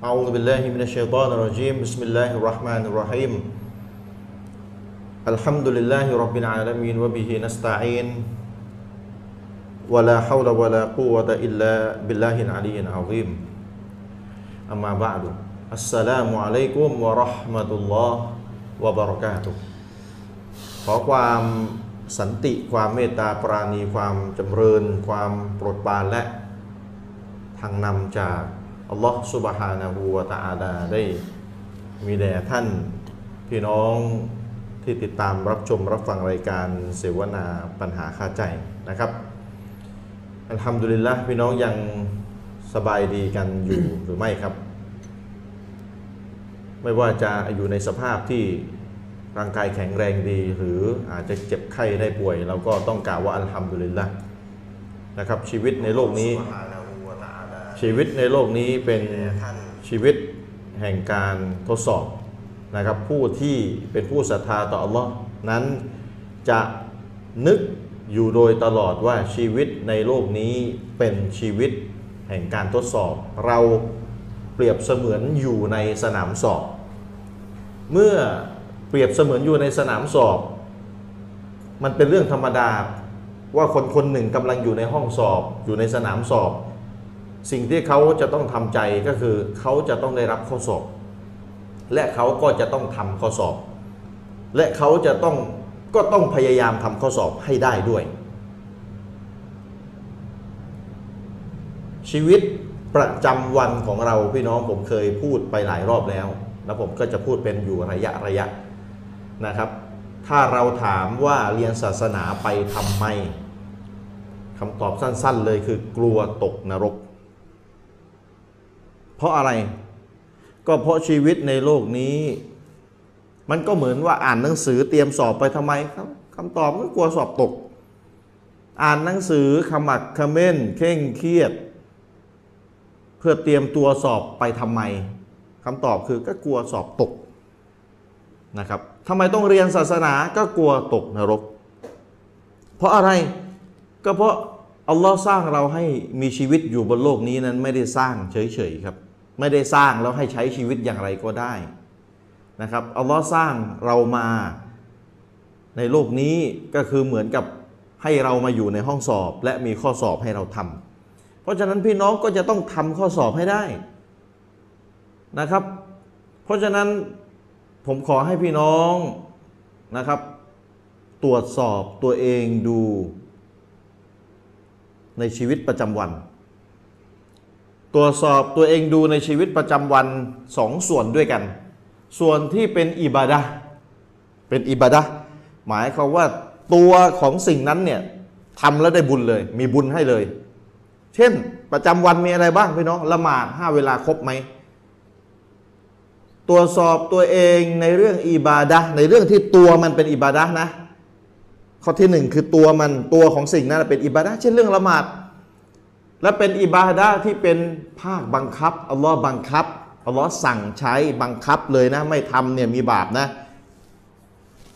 أعوذ بالله من الشيطان الرجيم بسم الله الرحمن الرحيم الحمد لله رب العالمين وبه نستعين ولا حول ولا قوة إلا بالله العلي العظيم أما بعد السلام عليكم ورحمة الله وبركاته ขอความสันติความเมตตาปราณีความจำเริญ ความโปรดปรานและ ทางนำจาก อัลลอฮ์สุบฮานาหูวะตะอาลาได้มีแด่ท่าน พี่น้องที่ติดตามรับชมรับฟังรายการเสวนาปัญหาคาใจนะครับ อัลฮัมดุลิลละพี่น้องยังสบายดีกันอยู่ หรือไม่ครับ ไม่ว่าจะอยู่ในสภาพที่ร่างกายแข็งแรงดี หรืออาจจะเจ็บไข้ได้ป่วย เราก็ต้องกล่าวว่าอัลฮัมดุลิลละนะครับ ชีวิตในโลกนี้ ซุบฮานะฮูวะตะอาลา ชีวิตในโลกนี้เป็น แด่ท่าน ชีวิตแห่งการทดสอบนะครับ ผู้ที่เป็นผู้ศรัทธาต่ออัลลอฮ์นั้นจะนึกอยู่โดยตลอดว่าชีวิตในโลกนี้เป็นชีวิตแห่งการทดสอบ เราเปรียบเสมือนอยู่ในสนามสอบ เมื่อเปรียบเสมือนอยู่ในสนามสอบ มันเป็นเรื่องธรรมดาว่าคนคนหนึ่งกำลังอยู่ในห้องสอบ อยู่ในสนามสอบ สิ่งที่เขาจะต้องทำใจก็คือเขาจะต้องได้รับข้อสอบ และเขาก็จะต้องทำข้อสอบ และเขาจะต้องก็ต้องพยายามทำข้อสอบให้ได้ด้วย ชีวิตประจำวันของเราพี่น้องผมเคยพูดไปหลายรอบแล้ว แล้วผมก็จะพูดเป็นอยู่ระยะระยะนะครับ ถ้าเราถามว่าเรียนศาสนาไปทำไมคำตอบสั้น ๆ เลยคือกลัวตกนรก เพราะอะไรก็เพราะชีวิตในโลกนี้ มันก็เหมือนว่าอ่านหนังสือเตรียมสอบไปทำไมครับคำตอบก็กลัวสอบตก อ่านหนังสือขมักเขม้นเคร่งเครียด เพื่อเตรียมตัวสอบไปทำไมคำตอบคือก็กลัวสอบตกนะครับทำไมต้องเรียนศาสนาก็กลัวตกนรก เพราะอะไรก็เพราะอัลลอฮ์สร้างเราให้มีชีวิตอยู่บนโลกนี้นั้นไม่ได้สร้างเฉยๆครับ ไม่ได้สร้างแล้วให้ใช้ชีวิตอย่างไรก็ได้นะครับอัลลอฮ์สร้างเรามาในโลกนี้ก็คือเหมือนกับให้เรามาอยู่ในห้องสอบ และมีข้อสอบให้เราทำเพราะฉะนั้นพี่น้องก็จะต้องทำข้อสอบให้ได้นะครับ เพราะฉะนั้นผมขอให้พี่น้องนะครับ ตรวจสอบตัวเองดู ในชีวิตประจำวัน ตรวจสอบตัวเองดูในชีวิตประจำวันสองส่วนด้วยกัน ส่วนที่เป็นอิบาดะห์เป็นอิบาดะห์หมายความว่าตัวของสิ่งนั้นเนี่ยทำแล้วได้บุญเลย มีบุญให้เลย เช่นประจำวันมีอะไรบ้างพี่น้องละหมาดห้าเวลาครบไหม ตรวจสอบตัวเองในเรื่องอิบาดะห์ในเรื่องที่ตัวมันเป็นอิบาดะห์นะ ข้อที่หนึ่งคือตัวมันตัวของสิ่งนั้นเป็นอิบาดะห์เช่นเรื่องละหมาด และเป็นอิบาดะห์ที่เป็นภาคบังคับอัลลอฮ์บังคับอัลลอฮ์สั่งใช้บังคับเลยนะ ไม่ทำเนี่ยมีบาปนะ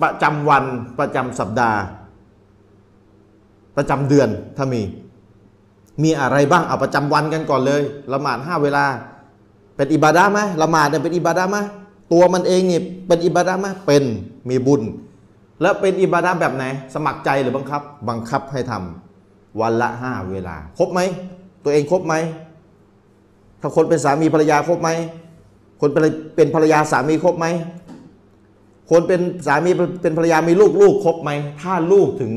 ประจำวันประจำสัปดาห์ ประจำเดือนถ้ามี มีอะไรบ้างเอาประจำวันกันก่อนเลยละหมาดห้าเวลา เป็นอิบาดะห์ไหมละหมาดเนี่ยเป็นอิบาดะห์ไหมตัวมันเองนี่เป็นอิบาดะห์ไหมเป็นมีบุญ แล้วเป็นอิบาดะห์แบบไหน สมัครใจหรือบังคับ บังคับให้ทำวันละห้าเวลา ครบไหม ตัวเองครบไหม ถ้าคนเป็นสามีภรรยาครบไหม คนเป็นเป็นภรรยาสามีครบไหม คนเป็นสามีเป็นภรรยามีลูกลูกครบไหม ถ้าลูกถึง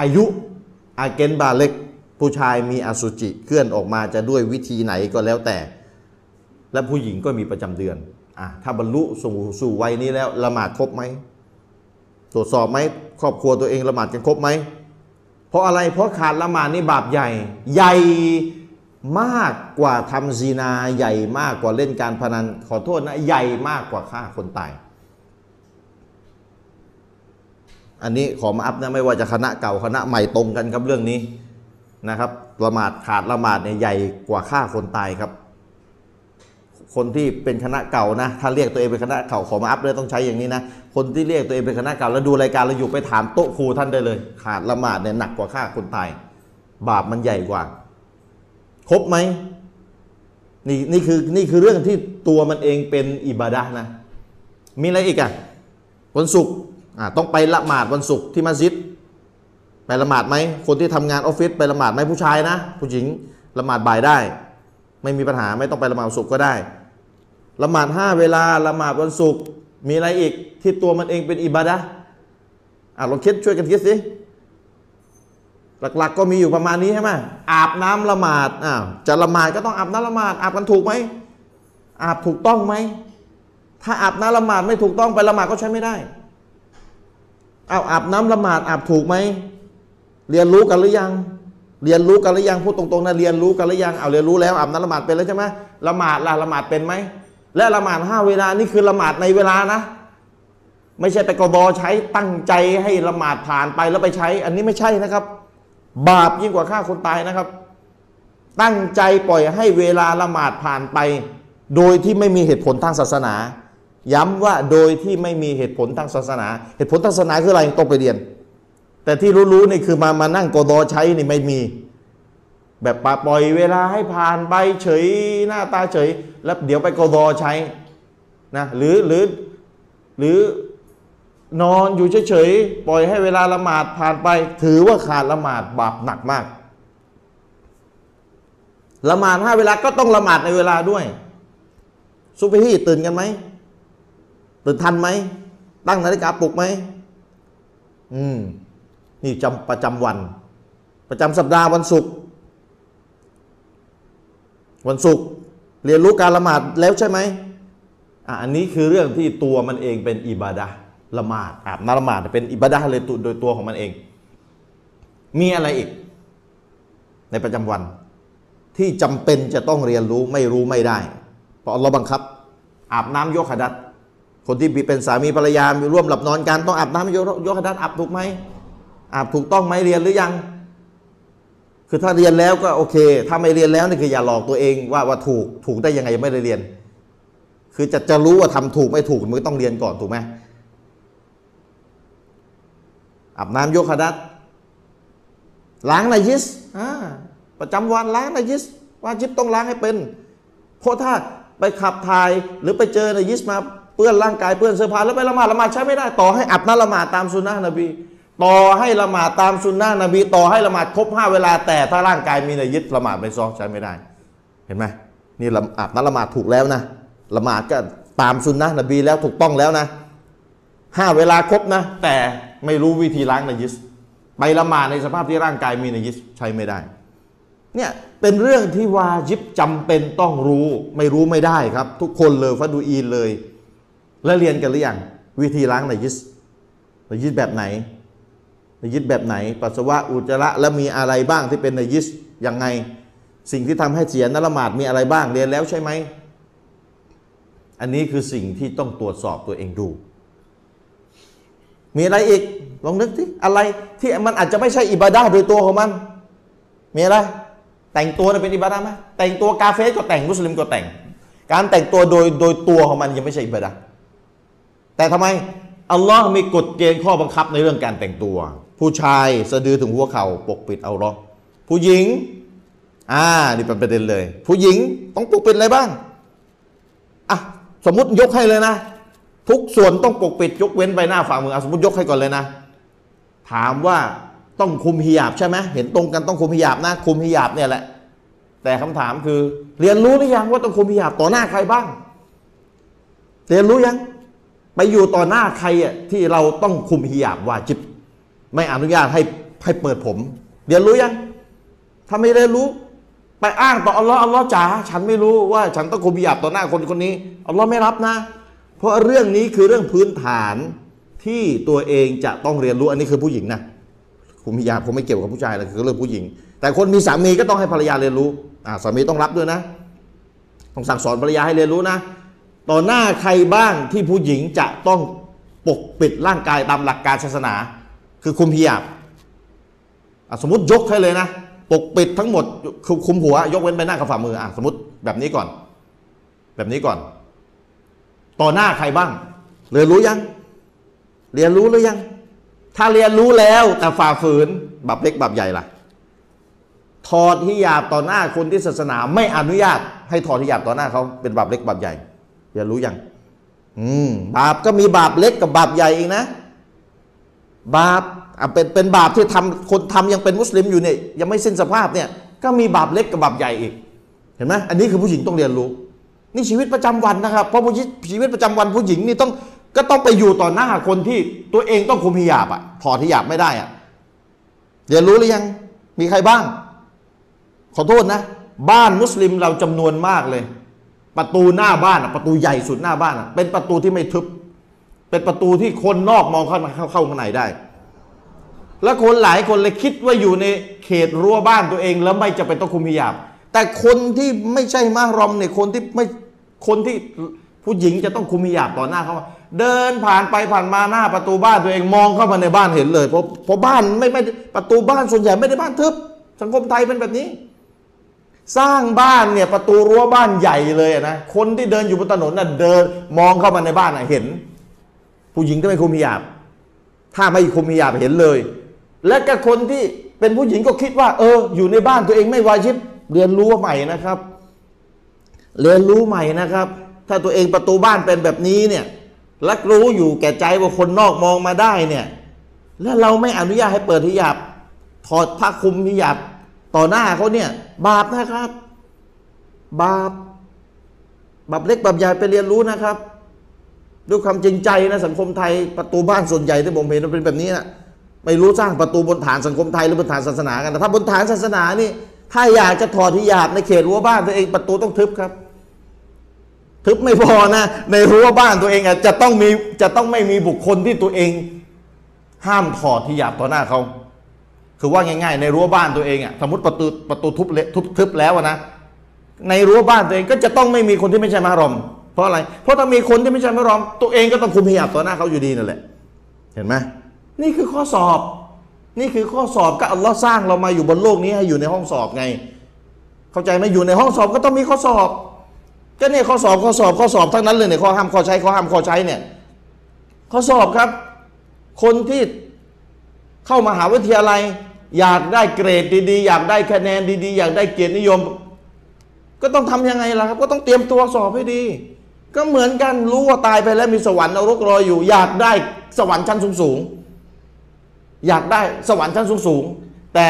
อายุอาเกนบาเล็ก ผู้ชายมีอสุจิเคลื่อนออกมาจะด้วยวิธีไหนก็แล้วแต่ และผู้หญิงก็มีประจำเดือนอ่ะถ้าบรรลุสู่สู่วัยนี้แล้วละหมาดครบไหม ตรวจสอบไหมครอบครัวตัวเองละหมาดกันครบไหม เพราะอะไรเพราะขาดละหมาดนี่บาปใหญ่ ใหญ่มากกว่าทำซีนาใหญ่มากกว่าเล่นการพนันขอโทษนะใหญ่มากกว่าฆ่าคนตาย อันนี้ขอมาอัพนะไม่ว่าจะคณะเก่าคณะใหม่ตรงกันครับเรื่องนี้นะครับละหมาดขาดละหมาดเนี่ยใหญ่กว่าฆ่าคนตายครับ คนที่เป็นคณะเก่านะถ้าเรียกตัวเองเป็นคณะเก่าขอมาอัพเลยต้องใช้อย่างนี้นะคนที่เรียกตัวเองเป็นคณะเก่าแล้วดูรายการเราอยู่ไปถามโต๊ะครูท่านได้เลย ขาดละหมาดเนี่ยหนักกว่าฆ่าคนตาย บาปมันใหญ่กว่า ครบไหม นี่นี่คือนี่คือเรื่องที่ตัวมันเองเป็นอิบาดะห์นะ มีอะไรอีกอ่ะวันศุกร์อ่าต้องไปละหมาดวันศุกร์ที่มัสยิด ไปละหมาดไหมคนที่ทำงานออฟฟิศไปละหมาดไหมผู้ชายนะ ผู้หญิงละหมาดบ่ายได้ ไม่มีปัญหาไม่ต้องไปละหมาดวันศุกร์ก็ได้ ละหมาดห้าเวลาละหมาดวันศุกร์มีอะไรอีกที่ตัวมันเองเป็นอิบาดะห์อ่ะลองคิดช่วยกันคิดสิ หลักๆก็มีอยู่ประมาณนี้ใช่ไหมอาบน้ำละหมาดอ้าวจะละหมาดก็ต้องอาบน้ำละหมาดอาบกันถูกไหมอาบถูกต้องไหมถ้าอาบน้ำละหมาดไม่ถูกต้องไปละหมาดก็ใช้ไม่ได้เอาวอาบน้ำละหมาดอาบถูกไหมเรียนรู้กันหรือยัง เรียนรู้กันหรือยังพูดตรงๆนะเรียนรู้กันหรือยังเอาเรียนรู้แล้วอาบน้ำละหมาดเป็นแล้วใช่ไหมละหมาดล่ะละหมาดเป็นไหมและละหมาดห้าเวลานี่คือละหมาดในเวลานะ ไม่ใช่ไปกบใช้ตั้งใจให้ละหมาดผ่านไปแล้วไปใช้ อันนี้ไม่ใช่นะครับ บาปยิ่งกว่าฆ่าคนตายนะครับ ตั้งใจปล่อยให้เวลาละหมาดผ่านไป โดยที่ไม่มีเหตุผลทางศาสนา ย้ำว่าโดยที่ไม่มีเหตุผลทางศาสนา เหตุผลทางศาสนาคืออะไรต้องไปเรียน แต่ที่รู้ๆนี่คือมามานั่งกดอใช้นี่ไม่มี แบบปะปล่อยเวลาให้ผ่านไปเฉยหน้าตาเฉย แล้วเดี๋ยวไปกดอใช้นะหรือหรือหรือ นอนอยู่เฉยๆ ปล่อยให้เวลาละหมาดผ่านไป ถือว่าขาดละหมาดบาปหนักมาก ละหมาดห้าเวลาก็ต้องละหมาดในเวลาด้วย ซุปเปอร์ฮีตตื่นกันไหม ตื่นทันไหม ตั้งนาฬิกาปลุกไหม อืม นี่จำประจำวัน ประจำสัปดาห์วันศุกร์ วันศุกร์เรียนรู้การละหมาดแล้วใช่ไหม อ่ะอันนี้คือเรื่องที่ตัวมันเองเป็นอิบาดะห์ละหมาดอาบน้ำละหมาดเป็นอิบาดะห์เลยตัวโดยตัวของมันเอง มีอะไรอีก ในประจำวัน ที่จำเป็นจะต้องเรียนรู้ไม่รู้ไม่ได้ เพราะอัลเราะห์บังคับ อาบน้ำโยคะดัดคนที่เป็นสามีภรรยาร่วมหลับนอนกันต้องอาบน้ำโยโยคะดัดอาบถูกไหมอาบถูกต้องไหมเรียนหรือยัง คือถ้าเรียนแล้วก็โอเค ถ้าไม่เรียนแล้วนี่คืออย่าหลอกตัวเองว่าว่าถูกถูกได้ยังไงยังไม่ได้เรียน คือจะจะรู้ว่าทำถูกไม่ถูกมันก็ต้องเรียนก่อนถูกไหมอาบน้ำโยคะดัตล้างนายิสอ่าประจำวันล้างนายิสวาจิบต้องล้างให้เป็น เพราะถ้าไปขับถ่ายหรือไปเจอนายิสมาเปื้อนร่างกายเปื้อนเสื้อผ้าแล้วไปละหมาดละหมาดใช้ไม่ได้ต่อให้อับน้าละหมาดตามสุนนะนบี ต่อให้ละหมาดตามสุนนะนบี ต่อให้ละหมาดครบห้าเวลา แต่ถ้าร่างกายมีนายิสละหมาดไม่ซอกใช้ไม่ได้ เห็นไหมนี่ละอาบน้ำละหมาดถูกแล้วนะละหมาดก็ตามซุนนะนบีแล้วถูกต้องแล้วนะห้าเวลาครบนะ แต่ไม่รู้วิธีล้างนายิสไปละหมาดในสภาพที่ร่างกายมีนายิสใช้ไม่ได้ เนี่ยเป็นเรื่องที่วาจิบจำเป็นต้องรู้ ไม่รู้ไม่ได้ครับ ทุกคนเลยฟัดดูอีนเลย แล้วเรียนกันหรือยังวิธีล้างนายิสนายิสแบบไหนนายิสแบบไหน ปัสสาวะอุจจาระและมีอะไรบ้างที่เป็นนายิสยังไง สิ่งที่ทำให้เสียนละหมาดมีอะไรบ้างเรียนแล้วใช่ไหม อันนี้คือสิ่งที่ต้องตรวจสอบตัวเองดู มีอะไรอีก ลองนึกที่อะไรที่มันอาจจะไม่ใช่อิบาดาโดยตัวของมัน มีอะไร แต่งตัวน่ะเป็นอิบาดาไหมแต่งตัวกาเฟสก็แต่งมุสลิมก็แต่ง การแต่งตัวโดยโดยตัวของมันยังไม่ใช่อิบาดาแต่ทำไมอัลลอฮ์มีกฎเกณฑ์ข้อบังคับในเรื่องการแต่งตัว ผู้ชายสะดือถึงหัวเข่าปกปิดเอาหรอผู้หญิง อ่านี่เป็นประเด็นเลย ผู้หญิงต้องปกปิดอะไรบ้าง อ่ะสมมติยกให้เลยนะ ทุกส่วนต้องปกปิดยกเว้นใบหน้าฝ่ามืออ่ะสมมติยกให้ก่อนเลยนะ ถามว่าต้องคุมหิยาบใช่ไหมเห็นตรงกันต้องคุมหิยาบนะ คุมหิยาบเนี่ยแหละ แต่คำถามคือ เรียนรู้หรือยังว่าต้องคุมหิยาบต่อหน้าใครบ้าง เรียนรู้ยัง ไปอยู่ต่อหน้าใครอ่ะที่เราต้องคุมหิยาบวาจิบ ไม่อนุญาตให้ให้เปิดผม เรียนรู้ยัง ถ้าไม่ได้รู้ ไปอ้างต่ออัลลอฮ์อัลลอฮ์จ๋าฉันไม่รู้ว่าฉันต้องคุมหยาบต่อหน้าคนคนนี้อัลลอฮ์ไม่รับนะ เพราะเรื่องนี้คือเรื่องพื้นฐานที่ตัวเองจะต้องเรียนรู้อันนี้คือผู้หญิงนะคุมหยาบผมไม่เกี่ยวกับผู้ชายเลยคือเรื่องผู้หญิง แต่คนมีสามีก็ต้องให้ภรรยาเรียนรู้อ่าสามีต้องรับด้วยนะต้องสั่งสอนภรรยาให้เรียนรู้นะ ต่อหน้าใครบ้างที่ผู้หญิงจะต้องปกปิดร่างกายตามหลักการศาสนา คือคุมหยาบ อ่ะสมมติยกให้เลยนะ ปกปิดทั้งหมดคุมคุมหัว ยกเว้นใบหน้ากับฝ่ามืออ่ะสมมติแบบนี้ก่อน แบบนี้ก่อน ต่อหน้าใครบ้างเรียนรู้ยัง เรียนรู้หรือยัง ถ้าเรียนรู้แล้วแต่ฝ่าฝืนบาปเล็กบาปใหญ่ล่ะ ถอดฮิญาบต่อหน้าคนที่ศาสนาไม่อนุญาต ให้ถอดฮิญาบต่อหน้าเขาเป็นบาปเล็กบาปใหญ่อย่ารู้ยังอืมบาปก็มีบาปเล็กกับบาปใหญ่เองนะ บาปอ่ะเป็นเป็นบาปที่ทำคนทำยังเป็นมุสลิมอยู่เนี่ยยังไม่สิ้นสภาพเนี่ย ก็มีบาปเล็กกับบาปใหญ่อีก เห็นไหมอันนี้คือผู้หญิงต้องเรียนรู้ นี่ชีวิตประจำวันนะครับเพราะผู้หญิงชีวิตประจำวันผู้หญิงนี่ต้องก็ต้องไปอยู่ต่อหน้าคนที่ตัวเองต้องคุมหิญาบอะถอดหิญาบไม่ได้อะเรียนรู้หรือยังมีใครบ้าง ขอโทษนะ บ้านมุสลิมเราจำนวนมากเลย ประตูหน้าบ้านอะประตูใหญ่สุดหน้าบ้านอะเป็นประตูที่ไม่ทึบ เป็นประตูที่คนนอกมองเข้ามาเข้าเข้าข้างในได้ แล้วคนหลายคนเลยคิดว่าอยู่ในเขตรั้วบ้านตัวเองแล้วไม่จะเป็นต้องคุมหิญาบ แต่คนที่ไม่ใช่มารอมเนี่ยคนที่ไม่คนที่ผู้หญิงจะต้องคุมหิญาบต่อหน้าเขาอะเดินผ่านไปผ่านมาหน้าประตูบ้านตัวเองมองเข้ามาในบ้านเห็นเลยเพราะเพราะบ้านไม่ไม่ประตูบ้านส่วนใหญ่ไม่ได้บ้านทึบ สังคมไทยเป็นแบบนี้ สร้างบ้านเนี่ยประตูรั้วบ้านใหญ่เลยอะนะคนที่เดินอยู่บนถนนน่ะเดินมองเข้ามาในบ้านน่ะเห็น ผู้หญิงที่ไม่คุมหิญาบ ถ้าไม่คุมหิญาบเห็นเลย และก็คนที่เป็นผู้หญิงก็คิดว่า เออ อยู่ในบ้านตัวเองไม่วาชิบเรียนรู้ใหม่นะครับ เรียนรู้ใหม่นะครับ ถ้าตัวเองประตูบ้านเป็นแบบนี้เนี่ยและรู้อยู่แก่ใจว่าคนนอกมองมาได้เนี่ย และเราไม่อนุญาตให้เปิดหิญาบถอดผ้าคลุมหิญาบต่อหน้าเขาเนี่ย บาปนะครับ บาปบาปเล็กบาปใหญ่ไปเรียนรู้นะครับ ด้วยความจริงใจนะสังคมไทยประตูบ้านส่วนใหญ่ที่ผมเห็นมันเป็นแบบนี้นะไม่รู้สร้างประตูบนฐานสังคมไทยหรือบนฐานศาสนากันนะถ้าบนฐานศาสนานี่ ถ้าอยากจะถอดที่หยาบในเขตรั้วบ้านตัวเองประตูต้องทึบครับ ทึบไม่พอนะ ในรั้วบ้านตัวเองอ่ะจะต้องมีจะต้องไม่มีบุคคลที่ตัวเอง ห้ามถอดที่หยาบต่อหน้าเขา คือว่าง่าย ๆ ในรั้วบ้านตัวเองอ่ะสมมติประตูประตูทุบเละทุบทึบแล้วอะนะ ในรั้วบ้านตัวเองก็จะต้องไม่มีคนที่ไม่ใช่มหารอม เพราะอะไร เพราะถ้ามีคนที่ไม่ใช่มหารอม ตัวเองก็ต้องคุมหิญาบต่อหน้าเขาอยู่ดีนั่นแหละ เห็นไหมนี่คือข้อสอบ นี่คือข้อสอบก็อัลลอฮ์สร้างเรามาอยู่บนโลกนี้ให้อยู่ในห้องสอบไง เข้าใจไหมอยู่ในห้องสอบก็ต้องมีข้อสอบ ก็เนี่ยข้อสอบข้อสอบข้อสอบทั้งนั้นเลยเนี่ยข้อห้ามข้อใช้ข้อห้ามข้อใช้เนี่ย ข้อสอบครับ คนที่เข้ามหาวิทยาลัย อยากได้เกรดดีๆ อยากได้คะแนนดีๆ อยากได้เกียรตินิยม ก็ต้องทำยังไงล่ะครับก็ต้องเตรียมตัวสอบให้ดี ก็เหมือนกันรู้ว่าตายไปแล้วมีสวรรค์นรกรออยู่ อยากได้สวรรค์ชั้นสูงๆอยากได้สวรรค์ชั้นสูงๆแต่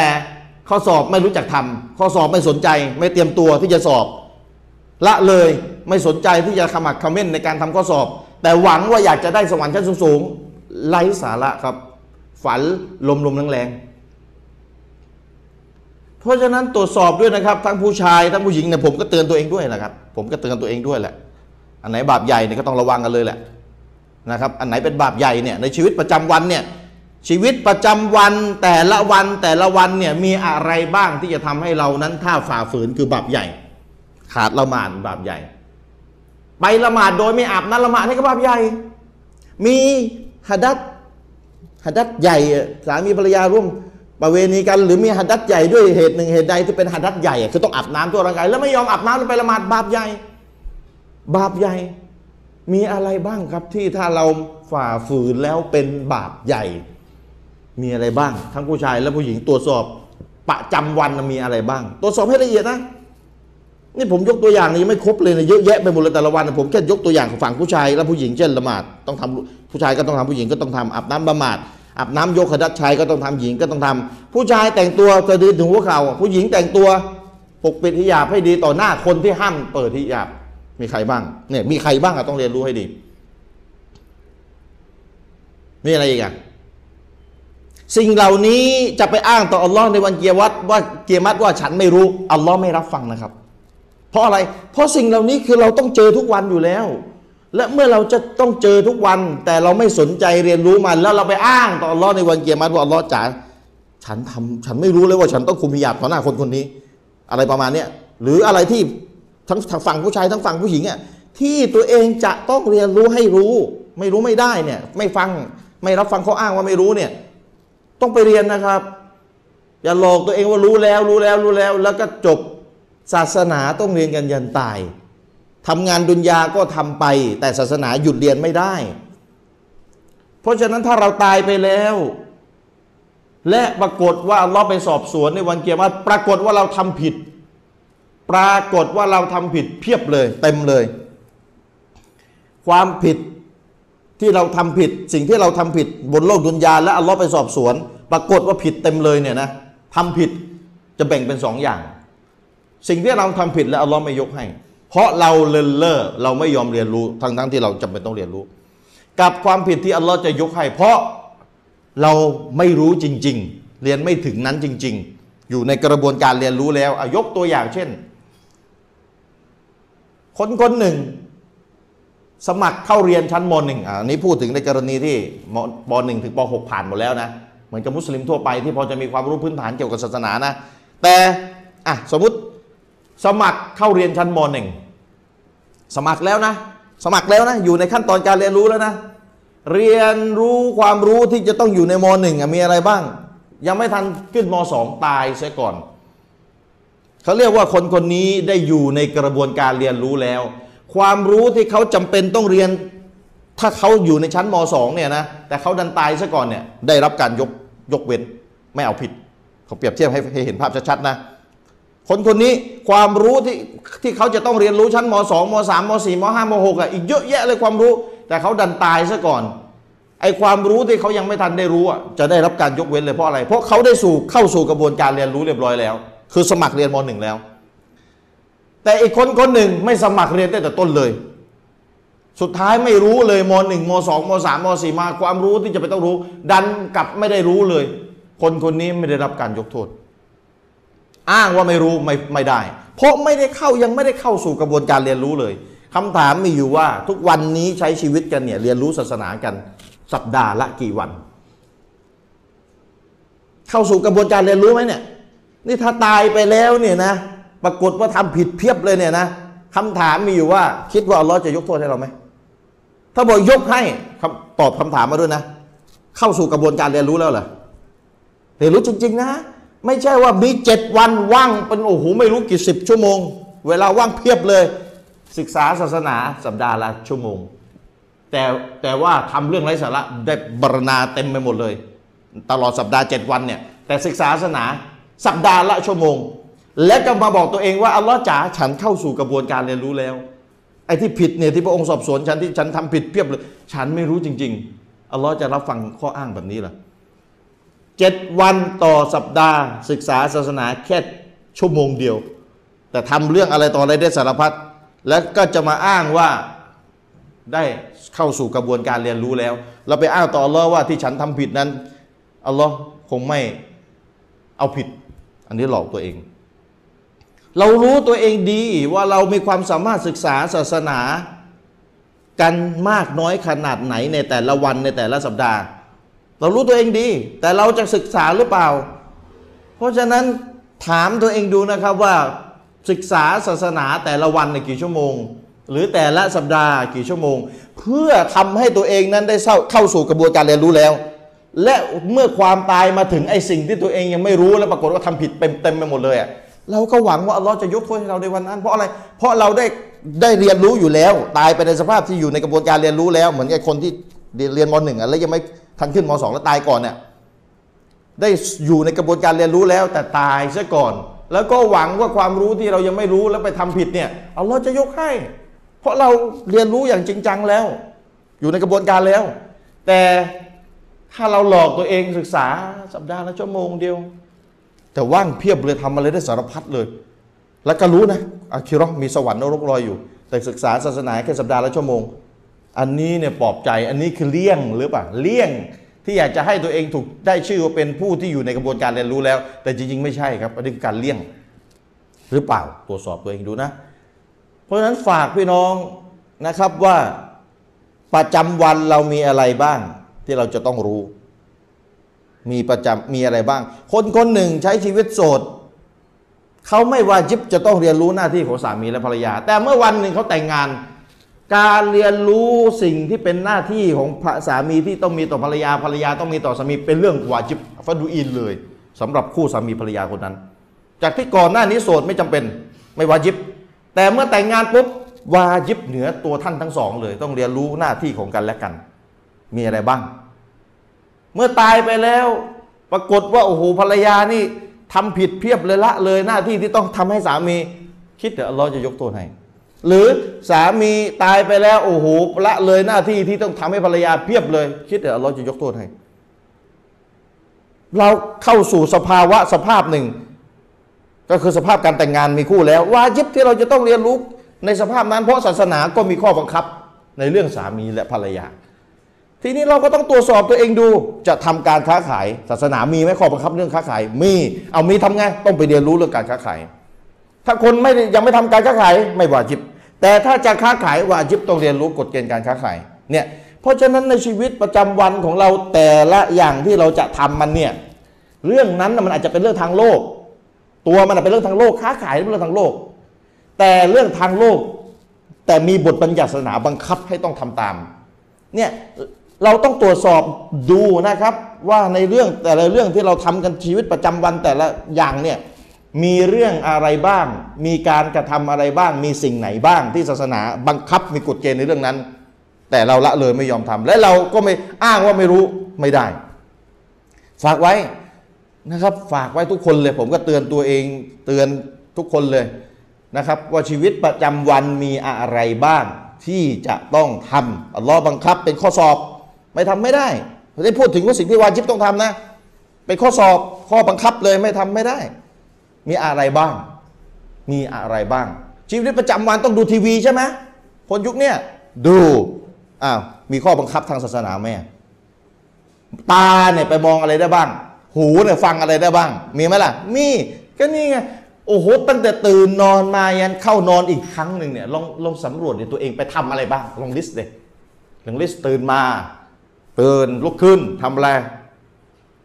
ข้อสอบไม่รู้จักทำข้อสอบไม่สนใจ ไม่เตรียมตัวที่จะสอบ ละเลยไม่สนใจที่จะขมักเขม้นในการทำข้อสอบ แต่หวังว่าอยากจะได้สวรรค์ชั้นสูงๆไร้สาระครับ ฝันลมๆแรงๆ เพราะฉะนั้นตรวจสอบด้วยนะครับ ทั้งผู้ชายทั้งผู้หญิงเนี่ยผมก็เตือนตัวเองด้วยแหละครับ ผมก็เตือนตัวเองด้วยแหละ อันไหนบาปใหญ่เนี่ยก็ต้องระวังกันเลยแหละนะครับ อันไหนเป็นบาปใหญ่เนี่ยในชีวิตประจำวันเนี่ยชีวิตประจำวันแต่ละวันแต่ละวันเนี่ยมีอะไรบ้างที่จะทำให้เรานั้นถ้าฝ่าฝืนคือบาปใหญ่ ขาดละหมาดบาปใหญ่ ไปละหมาดโดยไม่อาบน้ำละหมาดนี่ก็บาปใหญ่ มีหัดัด หัดดัดใหญ่อะสามีภรรยาร่วมประเวณีกันหรือมีหัดดัดใหญ่ด้วยเหตุหนึ่งเหตุใดที่เป็นหัดดัดใหญ่อะคือต้องอาบน้ำตัวร่างกายแล้วไม่ยอมอาบน้ำแล้วไปละหมาดบาปใหญ่ บาปใหญ่ มีอะไรบ้างครับที่ถ้าเราฝ่าฝืนแล้วเป็นบาปใหญ่ มีอะไรบ้าง ทั้งผู้ชายและผู้หญิงตรวจสอบประจำวันน่ะมีอะไรบ้าง ตรวจสอบให้ละเอียดนะ นี่ผมยกตัวอย่างนี้ไม่ครบเลยนะเยอะแยะไปหมดเลยแต่ละวันนะผมแค่ยกตัวอย่างของฝั่งผู้ชายและผู้หญิงเช่นละหมาดต้องทำผู้ชายก็ต้องทำผู้หญิงก็ต้องทำอาบน้ำละหมาดอาบน้ำยกขดัดชายก็ต้องทำหญิงก็ต้องทำผู้ชายแต่งตัวจะดืนถึงหัวเข่าผู้หญิงแต่งตัวปกปิดหิญาบให้ดีต่อหน้าคนที่ห้ามเปิดหิญาบมีใครบ้างเนี่ยมีใครบ้างอะต้องเรียนรู้ให้ดีมีอะไรอีกอะสิ่งเหล่านี้จะไปอ้างต่ออัลลอฮ์ในวันเกียรติว่าเกียรติว่าฉันไม่รู้อัลลอฮ์ไม่รับฟังนะครับ เพราะอะไร เพราะสิ่งเหล่านี้คือเราต้องเจอทุกวันอยู่แล้ว และเมื่อเราจะต้องเจอทุกวัน แต่เราไม่สนใจเรียนรู้มัน แล้วเราไปอ้างต่ออัลเลอฮ์ในวันเกียรติว่าอัลเลอฮ์จ๋าฉันทำฉันไม่รู้เลยว่าฉันต้องคุมพิยาบต่อหน้าคนคนนี้ อะไรประมาณเนี้ยหรืออะไรที่ทั้งทั้งฝั่งผู้ชายทั้งฝั่งผู้หญิงอ่ะที่ตัวเองจะต้องเรียนรู้ให้รู้ ไม่รู้ไม่ได้เนี่ย ไม่ฟังไม่รับฟังเขาอ้างว่าไม่รู้เนี่ย ต้องไปเรียนนะครับ อย่าหลอกตัวเองว่ารู้แล้วรู้แล้วรู้แล้ว แล้วก็จบศาสนาต้องเรียนกันยันตายทำงานดุนยาก็ทำไป แต่ศาสนาหยุดเรียนไม่ได้ เพราะฉะนั้นถ้าเราตายไปแล้ว และปรากฏว่าอัลเลอไปสอบสวนในวันเกียรติปรากฏว่าเราทำผิด ปรากฏว่าเราทำผิดเพียบเลย เต็มเลย ความผิดที่เราทำผิด สิ่งที่เราทำผิดบนโลกดุนยาและอัลเลอไปสอบสวน ปรากฏว่าผิดเต็มเลยเนี่ยนะทำผิดจะแบ่งเป็นสองอย่าง สิ่งที่เราทำผิดและอัลเลอฮ์ไม่ยกให้ เพราะเราเลินเล่อเราไม่ยอมเรียนรู้ทั้งทั้งๆที่เราจำเป็นต้องเรียนรู้ กับความผิดที่อัลเลอฮ์จะยกให้ เพราะเราไม่รู้จริง ๆ เรียนไม่ถึงนั้นจริง ๆ อยู่ในกระบวนการเรียนรู้แล้วอายกตัวอย่างเช่น คนคนหนึ่ง สมัครเข้าเรียนชั้นมหนึ่งอ่าอันนี้พูดถึงในกรณีที่มปหนึ่งถึงปหกผ่านหมดแล้วนะ เหมือนกับมุสลิมทั่วไปที่พอจะมีความรู้พื้นฐานเกี่ยวกับศาสนานะ แต่อ่ะสมมติ สมัครเข้าเรียนชั้นมหนึ่งสมัครแล้วนะ สมัครแล้วนะ อยู่ในขั้นตอนการเรียนรู้แล้วนะ เรียนรู้ความรู้ที่จะต้องอยู่ในมหนึ่งอะมีอะไรบ้าง ยังไม่ทันขึ้นมสองตายเสียก่อน เขาเรียกว่าคนคนนี้ได้อยู่ในกระบวนการเรียนรู้แล้ว ความรู้ที่เขาจำเป็นต้องเรียน ถ้าเขาอยู่ในชั้นมสองเนี่ยนะแต่เขาดันตายซะก่อนเนี่ยได้รับการยกยกเว้นไม่เอาผิดเขาเปรียบเทียบให้ให้เห็นภาพชัดๆนะ คนคนนี้ความรู้ที่ที่เขาจะต้องเรียนรู้ชั้นม2ม3ม4ม5ม6อ่ะอีกเยอะแยะเลยความรู้ แต่เขาดันตายซะก่อนไอความรู้ที่เขายังไม่ทันได้รู้อ่ะจะได้รับการยกเว้นเลยเพราะอะไร เพราะเขาได้สู่เข้าสู่กระบวนการเรียนรู้เรียบร้อยแล้ว คือสมัครเรียนม1แล้ว แต่อีกคนคนหนึ่งไม่สมัครเรียนตั้งแต่ต้นเลย สุดท้ายไม่รู้เลยม1ม2ม3ม4มาความรู้ที่จะไปต้องรู้ ดันกลับไม่ได้รู้เลย คนคนนี้ไม่ได้รับการยกโทษ อ้างว่าไม่รู้ไม่ไม่ได้ เพราะไม่ได้เข้ายังไม่ได้เข้าสู่กระบวนการเรียนรู้เลยคำถามมีอยู่ว่าทุกวันนี้ใช้ชีวิตกันเนี่ยเรียนรู้ศาสนากัน สัปดาห์ละกี่วัน เข้าสู่กระบวนการเรียนรู้ไหมเนี่ย นี่ถ้าตายไปแล้วเนี่ยนะ ปรากฏว่าทำผิดเพียบเลยเนี่ยนะคำถามมีอยู่ว่า คิดว่าอัลลอฮ์จะยกโทษให้เราไหมถ้าบอกยกให้คำตอบคำถามมาด้วยนะ เข้าสู่กระบวนการเรียนรู้แล้วเหรอ เรียนรู้จริง ๆ นะ ไม่ใช่ว่ามีเจ็ดวันว่างเป็นโอ้โหไม่รู้กี่สิบชั่วโมง เวลาว่างเพียบเลย ศึกษาศาสนาสัปดาห์ละชั่วโมง แต่แต่ว่าทำเรื่องไร้สาระได้บรรณาเต็มไปหมดเลย ตลอดสัปดาห์เจ็ดวันเนี่ย แต่ศึกษาศาสนาสัปดาห์ละชั่วโมง และก็มาบอกตัวเองว่าอัลลอฮ์จ๋าฉันเข้าสู่กระบวนการเรียนรู้แล้ว ไอ้ที่ผิดเนี่ยที่พระองค์สอบสวนฉันที่ฉันทำผิดเพียบเลย ฉันไม่รู้จริง ๆอัลลอฮ์จะรับฟังข้ออ้างแบบนี้เหรอ เจ็ดวันต่อสัปดาห์ ศึกษาศาสนาแค่ชั่วโมงเดียว แต่ทำเรื่องอะไรต่ออะไรได้สารพัดและก็จะมาอ้างว่าได้เข้าสู่กระบวนการเรียนรู้แล้ว เราไปอ้างต่ออัลเลอว่าที่ฉันทำผิดนั้นอัลเลอฮ์คงไม่เอาผิด อันนี้หลอกตัวเอง เรารู้ตัวเองดีว่าเรามีความสามารถศึกษาศาสนา กันมากน้อยขนาดไหนในแต่ละวันในแต่ละสัปดาห์ เรารู้ตัวเองดี แต่เราจะศึกษาหรือเปล่า เพราะฉะนั้นถามตัวเองดูนะครับว่าศึกษาศาสนาแต่ละวันในยกี่ชั่วโมง หรือแต่ละสัปดาห์กี่ชั่วโมง เพื่อทำให้ตัวเองนั้นได้เข้าเข้าสู่กระบวนการเรียนรู้แล้ว และเมื่อความตายมาถึงไอสิ่งที่ตัวเองยังไม่รู้แล้วปรากฏว่าทำผิดเต็มเต็มไปหมดเลยอะเราก็หวังว่าอัลเลอฮ์จะยกโทษให้เราในวันนั้น เพราะอะไรเพราะเราได้ได้เรียนรู้อยู่แล้ว ตายไปในสภาพที่อยู่ในกระบวนการเรียนรู้แล้วเหมือนกับคนที่เรียนเรียนมหนึ่งอะแล้วยังไม่ทันขึ้นมสองแล้วตายก่อนเนี่ย ได้อยู่ในกระบวนการเรียนรู้แล้วแต่ตายซะก่อน แล้วก็หวังว่าความรู้ที่เรายังไม่รู้แล้วไปทำผิดเนี่ยอัลลอฮ์จะยกให้ เพราะเราเรียนรู้อย่างจริงจังแล้ว อยู่ในกระบวนการแล้ว แต่ถ้าเราหลอกตัวเองศึกษาสัปดาห์ละชั่วโมงเดียว แต่ว่างเพียบเลยทำอะไรได้สารพัดเลย แล้วก็รู้นะอาคิเราะห์มีสวรรค์นรกรอยอยู่ แต่ศึกษาศาสนาแค่สัปดาห์ละชั่วโมง อันนี้เนี่ยปลอบใจอันนี้คือเลี่ยงหรือเปล่าเลี่ยงที่อยากจะให้ตัวเองถูกได้ชื่อว่าเป็นผู้ที่อยู่ในกระบวนการเรียนรู้แล้ว แต่จริง ๆ ไม่ใช่ครับอันนี้คือการเลี่ยง หรือเปล่าตรวจสอบตัวเองดูนะ เพราะฉะนั้นฝากพี่น้องนะครับว่าประจำวันเรามีอะไรบ้างที่เราจะต้องรู้ มีประจำมีอะไรบ้าง คนคนหนึ่งใช้ชีวิตโสด เขาไม่วาจิบจะต้องเรียนรู้หน้าที่ของสามีและภรรยา แต่เมื่อวันหนึ่งเขาแต่งงาน การเรียนรู้สิ่งที่เป็นหน้าที่ของพระสามีที่ต้องมีต่อภรรยาภรรยาต้องมีต่อสามีเป็นเรื่องวาจิบฟัดูอินเลยสำหรับคู่สามีภรรยาคนนั้น จากที่ก่อนหน้านี้โสดไม่จำเป็นไม่วาจิบ แต่เมื่อแต่งงานปุ๊บวาจิบเหนือตัวท่านทั้งสองเลย ต้องเรียนรู้หน้าที่ของกันและกัน มีอะไรบ้าง เมื่อตายไปแล้ว ปรากฏว่าโอ้โหภรรยานี่ทำผิดเพียบเลยละเลยหน้าที่ที่ต้องทำให้สามี คิดเดี๋ยวอัลเลอฮ์จะยกโทษให้ หรือสามีตายไปแล้วโอ้โหละเลยหน้าที่ที่ต้องทำให้ภรรยาเพียบเลย คิดเดี๋ยวอัลเลอฮ์จะยกโทษให้ เราเข้าสู่สภาวะสภาพหนึ่ง ก็คือสภาพการแต่งงานมีคู่แล้ววาญิบที่เราจะต้องเรียนรู้ในสภาพนั้น เพราะศาสนาก็มีข้อบังคับในเรื่องสามีและภรรยา ทีนี้เราก็ต้องตรวจสอบตัวเองดูจะทำการค้าขาย ศาสนามีไหมข้อบังคับเรื่องค้าขายมีเอามีทำไงต้องไปเรียนรู้เรื่องการค้าขาย ถ้าคนไม่ได้ยังไม่ทำการค้าขายไม่วาจิบ แต่ถ้าจะค้าขายวาจิบต้องเรียนรู้กฎเกณฑ์การค้าขายเนี่ยเพราะฉะนั้นในชีวิตประจำวันของเราแต่ละอย่างที่เราจะทำมันเนี่ยเรื่องนั้นน่ะมันอาจจะเป็นเรื่องทางโลก ตัวมันน่ะเป็นเรื่องทางโลกค้าขายเป็นเรื่องทางโลก แต่เรื่องทางโลก แต่มีบทบัญญัติศาสนาบังคับให้ต้องทำตาม เนี่ยเราต้องตรวจสอบดูนะครับ ว่าในเรื่องแต่ละเรื่องที่เราทำกันชีวิตประจำวันแต่ละอย่างเนี่ยมีเรื่องอะไรบ้าง มีการกระทำอะไรบ้าง มีสิ่งไหนบ้าง ที่ศาสนาบังคับมีกฎเกณฑ์ในเรื่องนั้น แต่เราละเลยไม่ยอมทำและเราก็ไม่อ้างว่าไม่รู้ไม่ได้ ฝากไว้นะครับ ฝากไว้ทุกคนเลย ผมก็เตือนตัวเองเตือนทุกคนเลยนะครับ ว่าชีวิตประจำวันมีอะไรบ้าง ที่จะต้องทำอัลลอฮ์บังคับเป็นข้อสอบ ไม่ทำไม่ได้ไม่ได้พูดถึงว่าสิ่งที่วาจิบต้องทำนะ เป็นข้อสอบข้อบังคับเลยไม่ทำไม่ได้ มีอะไรบ้าง มีอะไรบ้าง ชีวิตประจำวันต้องดูทีวีใช่ไหมคนยุคเนี้ยดูอ้าวมีข้อบังคับทางศาสนาไหม ตาเนี่ยไปมองอะไรได้บ้าง หูเนี่ยฟังอะไรได้บ้าง มีไหมล่ะ มี ก็นี่ไง โอ้โห ตั้งแต่ตื่นนอนมายันเข้านอนอีกครั้งหนึ่งเนี่ย ลองลองสำรวจดิตัวเองไปทำอะไรบ้าง ลองลิสต์เลยลองลิสต์ตื่นมา ตื่นลุกขึ้นทำอะไร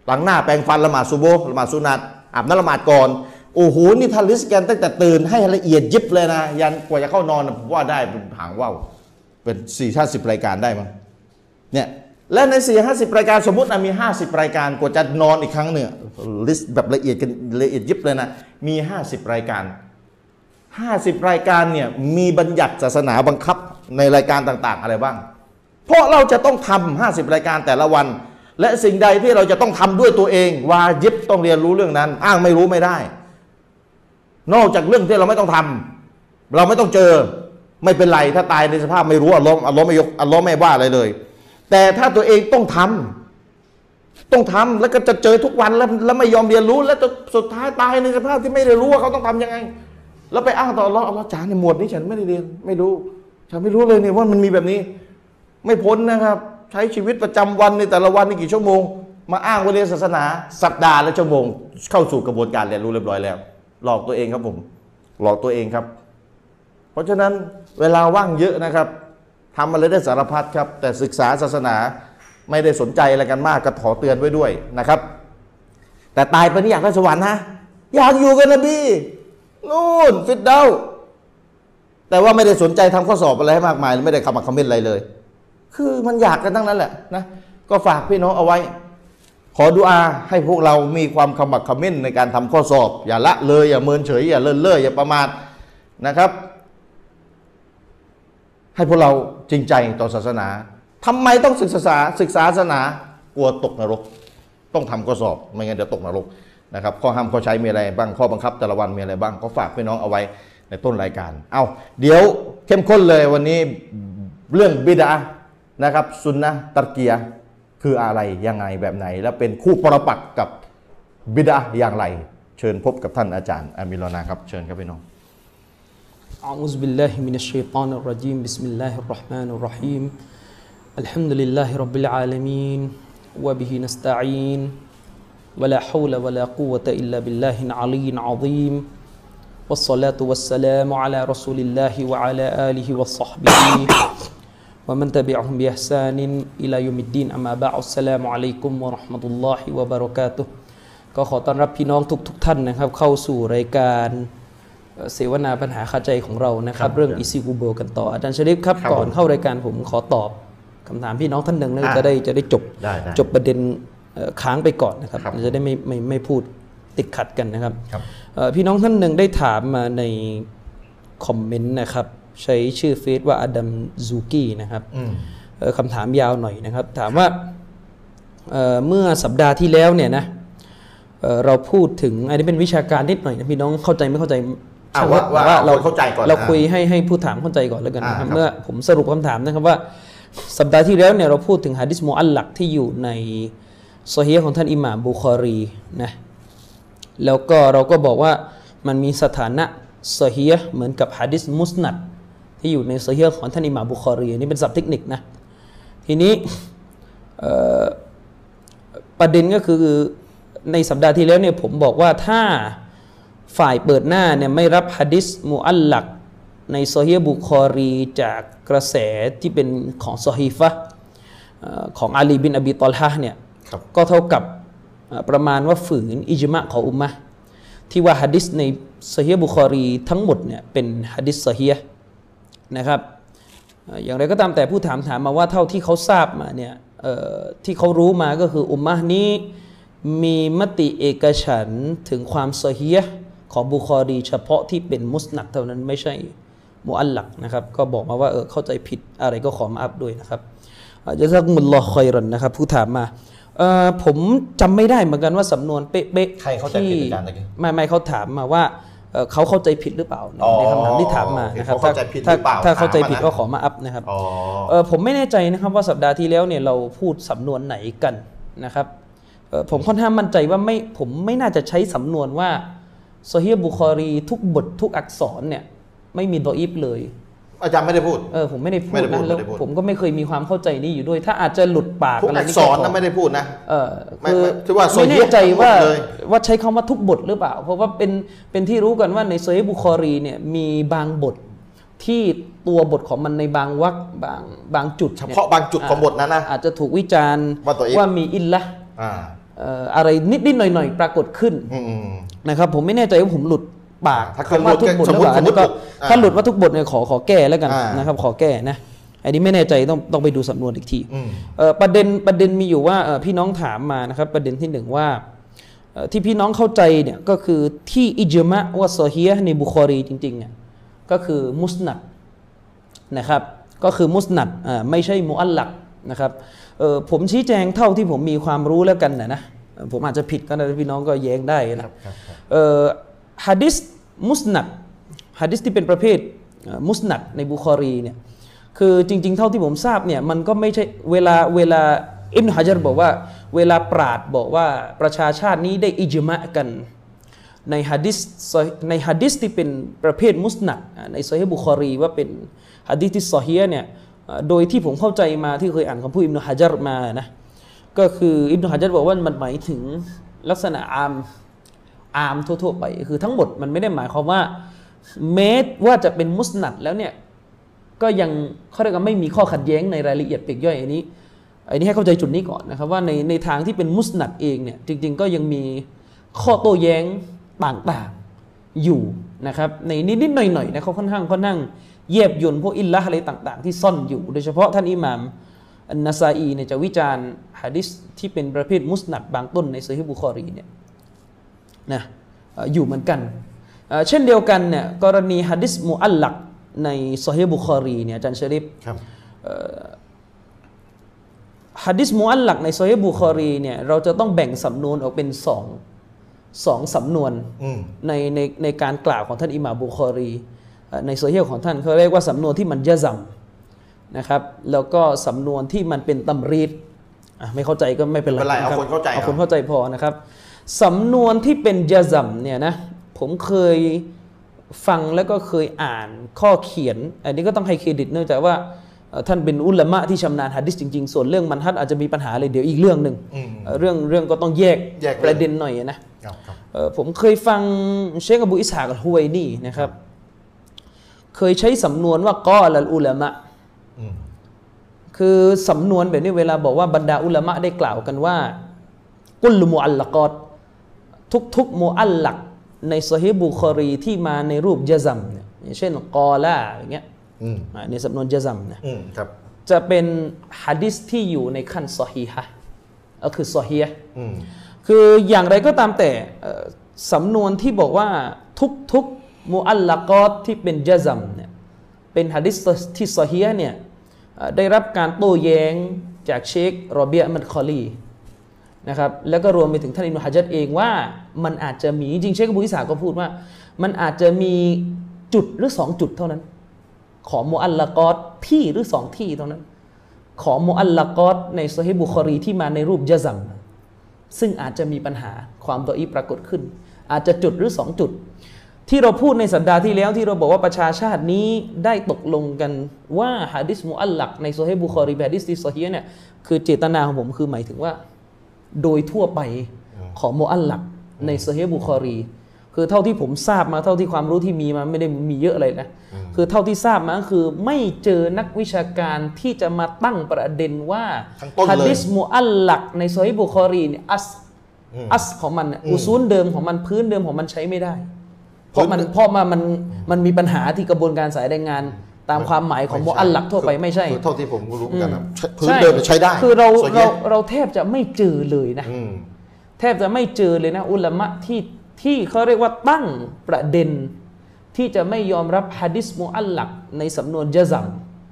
หลังหน้าแปรงฟันละหมาดซุโบฮ์ละหมาดสุนัตอาบน้ำละหมาดก่อน โอ้โห นี่ทาลิสต์แกนตั้งแต่ตื่นให้ละเอียดยิบเลยนะ ยันกว่าจะเข้านอนนะผมว่าได้เป็นหางว่าวเป็นสี่ชาติสิบรายการได้มั้ง เนี่ยและใน 4 5 0 รายการสมมติอ่ะมี 50 รายการกว่าจะนอนอีกครั้งเนี่ยลิสต์แบบละเอียดกันละเอียดยิบเลยนะ มี 50 รายการ 50 รายการเนี่ยมีบัญญัติศาสนาบังคับในรายการต่างๆ อะไรบ้าง เพราะเราจะต้องทำ50 รายการแต่ละวัน และสิ่งใดที่เราจะต้องทำด้วยตัวเอง วายิบต้องเรียนรู้เรื่องนั้น อ้างไม่รู้ไม่ได้ นอกจากเรื่องที่เราไม่ต้องทำเราไม่ต้องเจอไม่เป็นไรถ้าตายในสภาพไม่รู้อารมณ์อารมณ์ไม่ยกอารมณ์ไม่ว่าอะไรเลย แต่ถ้าตัวเองต้องทำต้องทำแล้วก็จะเจอทุกวันแล้วแล้วไม่ยอมเรียนรู้แล้วจะสุดท้ายตายในสภาพที่ไม่ได้รู้ว่าเขาต้องทำยังไง แล้วไปอ้างต่ออัลลอฮ์อัลลอฮ์จ๋าในหมวดนี้ฉันไม่ได้เรียนไม่รู้ ฉันไม่รู้เลยเนี่ยว่ามันมีแบบนี้ ไม่พ้นนะครับ ใช้ชีวิตประจำวันในแต่ละวันในกี่ชั่วโมง มาอ้างว่าเรียนศาสนาสัปดาห์ละชั่วโมง เข้าสู่กระบวนการเรียนรู้เรียบร้อยแล้ว หลอกตัวเองครับผม หลอกตัวเองครับ เพราะฉะนั้นเวลาว่างเยอะนะครับทำอะไรได้สารพัดครับ แต่ศึกษาศาสนาไม่ได้สนใจอะไรกันมากก็ขอเตือนไว้ด้วยนะครับ แต่ตายไปนี่อยากได้สวรรค์นะอยากอยู่กับนบีนู่นฟิตเดาแต่ว่าไม่ได้สนใจทำข้อสอบอะไรให้มากมาย ไม่ได้คำมาคอมเมนต์อะไรเลย คือมันอยากกันทั้งนั้นแหละนะก็ฝากพี่น้องเอาไว้ ขอดุอาให้พวกเรามีความขมักเขม้นในการทำข้อสอบ อย่าละเลย อย่าเมินเฉยอย่าเลินเล่ออย่าประมาทนะครับ ให้พวกเราจริงใจต่อศาสนาทำไมต้องศึกษาศึกษาศาสนากลัวตกนรก ต้องทำข้อสอบไม่งั้นเดี๋ยวตกนรกนะครับข้อห้ามข้อใช้มีอะไรบ้างข้อบังคับแต่ละวันมีอะไรบ้างก็ฝากพี่น้องเอาไว้ในต้นรายการ เอาเดี๋ยวเข้มข้นเลยวันนี้เรื่องบิดานะครับซุนนะตัรเกียคืออะไรยังไงแบบไหน และเป็นคู่ปรปักษ์กับบิดาอย่างไร เชิญพบกับท่านอาจารย์อามิลอนาครับเชิญครับพี่น้อง أعوذ بالله من الشيطان الرجيم بسم الله الرحمن الرحيم الحمد لله رب العالمين وبه نستعين ولا حول ولا قوة إلا بالله العلي العظيم والصلاة والسلام على رسول الله وعلى آله وصحبه ومن تبعهم بإحسان إلى يوم الدين أما بعد السلام عليكم ورحمة الله وبركاته ก็ขอต้อนรับพี่น้องทุกๆทท่านนะครับ เข้าสู่รายการ เอ่อเสวนาปัญหาคาใจของเรานะครับ เรื่องอิซิกูโบกันต่อ อาจารย์ชลิปครับ ครับ ก่อน ผม เข้ารายการผมขอตอบคำถามพี่น้องท่านหนึ่งนะ อ่า จะได้จะได้จบ ได้ได้ จบประเด็นเอ่อค้างไปก่อนนะครับ ครับ จะได้ไม่ไม่ไม่พูดติดขัดกันนะครับ ครับ เอ่อพี่น้องท่านหนึ่งได้ถามมาในคอมเมนต์นะครับ ใช้ชื่อเฟซว่าอดัมซูกี้นะครับ อืม เอ่อคำถามยาวหน่อยนะครับ ถามว่าเอ่อเมื่อสัปดาห์ที่แล้วเนี่ยนะ เอ่อเราพูดถึงอันนี้เป็นวิชาการนิดหน่อยนะพี่น้องเข้าใจไม่เข้าใจ อ่ะว่าว่า แต่เรา เข้าใจก่อน เรา อ่ะ คุยให้ให้ผู้ถามเข้าใจก่อนแล้วกันนะครับ อ่าครับ เมื่อผมสรุปคำถามนะครับว่า สัปดาห์ที่แล้วเนี่ยเราพูดถึงฮะดิษมุอัลลักที่อยู่ในโซฮีฮ์ของท่านอิหม่ามบุคอรีนะ แล้วก็เราก็บอกว่ามันมีสถานะสเฮียเหมือนกับฮะดิษมุสนัดที่อยู่ในสเฮียของท่านอิหม่ามบุคอรีอันนี่เป็นศัพท์เทคนิคนะ ทีนี้เอ่อประเด็นก็คือในสัปดาห์ที่แล้วเนี่ยผมบอกว่าถ้าฝ่ายเปิดหน้าเนี่ยไม่รับฮะดิษมุอัลลักในโซฮีฮ์บุคอรีจากกระแสที่เป็นของโซฮีฟะห์เอ่อของอาลีบินอบีตอลฮะห์เนี่ย ครับ ก็เท่ากับเอ่อประมาณว่าฝืนอิจมะของอุมมะห์ที่ว่าฮะดิษในซอฮีฮ์บุคอรีทั้งหมดเนี่ยเป็นฮะดิษซอฮีฮ์นะครับเอ่ออย่างไรก็ตามแต่ผู้ถามถามมาว่าเท่าที่เขาทราบมาเนี่ยเอ่อที่เขารู้มาก็คืออุมมะห์นี้มีมติเอกฉันท์ถึงความซอฮีฮ์ของบุคอรี เฉพาะที่เป็นมุสนัดเท่านั้นไม่ใช่มุอัลลักนะครับก็บอกมาว่าเออเข้าใจผิดอะไรก็ขอมาอัพด้วยนะครับ อาจจะสักมุลลอฮ์คอยรอนนะครับ ผู้ถามมาเอ่อผมจำไม่ได้เหมือนกันว่าสำนวนเป๊ะๆ ใครเข้าใจผิดอาจารย์ตะกี้ ไม่ไม่เขาถามมาว่าเอ่อเขาเข้าใจผิดหรือเปล่าใน อ๋อ ในคำถามที่ถามมานะครับ โอเคเขาเข้าใจผิดหรือเปล่า ถ้าเข้าใจผิด ถามมานะ ก็ขอมาอัพนะครับ อ๋อ เอ่อผมไม่แน่ใจนะครับว่าสัปดาห์ที่แล้วเนี่ยเราพูดสำนวนไหนกันนะครับเอ่อผมค่อนข้างมั่นใจว่าไม่ผมไม่น่าจะใช้สำนวนว่าโซฮีฮ์บุคอรีทุกบททุกอักษรเนี่ยไม่มีดออิฟเลย อาจารย์ไม่ได้พูด เออผมไม่ได้พูด ไม่ได้พู นะ ด แล้ว ไม่ได้พูด ผมก็ไม่เคยมีความเข้าใจนี้อยู่ด้วย ถ้าอาจจะหลุดปาก ทุก อะไร อัก นี่ ษรนะไม่ได้พูดนะ เออ ไม่ คือ ไม่ที่ว่าโซ ไม่ เฮีย แน่ใจว่า ทั้งหมดเลย ว่าใช้คำว่าทุกบทหรือเปล่า เพราะว่าเป็นเป็นที่รู้กันว่าในโซฮีฮ์บุคอรีเนี่ยมีบางบทที่ตัวบทของมันในบางวรรคบางบางจุด เฉ นี่ย พาะบางจุดของบทนั้นนะ อาจจะถูกวิจารณ์ ว่าตัวเอง ว่ามีอินละห์ อ่า เอ่ออะไรนิดๆหน่อยๆปรากฏขึ้น อืม นะครับผมไม่แน่ใจว่าผมหลุดปาก ถ้าเกิด คำว่าทุกบทหรือสมเปล่ามุติ อันนี้ก็ สมมุติอ่า ถ้าหลุดว่าทุกบทเนี่ยขอขอแก้แล้วกัน อ่าน นะครับขอแก้นะอันนี้ไม่แน่ใจต้องต้องไปดูสำนวนอีกที อืม เอ่อประเด็นประเด็นมีอยู่ว่าเอ่อพี่น้องถามมานะครับประเด็นที่หนึ่งว่าเอ่อที่พี่น้องเข้าใจเนี่ยก็คือที่อิจมะว่าโซฮียในบุคอรีจริงๆเนี่ยก็คือมุสนัด นะครับก็คือมุสนัดอ่าไม่ใช่มุอัลลักนะครับเอ่อผมชี้แจงเท่าที่ผมมีความรู้แล้วกันนะนะเอ่อผมอาจจะผิดก็ได้พี่น้องก็แย้งได้นะเอ่อฮะดิษมุสนัดฮะดิษที่เป็นประเภทเอ่อมุสนัดในบุคอรีเนี่ยคือจริง ๆ เท่าที่ผมทราบเนี่ยมันก็ไม่ใช่เวลาเวลาอิบนุฮะจัรบอกว่า เวลาปราดบอกว่าประชาชาตินี้ได้อิจมะกัน ในฮะดิษซอฮีในฮะดิษที่เป็นประเภทมุสนัดอ่าในโซอฮีฮ์บุคอรีว่าเป็นฮะดิษที่ซอฮีฮ์เนี่ยอ่าโดยที่ผมเข้าใจมาที่เคยอ่านคำพูดอิบนุฮะจัรมานะก็คืออิบนุฮะจัรบอกว่ามันหมายถึงลักษณะอามอามทั่วๆไป คือทั้งหมดมันไม่ได้หมายความว่าเมตว่าจะเป็นมุสนัดแล้วเนี่ย ก็ยังเขาเรียกว่าไม่มีข้อขัดแย้งในรายละเอียดปลีกย่อยอันนี้ อันนี้ให้เข้าใจจุดนี้ก่อนนะครับว่าในในทางที่เป็นมุสนัดเองเนี่ยจริง ๆ ก็ยังมีข้อโต้แย้งต่างๆอยู่นะครับในนิดๆหน่อยๆนะเขาค่อนข้างค่อนข้างเยียบยนพวกอิลละห์อะไรต่าง ๆ ที่ซ่อนอยู่โดยเฉพาะท่านอิหม่ามอันนาซาอีเนี่ยจะวิจารณ์ฮะดิษที่เป็นประเภทมุสนัดบางต้นในซอฮีฮ์บุคอรีเนี่ย นะเอ่ออยู่เหมือนกันเอ่อเช่นเดียวกันเนี่ยกรณีฮะดิษมุอัลลักในซอฮีฮ์บุคอรีเนี่ยอาจารย์ชะริฟ ครับ ฮะดิษมุอัลลักในซอฮีฮ์บุคอรีเนี่ยเราจะต้องแบ่งสำนวนออกเป็นสองสองสำนวน อืม ในในในการกล่าวของท่านอิหม่ามบุคอรีเอ่อในซอฮีฮ์ของท่านเขาเรียกว่าสำนวนที่มันยะซัมนะครับแล้วก็สำนวนที่มันเป็นตำรีดอ่ะไม่เข้าใจก็ไม่เป็นไร ไม่เป็นไรเอา ะรับ คนเข้าใจ เอาคน เอา เข้าใจพอนะครับสำนวนที่เป็นยะซัมเนี่ยนะผมเคย ฟังแล้วก็เคยอ่านข้อเขียน อันนี้ก็ต้องให้เครดิตเนื่องจากว่าเอ่อท่านเป็นอุลามะที่ชำนาญหะดิษจริง ๆ ส่วนเรื่องมันฮัดอาจจะมีปัญหาเลยเดี๋ยวอีกเรื่องหนึ่ง อืม เอ่อเรื่องเรื่องก็ต้องแยก แยกเลย ประเด็นหน่อยนะ ครับครับ เอ่อผมเคยฟังเชคอบูอิสฮากอัลฮุไวนี่นะครับ เคยใช้สำนวนว่ากอลัลอุลามะ อืม คือสำนวนแบบนี้เวลาบอกว่าบรรดาอุลามะได้กล่าวกันว่า กุลมุอัลลักอตทุกทุกๆมุอัลลักในซอฮีฮ์บุคอรีที่มาในรูปยะซัมเนี่ยอย่างเช่นกอลาอย่างเงี้ย อืม อ่าในสำนวนยะซัมนะ อืมครับ จะเป็นฮะดิษที่อยู่ในขั้นซอฮีฮะก็คือซอฮีฮะ อืม คืออย่างไรก็ตามแต่เอ่อสำนวนที่บอกว่าทุกทุกๆมุอัลลักอตที่เป็นยะซัมเนี่ยเป็นฮะดิษที่ซอฮีฮ์เนี่ยเอ่อได้รับการโต้แย้งจากเชครอเบียะห์มัดคอลี นะครับ แล้วก็รวมไปถึงท่านอิมนุฮะจัดเองว่ามันอาจจะมีจริงๆเชคกบบุอิสาก็พูดว่า มันอาจจะมีจุดหรือ 2 จุดเท่านั้น ของโมอัลละกอตที่หรือ 2 ที่เท่านั้น ของโมอัลละกอตในซอฮีบุคอรีที่มาในรูปยะซัม ซึ่งอาจจะมีปัญหาความดออีฟปรากฏขึ้น อาจจะจุดหรือ 2 จุด ที่เราพูดในสัปดาห์ที่แล้วที่เราบอกว่าประชาชาตินี้ได้ตกลงกันว่าฮะดิษมุอัลลักในโซเฮบุคอรีแบบฮะดิสติโซเฮียเนี่ยคือเจตนาของผมคือหมายถึงว่า โดยทั่วไปของโมอัลลักในโซเฮบุคอรี คือเท่าที่ผมทราบมาเท่าที่ความรู้ที่มีมาไม่ได้มีเยอะอะไรนะ คือเท่าที่ทราบมาก็คือไม่เจอนักวิชาการที่จะมาตั้งประเด็นว่า ทั้งต้นเลย ฮะดิษ มุอัลลักในโซฮีบุคอรีเนี่ยอัสอัสของมันเนี่ยอุซูลเดิมของมันพื้นเดิมของมันใช้ไม่ได้ เพราะมันเพราะมันมันมันมีปัญหาที่กระบวนการสายแรงงาน ตามความหมายของมุอัลลักทั่วไปไม่ใช่ คือเท่าที่ผมรู้กันนะพื้น ใช่ เดิมใช้ได้ คือเรา ส่วนให เรา ญ่ เราแทบจะไม่เจอเลยนะ อืม แทบจะไม่เจอเลยนะ อุลามะที่ที่เขาเรียกว่าตั้งประเด็น ที่จะไม่ยอมรับฮะดิษมุอัลลักในสำนวนยะซัม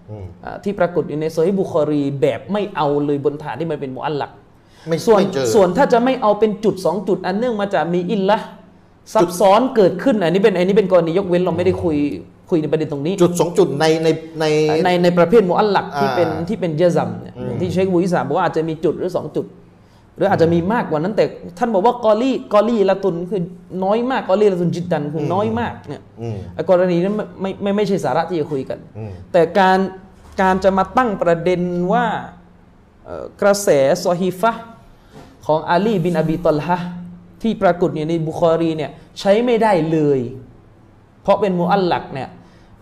อืม อ่าที่ปรากฏอยู่ในโซฮีบุคอรีแบบไม่เอาเลยบนฐานที่มันเป็นมุอัลลัก ไม่ ส่วน ไม่เจอ ส่วนถ้าจะไม่เอาเป็นจุด 2 จุดอันเนื่องมาจากมีอินละห์ซับซ้อนเกิดขึ้นอันนี้เป็นอันนี้เป็นกรณียกเว้นเราไม่ได้คุยคุยในประเด็นตรงนี้ จุดสองจุดในในใน ในในประเภทมุอัลลักที่เป็น อ่า ที่เป็นเยซัมเนี่ยอย่างที่เชคบุอิสาบอกว่าอาจจะมีจุดหรือ 2 จุด หรืออาจจะมีมากกว่านั้นแต่ท่านบอกว่ากอลี่กอลี่ละตุนคือน้อยมากกอลี่ละตุนจิดดันคือน้อยมากเนี่ย อืม ไอ้กรณีนั้นไม่ไม่ไม่ไม่ใช่สาระที่จะคุยกัน อืม แต่การการจะมาตั้งประเด็นว่าเอ่อกระแสซอฮีฟะห์ของอาลีบินอบีตอลฮะที่ปรากฏอยู่ในบุคอรีเนี่ยใช้ไม่ได้เลย เพราะเป็นมูอัลลักเนี่ย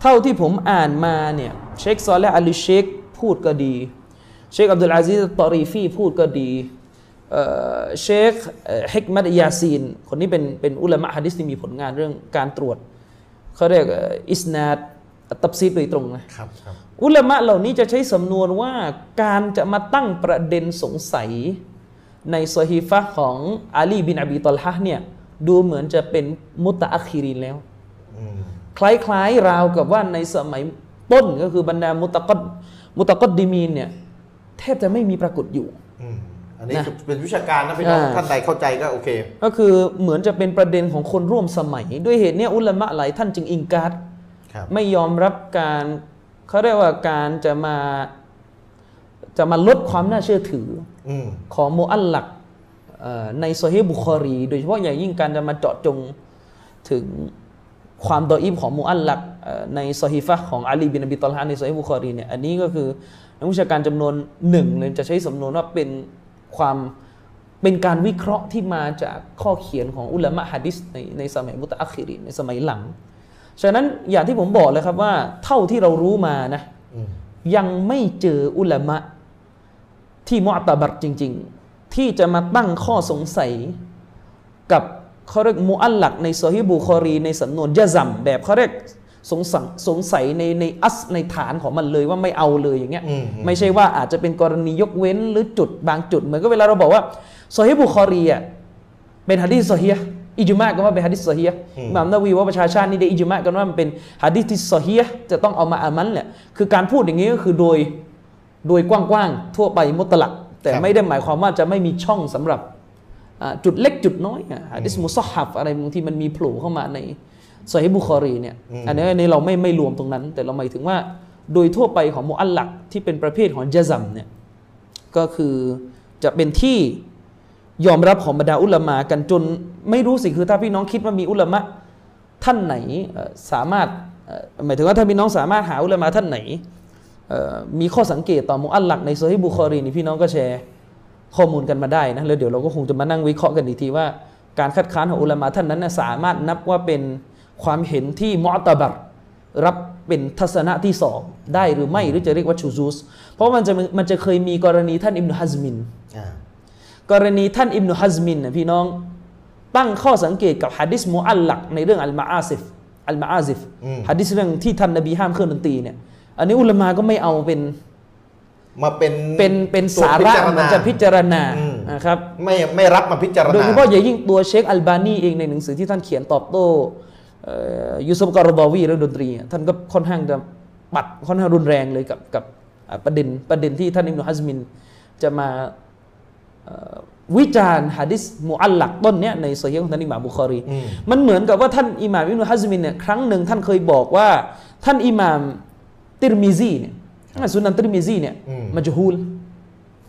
เท่าที่ผมอ่านมาเนี่ยเชคซอลและอาลีเชคพูดก็ดี เชคอับดุลอาซิซตอรีฟีพูดก็ดีเอ่อเชคเอ่อฮิกมัตยาซีน คนนี้เป็นเป็นอุลามะฮะดิษที่มีผลงานเรื่องการตรวจเขาเรียกเอ่ออิสนาดตับซีดโดยตรงนะ ครับครับ อุลามะเหล่านี้จะใช้สำนวนว่าการจะมาตั้งประเด็นสงสัย ในซอฮีฟะห์ของอาลีบินอบีตอลฮะห์เนี่ยดูเหมือนจะเป็นมุตะอัคคีรินแล้ว อืม คล้ายๆราวกับว่าในสมัยต้นก็คือบรรดามุตะกดมุตะกดดิมีนเนี่ยแทบจะไม่มีปรากฏอยู่ อืม อันนี้ นะ คือเป็นวิชาการนะพี่น้อง อ่า ท่านใดเข้าใจก็โอเค ก็คือเหมือนจะเป็นประเด็นของคนร่วมสมัย ด้วยเหตุเนี้ยอุลามะหลายท่านจึงอิงการ์ด ครับ ไม่ยอมรับการเขาเรียกว่าการจะมาจะมาลดความน่าเชื่อถือ อืม ของโมอัลลักเอ่อในโซเฮบุคอรี โดยเฉพาะอย่างยิ่งการจะมาเจาะจงถึงความดออิบของโมอัลลักเอ่อในโซฮีฟะห์ของอาลีบินอบีตอลฮะในโซเฮบุคอรีเนี่ยอันนี้ก็คือนักวิชาการจำนวนหนึ่งเนี่ยจะใช้สำนวนว่าเป็นความเป็นการวิเคราะห์ที่มาจากข้อเขียนของอุลามะฮะดิษในในสมัยมุตะอัคคิรินในสมัยหลัง ฉะนั้นอย่างที่ผมบอกเลยครับว่าเท่าที่เรารู้มานะ อืม ยังไม่เจออุลามะ ที่มุอัตตะบัดจริง ๆ ที่จะมาตั้งข้อสงสัยกับเขาเรียกมุอัลลักในโซอฮีบุคอรีในสำนวนยะซัมแบบเขาเรียกสงสัยสงสัยในในอัสในฐานของมันเลยว่าไม่เอาเลยอย่างเงี้ย อืม ไม่ใช่ว่าอาจจะเป็นกรณียกเว้นหรือจุดบางจุด เหมือนกับเวลาเราบอกว่าโซอฮีบุคอรีอ่ะเป็นฮะดีษโซอฮีฮ์อิจุมาก็ว่าเป็นฮะดีษโซอฮีฮ์อิหมามนาวีว่าประชาชาตินี่ได้อิจุมากันว่ามันเป็นฮะดีษที่โซอฮีฮ์จะต้องเอามาอามันแหละคือการพูดอย่างนี้ก็คือโดย โดยกว้างๆ ทั่วไปมุตลัก แต่ ครับ ไม่ได้หมายความว่าจะไม่มีช่องสำหรับอ่าจุดเล็กจุดน้อยอะฮะดิษมุซอฮับอะไรบางทีมันมีโผล่เข้ามาในซอฮีบุคอรีเนี่ยอันนี้อันนี้เราไม่ไม่รวมตรงนั้น แต่เราหมายถึงว่าโดยทั่วไปของมุอัลลักที่เป็นประเภทของยะซัมเนี่ยก็คือจะเป็นที่ยอมรับของบรรดาอุลามะกันจนไม่รู้สิคือถ้าพี่น้องคิดว่ามีอุลามะ ท่านไหนเอ่อสามารถเอ่อหมายถึงว่าถ้าพี่น้องสามารถหาอุลามะท่านไหนเอ่อมีข้อสังเกตต่อมุอัลลักในโซฮีบุคอรีนี่พี่น้องก็แชร์ข้อมูลกันมาได้นะแล้วเดี๋ยวเราก็คงจะมานั่งวิเคราะห์กันอีกทีว่า การคัดค้านของอุลามะท่านนั้นนะสามารถนับว่าเป็นความเห็นที่มอตะบัรรับเป็นทัศนะที่สองได้หรือไม่หรือจะเรียกว่าชูซูสเพราะมันจะมันจะเคยมีกรณีท่านอิบนุฮัซมิน อ่า กรณีท่านอิบนุฮัซมินนะพี่น้อง ตั้งข้อสังเกตกับฮะดิษมุอัลลักในเรื่องอัลมาอาซิฟอัลมาอาซิฟ อืม ฮะดิษเรื่องที่ท่านนบีห้ามเครื่องดนตรีเนี่ยอันนี้อุลามาก็ไม่เอาเป็น มาเป็น เป็นเป็น ตัว สาระ พิจณ มันจะพิจารณา อืม นะครับ ไม่ไม่รับมาพิจารณา โดยเฉพาะอย่างยิ่งตัวเชคอัลบานีเองในหนังสือที่ท่านเขียนตอบโต้เอ่อยูซุฟการบาวีเรื่องดนตรีอ่ะท่านก็ค่อนข้างจะปัดค่อนข้างรุนแรงเลยกับกับอ่ะประเด็นประเด็นที่ท่านอิบนุฮัซมินจะมาเอ่อ วิจารณ์ฮะดิษมุอัลลักต้นเนี้ยในเซฮีฮ์ของท่านอิหม่ามบุคอรี อืม มันเหมือนกับว่าท่านอิหม่ามอิบนุฮัซมินเนี่ยครั้งหนึ่งท่านเคยบอกว่า ท่านอิหม่ามติรมิซีเนี่ยสุนันติรมิซีเนี่ย อืม มัจฮูล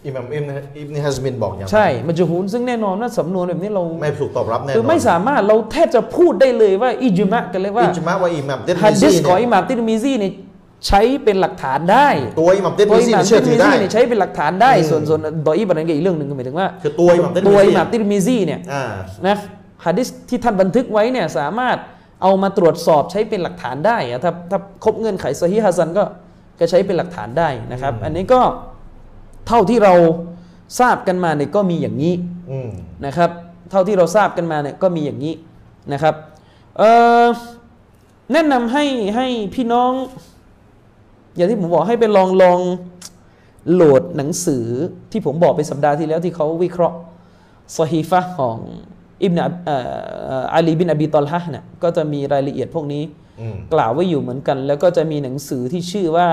อิหมัมอิบนอิบนฮัซมินบอกอย่างนั้น ใช่มัจฮูลซึ่งแน่นอนว่าสำนวนแบบนี้เรา ไม่ถูกตอบรับแน่นอน คือไม่สามารถเราแทบจะพูดได้เลยว่าอิจมะกันเลยว่า อิจมะว่าอิหมัมเตน ฮัดดิ ซี ส เนี่ ของอิ ย หม่ามติรมิซีเนี่ยใช้เป็นหลักฐานได้ ตัวอิหมัมเตน ตัว ซี อิหม่า เนี่ยมติ เชื่อ ร ถื มิ อ ซี ได้ เนี่ยใช้เป็นหลักฐานได้ อืม ส่วนส่วนดออีบันนั้นก็อีกเรื่องหนึ่งก็หมายถึงว่า คือตัวอิหมัมเตนซี ตัวอิหม่ามติรมิซีเนี่ย อ่า นะฮัดดิสที่ท่านบันทึกไว้เนี่ยสามารถเอามาตรวจสอบใช้เป็นหลักฐานได้อะถ้าถ้าครบเงื่อนไขซอฮีฮะซันก็ก็ใช้เป็นหลักฐานได้นะครับ อันนี้ก็เท่าที่เราทราบกันมาเนี่ยก็มีอย่างนี้ อืม นะครับเท่าที่เราทราบกันมาเนี่ยก็มีอย่างนี้นะครับเอ่อแนะนำให้ให้พี่น้อง อย่างที่ผมบอกให้ไปลองลองโหลดหนังสือที่ผมบอกไปสัปดาห์ที่แล้วที่เขาวิเคราะห์ซอฮีฟะห์ของอิบนาเอ่ออาลีบินอบีตอลฮะห์เนี่ยก็จะมีรายละเอียดพวกนี้ อืม กล่าวไว้อยู่เหมือนกัน แล้วก็จะมีหนังสือที่ชื่อว่า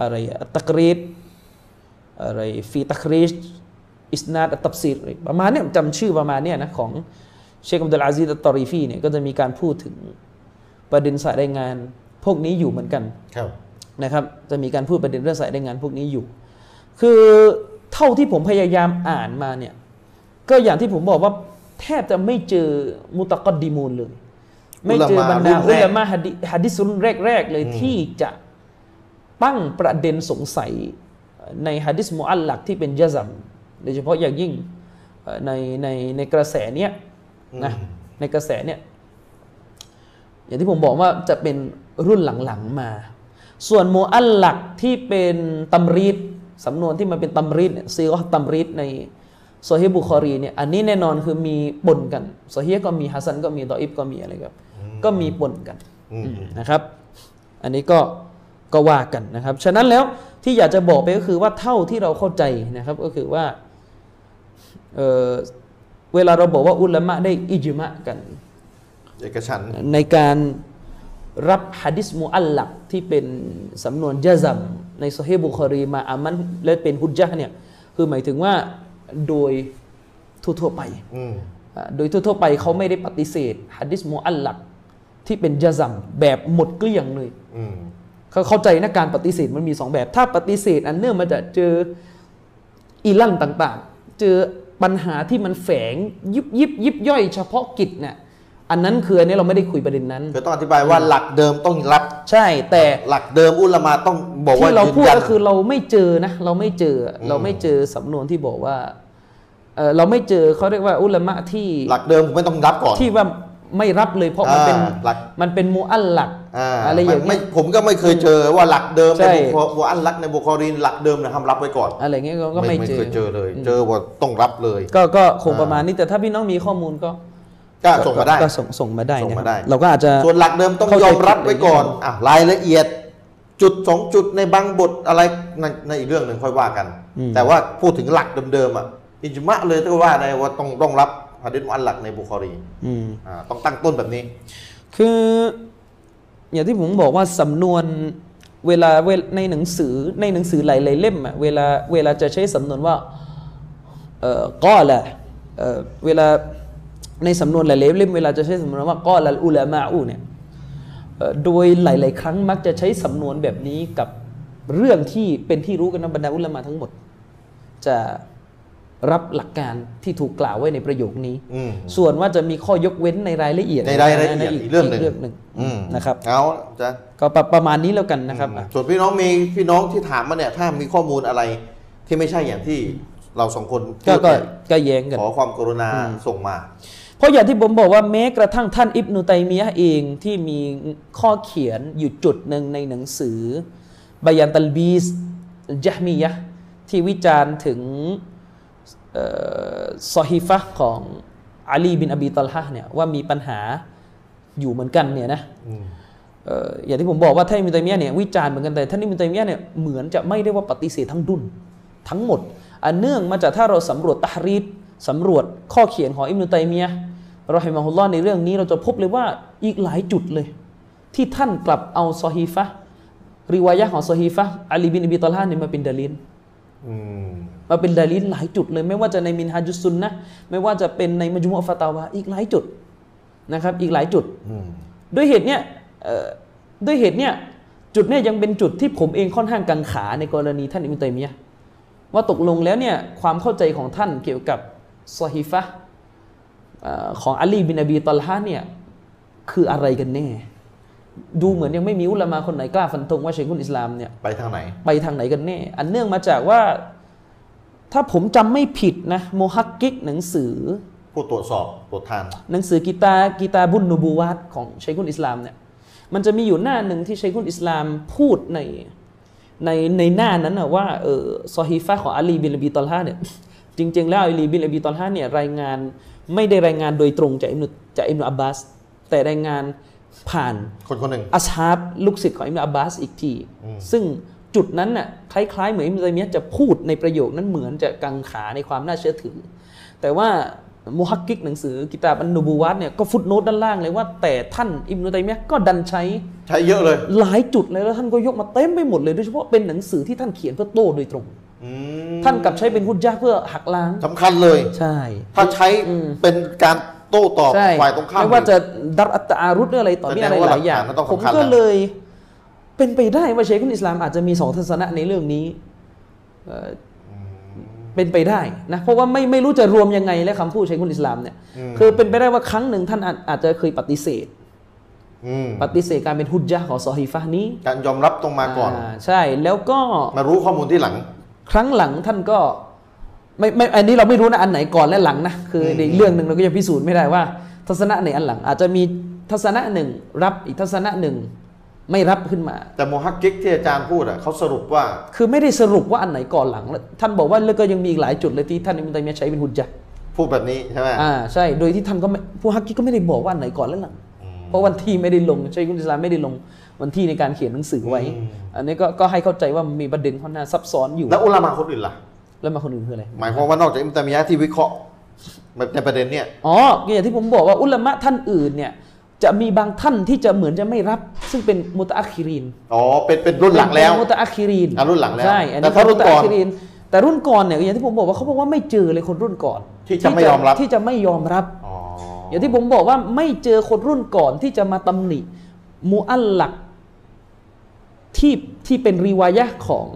อะไรอะอัตตักรีดอะไรฟีตักรีดอิสนาดอัตตับซีรอะไรประมาณเนี้ยจำชื่อประมาณเนี้ยนะของเชคอัมดุลอาซีดอัตตอรีฟีเนี่ยก็จะมีการพูดถึงประเด็นสายรายงานพวกนี้อยู่เหมือนกัน ครับ นะครับจะมีการพูดประเด็นเรื่องสายรายงานพวกนี้อยู่ คือเท่าที่ผมพยายามอ่านมาเนี่ยก็อย่างที่ผมบอกว่าแทบจะไม่เจอมุตะกอดดีมูลเลย ไม่เจอบรรดา อุ อุลามลาะ มา ฮะดิฮะดิษรุ่นแรก ๆ เลยที่จะตั้งประเด็นสงสัยในฮะดิษมุอัลลักที่เป็นยะซัมโดยเฉพาะอย่างยิ่งเอ่อในในในกระแสเนี้ยนะในกระแสเนี้ย อย่างที่ผมบอกว่าจะเป็นรุ่นหลังๆมา ส่วนโมอัลหลักที่เป็นตำรีดสำนวนที่มันเป็นตำรีดเนี่ยซีกอตำรีดในโซฮีบุคอรีเนี่ยอันนี้แน่นอนคือมีปนกันโซฮีก็มีฮัสซันก็มีดออิฟก็มีอะไรครับก็มีปนกัน อืม นะครับ อันนี้ก็ก็ว่ากันนะครับ ฉะนั้นแล้วที่อยากจะบอกไปก็คือว่าเท่าที่เราเข้าใจนะครับก็คือว่าเอ่อเวลาเราบอกว่าอุลามะได้อิจมะกัน เอกฉันท์ ในการรับฮะดิษมุอัลลักที่เป็นสำนวนยะซัมในสฮีบุคอรีมาอามันและเป็นฮุจญะห์เนี่ยคือหมายถึงว่าโดยทั่วๆไป อืม อ่าโดยทั่วๆไปเขาไม่ได้ปฏิเสธฮะดิษมุอัลลักที่เป็นยะซัมแบบหมดเกลี้ยงเลย อืม เขาเข้าใจนะการปฏิเสธมันมีสองแบบ ถ้าปฏิเสธอันเนื่องมาจากเจออีลั่นต่างๆ เจอปัญหาที่มันแฝงยิบยิบยิบย่อยเฉพาะกิจเนี่ยอันนั้นคืออันนี้เราไม่ได้คุยประเด็นนั้น คือต้องอธิบายว่าหลักเดิมต้องรับ ใช่แต่ หลักเดิมอุลามาต้องบอกว่า ที่เรายพูด นยัน ก็คือเราไม่เจอนะเราไม่เจออเราไม่เจอสำนวนที่บอกว่าเอ่อเราไม่เจอเขาเรียกว่าอุลามะที่ หลักเดิมผมไม่ต้องรับก่อน ที่ว่าไม่รับเลยเพราะมันเป็น อ่าหลัก มันเป็นมูอัลหลัก อ่า อะไรอย่าง ไม่ เงี้ย ผมก็ไม่เคยเจอว่าหลักเดิม ใช่ ในบุคคลอันลักในบุคอรีนหลักเดิมนะทำรับไว้ก่อน อะไรเงี้ยก็ไม่ ไม่ เจ เค อ ยเจอเลย เจอว่าต้องรับเลย ก็ก็คงประมาณนี้แต่ถ้าพี่น้องมีข้อมูลก็ ก็ส่งมาได้ ก็ส่งส่งมาได้ ส่ง นะ มาได้ เราก็อาจจะ ส่วนหลักเดิมต้อง เข้าใจ ยอมรับไว้ก่อน ผิดอะไรเงี้ย อ่ะรายละเอียด จุดสองจุดในบางบทอะไรในในอีกเรื่องหนึ่งค่อยว่ากัน แต่ว่าพูดถึงหลักเดิมๆอ่ะอิจมะเลยก็ว่าได้ว่าต้องต้องรับฮะดิษมุอันหลักในบุคอรี อืม อ่าต้องตั้งต้นแบบนี้ คือ อย่างที่ผมบอกว่าสำนวนเวลาเวลในหนังสือในหนังสือหลายๆเล่มอะเวลาเวลาจะใช้สำนวนว่าเอ่อก้อละเอ่อเวลาในสำนวนหลายๆเล่มเวลาจะใช้สำนวนว่าก้อละอุลามาอูเนี่ยเอ่อโดยหลาย ๆ ครั้งมักจะใช้สำนวนแบบนี้กับเรื่องที่เป็นที่รู้กันนะบรรดาอุลามาทั้งหมด จะรับหลักการที่ถูกกล่าวไว้ในประโยคนี้ อืม ส่วนว่าจะมีข้อยกเว้นในรายละเอียด ในรายละเอียดอีกเรื่องหนึ่ง อืม นะครับ เอาอาจะ ก็ประประมาณนี้แล้วกันนะครับอ่ะ ส่วนพี่น้องมีพี่น้องที่ถามมาเนี่ยถ้ามีข้อมูลอะไรที่ไม่ใช่อย่างที่เราสองคน ก็ พูด ก็ เนี่ย ก็แย้งกัน ขอความกรุณาส่งมา เพราะอย่างที่ผมบอกว่าแม้กระทั่งท่านอิบนุตัยมียะห์เองที่มีข้อเขียนอยู่จุดหนึ่งในหนังสือ บายันตัลบีสอัลจห์มียะห์ที่วิจารณ์ถึงเอ่อซอฮิฟะห์ของอาลีบินอบีตัลฮะห์เนี่ยว่ามีปัญหาอยู่เหมือนกันเนี่ยนะเอ่ออย่างที่ผมบอกว่าท่านอิบนุตัยมียะห์เนี่ยวิจารณ์เหมือนกันแต่ท่านอิบนุตัยมียะห์เนี่ยเหมือนจะไม่ได้ว่าปฏิเสธทั้งดุนทั้งหมดอันเนื่องมาจากถ้าเราสำรวจตะฮรีดสำรวจข้อเขียนของอิบนุตัยมียะห์เราให้มาฮุลลอฮ์ในเรื่องนี้เราจะพบเลยว่าอีกหลายจุดเลย ที่ท่านกลับเอาซอฮีฟะห์ ริวายะห์ของซอฮีฟะห์อาลีบินอบีตอลฮาเนี่ยมาเป็นดะลิล อืม มาเป็นดาลิลหลายจุดเลย ไม่ว่าจะในมินฮาจุสซุนนะห์ไม่ว่าจะเป็นในมัจมุอะฟะตาวาอีกหลายจุดนะครับ อีกหลายจุด อืม ด้วยเหตุเนี้ยเอ่อด้วยเหตุเนี้ยจุดเนี้ยยังเป็นจุดที่ผมเองค่อนข้างกังขาในกรณีท่านอิมตัยมียะห์ว่าตกลงแล้วเนี่ยความเข้าใจของท่านเกี่ยวกับซอฮิฟะห์เอ่อของอาลีบินอบีตอลฮะห์เนี่ยคืออะไรกันแน่ ดูเหมือนยังไม่มีอุลามาคนไหนกล้าฟันธงว่าเชคุนอิสลามเนี่ย ไปทางไหน ไปทางไหนกันแน่ อันเนื่องมาจากว่าถ้าผมจำไม่ผิดนะโมฮักกิกหนังสือ ผู้ตรวจสอบตรวจทาน หนังสือกีตาร์กีตาร์บุญนูบูวาตของชัยคุนอิสลามเนี่ยมันจะมีอยู่หน้าหนึ่งที่ชัยคุนอิสลามพูดในในในหน้านั้นนะว่าเออซอฮีฟะห์ของอาลีบินอบีตอลฮาเนี่ย จริง ๆ แล้วอาลีบินอบีตอลฮาเนี่ยรายงานไม่ได้รายงานโดยตรงจากอิมนุจากอิมนุอับบาส แต่รายงานผ่าน คนคนหนึ่ง อัชฮาบลูกศิษย์ของอิมรุอับบาสอีกที ซึ่งจุดนั้นน่ะคล้ายๆเหมือนอิมรุตัยมียะห์จะพูดในประโยคนั้นเหมือนจะกังขาในความน่าเชื่อถือ แต่ว่ามุฮักกิกหนังสือกิตาบอันนูบูวัตเนี่ยก็ฟุตโนตด้านล่างเลยว่าแต่ท่านอิมรุตัยมียะห์ก็ดันใช้ ใช้เยอะเลย หลายจุดเลยแล้วท่านก็ยกมาเต็มไปหมดเลยโดยเฉพาะเป็นหนังสือที่ท่านเขียนเพื่อโต้โดยตรง อืม ท่านกลับใช้เป็นฮุจญาเพื่อหักล้าง สำคัญเลย ใช่ ถ้าใช้เป็นการโต้ตอบ ใช่ ฝ่ายตรงข้าม ไม่ว่าจะดับอัตตารุษหรืออะไรต่อมีอะไรหลายอย่าง แสดงว่าหลักฐานมันต้อง ผม สำคัญ ก็ แหละ เลยเป็นไปได้ว่าเชคคุนอิสลามอาจจะมีสองทัศนะในเรื่องนี้เอ่ออเป็นไปได้นะเพราะว่าไม่ไม่รู้จะรวมยังไงและคำพูดเชคคุนอิสลามเนี่ยคือเป็นไปได้ว่าครั้งหนึ่งท่านอาจอาจจะเคยปฏิเสธ อืม ปฏิเสธการเป็นฮุจญะห์ของซอฮีฟะห์นี้ การยอมรับตรงมาก่อน าใช่แล้วก็ มารู้ข้อมูลที่หลัง ครั้งหลังท่านก็ไม่ไม่อันนี้เราไม่รู้นะอันไหนก่อนและหลังนะคือในเรื่องหนึ่งเราก็ยังพิสูจน์ไม่ได้ว่า ทัศนะไหนอันหลัง อาจจะมีทัศนะหนึ่งรับอีกทัศนะหนึ่งไม่รับขึ้นมา แต่โมฮักกิกที่อาจารย์พูดอ่ะเขาสรุปว่า คือไม่ได้สรุปว่าอันไหนก่อนหลังแล้วท่านบอกว่าแล้วก็ยังมีอีกหลายจุดเลยที่ท่านอิมตัยมียะห์ใช้เป็นหุจญะห์ พูดแบบนี้ใช่ไหม อ่าใช่โดยที่ท่านก็ไม่ผู้ฮักกี้ก็ไม่ได้บอกว่าอันไหนก่อนและหลัง เพราะวันที่ไม่ได้ลงใช่คุณอิสลามไม่ได้ลงวันที่ในการเขียนหนังสือไว้ อันนี้ก็ก็ให้เข้าใจว่ามีประเด็นค่อนข้างซับซ้อนอยู่ แล้วอุลามาคนอื่นล่ะ แล้วมาคนอื่นคืออะไร หมายความว่านอกจากอิมตามียะห์ที่วิเคราะห์ในประเด็นเนี่ย อ๋ออย่างที่ผมบอกว่าอุลามะท่านอื่นเนี่ยจะมีบางท่านที่จะเหมือนจะไม่รับ ซึ่งเป็นมุตะอัคคิรีน อ๋อ เป็นเป็นรุ่นหลังแล้ว เป็นมุตะอัคคิรีน อ่ะรุ่นหลังแล้ว ใช่อัน แต่ นี้ ถ้ารุ่ รุ่ น น ก่ ก่ อ อน นแต่รุ่นก่อนเนี่ยอย่างที่ผมบอกว่าเขาบอกว่าไม่เจอเลยคนรุ่นก่อน ที่จะไม่ยอมรับ ที่จะไม่ยอมรับ อ๋อ อ อ ย่างที่ผมบอกว่าไม่เจอคนรุ่นก่อนที่จะมาตำหนิมูอัลลักที่ที่เป็นรีวายะห์ของ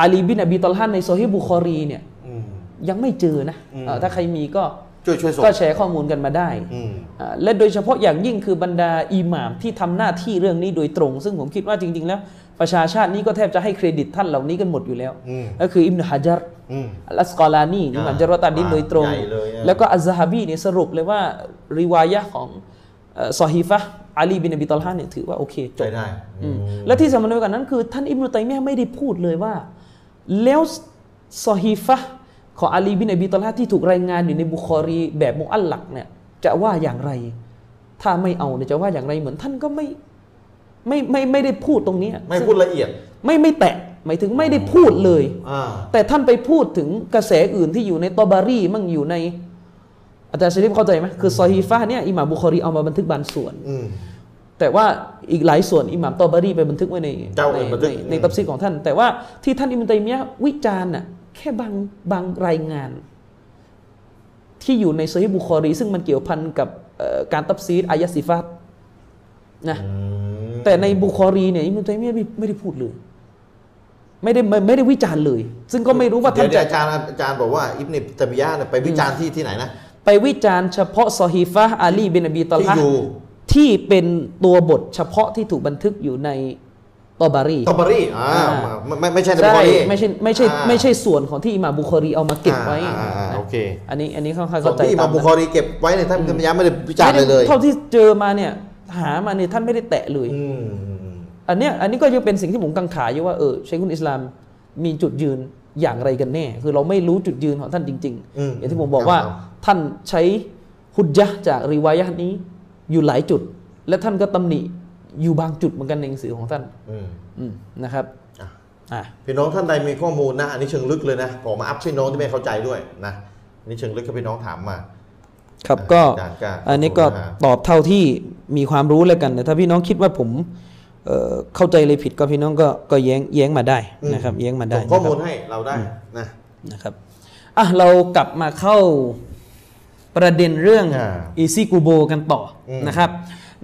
อาลีบินอบีตอลฮันในโซฮีบุคอรีเนี่ย อืม ยังไม่เจอนะ อืม เอ่อถ้าใครมีก็ ช่วยช่วยส่ง ก็แชร์ข้อมูลกันมาได้ อืม อ่าและโดยเฉพาะอย่างยิ่งคือบรรดาอิหม่ามที่ทำหน้าที่เรื่องนี้โดยตรง ซึ่งผมคิดว่าจริง ๆ แล้ว ประชาชาตินี้ก็แทบจะให้เครดิตท่านเหล่านี้กันหมดอยู่แล้ว อืม ก็คืออิมนุฮะจัร อืม อัลอัสกอลานีอิมนุฮะจัรวะตาดินโดยตรง ใหญ่เลยอ่ะ แล้วก็อัซซะฮะบีเนี่ยสรุปเลยว่าริวายะห์ของเอ่อซอฮีฟะห์อาลีบินอบีตอลฮะเนี่ยถือว่าโอเค ใจได้ อืมและที่สำคัญไปกว่านั้นคือ ท่านอิบนุตัยมียะห์ไม่ได้พูดเลยว่า แล้วซอฮีฟะห์ของอาลีบินอบีตอลฮะที่ถูกรายงานอยู่ในบุคอรีแบบมุอัลลักเนี่ยจะว่าอย่างไร ถ้าไม่เอาเนี่ยจะว่าอย่างไรเหมือนท่านก็ไม่ไม่ไม่ไม่ได้พูดตรงเนี้ย ไม่พูดละเอียด ไม่ไม่แตะหมายถึงไม่ได้พูดเลย อ่า แต่ท่านไปพูดถึงกระแสอื่นที่อยู่ในตอบารีมั่งอยู่ในอาจารย์ชริฟเข้าใจไหมคือซอฮีฟะห์เนี่ยอิหม่ามบุคอรีเอามาบันทึกบางส่วน อืม แต่ว่าอีกหลายส่วนอิหม่ามตอบารีไปบันทึกไว้ใน เจ้า ใน บันทึ ใน ก ในตับซีรของท่าน แต่ว่าที่ท่านอิมามตัยมียะห์วิจารณ์น่ะแค่บางบางรายงาน ที่อยู่ในซอฮีห์บุคอรี ซึ่งมันเกี่ยวพันกับเอ่อการตับซีรอายะห์ซิฟัตนะแต่ในบุคอรีเนี่ยอิหม่ามตัยมียะห์ไม่ไม่ได้พูดเลย ไม่ได้ไม่ไม่ได้วิจารณ์เลย ซึ่งก็ไม่รู้ว่า เดี๋ ท่าย น วเดี๋ย จะ วอาจารย์อาจารย์บอกว่าอิบเนตามิยะห์เนี่ยไปวิจารณ์ที่ที่ไหนนะ ไปวิจารณ์เฉพาะซอฮีฟะห์อาลีบินอบีตอล ที่ ฮะห์ อยู่ ที่เป็นตัวบทเฉพาะที่ถูกบันทึกอยู่ในตอบารี ตอบารีอ่า อ่า ไม่ไม่ไม่ใช่ตอ ใช่ บารี ไม่ใช่ไม่ใช่ อ่า ไม่ใช่ส่วนของที่อิหม่ามบุคอรีเอามาเก็บไว้ อ่าอ่าอ่า นะ โอเค อันนี้อันนี้ค่อนข้าง ส่ว เข้าน ใจ ที่อิหมา ตาม บุ นั้น คอรีเก็บไว้เนี่ยท่านอิบเนตามิยะห์ไม่ได้วิจารณ์เลยเลย เท่าที่เจอมาเนี่ยหามาเนี่ยท่านไม่ได้แตะเลย อืม อันเนี้ยอันนี้ก็ยังเป็นสิ่งที่ผมกังขาอยู่ว่าเออเชคุนอิสลามมีจุดยืนอย่างไรกันแน่ คือเราไม่รู้จุดยืนของท่านจริง อืม ย่างที่ผมบอกว่า ครับ ท่านใช้ฮุดยะห์จากรีวายะห์นี้อยู่หลายจุด และท่านก็ตำหนิอยู่บางจุดเหมือนกันในหนังสือของท่าน อืม อืมนะครับ อ่ะ อ่ะ พี่น้องท่านใดมีข้อมูลนะอันนี้เชิงลึกเลยนะออกมาอัพพี่น้องที่ไม่เข้าใจด้วยนะอันนี้เชิงลึกก็พี่น้องถามมา ครับ อ่า ก็ อาจารย์ก็ อันนี้ก็ ขอบคุณนะฮะ ตอบเท่าที่มีความรู้แล้วกันแต่ถ้าพี่น้องคิดว่าผม เอ่อเข้าใจเลยผิดก็พี่น้องก็ก็แย้งแย้งมาได้นะครับ แย้งมาได้ ส่ง นะ ข้อ ค มู รับ ลให้เราได้นะ นะครับอ่ะเรากลับมาเข้าประเด็นเรื่อง า อีซี่กูโบกันต่ออ ม นะครับ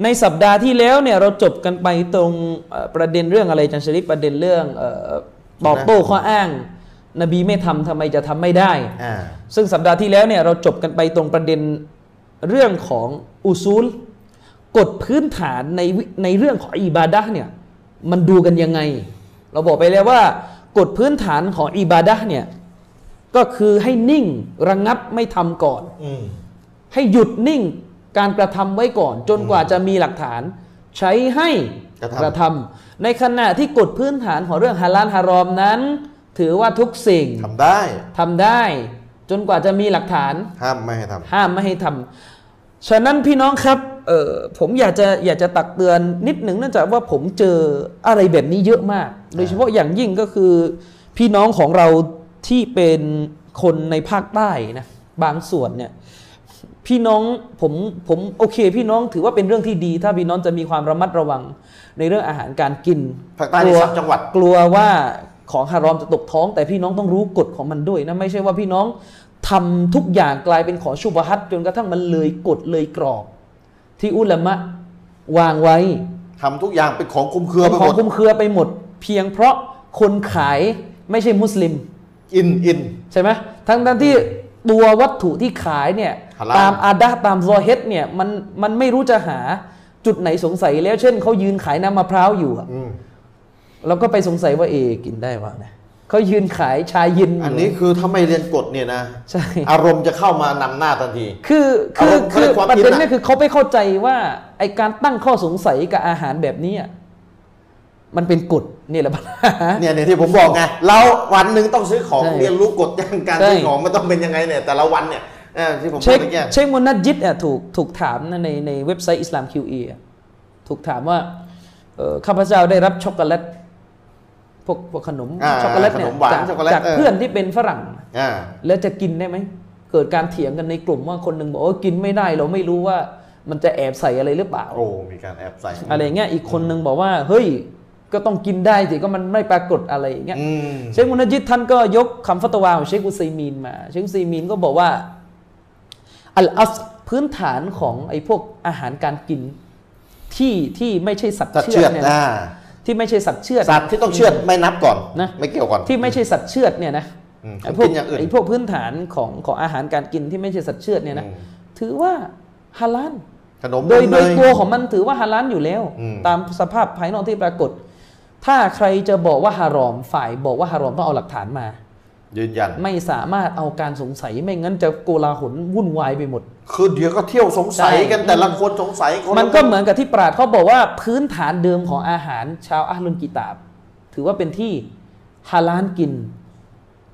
ในสัปดาห์ที่แล้วเนี่ยเราจบกันไปตรงเอ่อประเด็นเรื่องอะไรอาจันชริปประเด็นเรื่องเอ่อตอบโต้ข้ออ้าง นบีไม่ทำทำไมจะทำไม่ได้ อ่า ซึ่งสัปดาห์ที่แล้วเนี่ยเราจบกันไปตรงประเด็นเรื่องของอุซูล กฎพื้นฐานในวิในเรื่องของอิบาดะห์เนี่ยมันดูกันยังไง เราบอกไปแล้วว่ากฎพื้นฐานของอิบาดะห์เนี่ยก็คือให้นิ่งระงับไม่ทำก่อน อืม ให้หยุดนิ่งการกระทำไว้ก่อน จนกว่าจะมีหลักฐาน ใช้ให้ กระทำ ทำในขณะที่กฎพื้นฐานของเรื่องฮาลาลฮารอมนั้น ถือว่าทุกสิ่ง ทำได้ ทำได้จนกว่าจะมีหลักฐาน ห้ามไม่ให้ท ห้ามไม่ให้ทำฉะนั้นพี่น้องครับเออผมอยากจะอยากจะตักเตือนนิดหนึ่งเนื่องจากว่าผมเจออะไรแบบนี้เยอะมาก โดยเฉพาะอย่างยิ่งก็คือ พี่น้องของเราที่เป็นคนในภาคใต้นะบางส่วนเนี่ยพี่น้องผมผมโอเค พี่น้องถือว่าเป็นเรื่องที่ดี ถ้าพี่น้องจะมีความระมัดระวังในเรื่องอาหารการกิน ำภาคใต้ในสามจังหวัด กลัวว่าของฮารอมจะตกท้อง แต่พี่น้องต้องรู้กฎของมันด้วยนะ ไม่ใช่ว่าพี่น้องทำทุกอย่างกลายเป็นของชุบฮัตจนกระทั่งมันเลยกฎเลยกรอบ ที่อุลามะวางไว้ ทำทุกอย่างเป็นของคุมเครือ เป็น ไป ข ห อ ม ง ด คลุมเครือไปหมด เพียงเพราะคนขายไม่ใช่มุสลิม อินอิน ใช่ไหมทั้งทั้งที่ตัววัตถุที่ขายเนี่ย ฮาลาล ตามอาดาตามซอเฮดเนี่ยมันมันไม่รู้จะหาจุดไหนสงสัยแล้วเช่นเขายืนขายน้ำมะพร้าวอยู่อะ อืม เราก็ไปสงสัยว่าเอกินได้วะเนี่ยเขายืนขายชาเย็นยู่ อันนี้คือถ้าไม่เรียนกฎเนี่ยนะ ใช่ อารมณ์จะเข้ามานำหน้าทันที คือคือ เอา คือ ความ ประเด็น คิดน่ะ เนี่ยคือเขาไม่เข้าใจว่าไอการตั้งข้อสงสัยกับอาหารแบบนี้อะมันเป็นกฎนี่แหละปัญหา เนี่ยเนี่ยที่ผมบอกไงเราวันหนึ่งต้องซื้อของ ใช่ เรียนรู้กฎอย่างการ ใช่ ซื้อของมันต้องเป็นยังไงเนี่ยแต่ละวันเนี่ยเออที่ผมพู เช็ ด ค เมื่อกี้ เช็คมุนัดยิดอ่ะถูกถูกถามนะในในเว็บไซต์อิสลาม QE อ่ะถูกถามว่าเอ่อข้าพเจ้าได้รับช็อกโกแลตพวกพวกขนม อ่า ช็อกโกแลตเนี่ย ขนมหวาน จาก ช็อกโกแลต จาก เออ เพื่อนที่เป็นฝรั่ง อ่า แล้วจะกินได้ไหม เกิดการเถียงกันในกลุ่มว่าคนหนึ่งบอกว่ากินไม่ได้เราไม่รู้ว่ามันจะแอบใส่อะไรหรือเปล่า โอ้มีการแอบใส่ อะไรเงี้ยอีกคนหนึ่งบอกว่าเฮ้ยก็ต้องกินได้สิก็มันไม่ปรากฏอะไรอย่างเงี้ย อืม เชคมุนจิตท่านก็ยกคำฟัตวาของเชคอุซัยมีนมา เชคอุซัยมีนก็บอกว่าอัลอัสพื้นฐานของไอ้พวกอาหารการกินที่ที่ไม่ใช่สัตว์ สัตว์ เชื เชื อ อ ด ด เนี่ย อ่า ที่ไม่ใช่สัตว์เชือด สัตว์ที่ต้องเชือดไม่นับก่อน นะ ไม่เกี่ยวก่อน ที่ไม่ใช่สัตว์เชือดเนี่ยนะ อืม ไอ้พวก ของกินอย่างอื่น ไอ้พวกพื้นฐานของของอาหารการกินที่ไม่ใช่สัตว์เชือดเนี่ยนะ อืม ถือว่าฮาลาล ขนม โดยโด เน ย ย ตัวของมันถือว่าฮาลาลอยู่แล้ว อืม ตามสภาพภายนอกที่ปรากฏ ถ้าใครจะบอกว่าฮารอมฝ่ายบอกว่าฮารอมต้องเอาหลักฐานมา ยืนยัน ไม่สามารถเอาการสงสัยไม่งั้นจะโกลาหลวุ่นวายไปหมด คือเดี๋ยวก็เที่ยวสงสัย ใช่ กันแต่ละคนสงสัยคนละ มันก็เหมือนกับที่ปราดเขาบอกว่าพื้นฐานเดิมของอาหารชาวอัลลุนกิตาบ ถือว่าเป็นที่ฮาลานกิน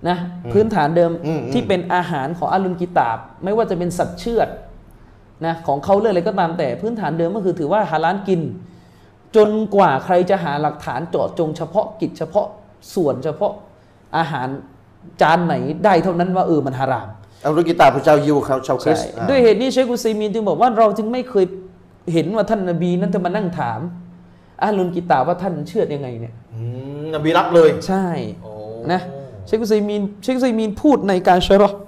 นะพื้นฐานเดิมที่เป็นอาหารของอัลลุนกิตาบ ไม่ว่าจะเป็นสัตว์เชือดนะของเขาเรื่องอะไรก็ตามแต่พื้นฐานเดิมก็คือถือว่าฮาลานกิน จนกว่าใครจะหาหลักฐานเจาะจงเฉพาะกิจเฉพาะส่วนเฉพาะอาหารจานไหนได้เท่านั้นว่าเออมันฮาราม เอาลูกกีตาร์พระเจ้ายิวเขาชาวคริส ใช่ ต์อ่า ด้วยเหตุนี้เชคอุซัยมีนจึงบอกว่าเราจึงไม่เคยเห็นว่าท่านนบีนั้นจะมานั่งถามอาลุนกิตาบว่าท่านเชื่อยังไงเนี่ย อืมนบีรับเลย ใช่ นะเชคอุซัยมีนเชคอุซัยมีนพูดในการชะรอฮ์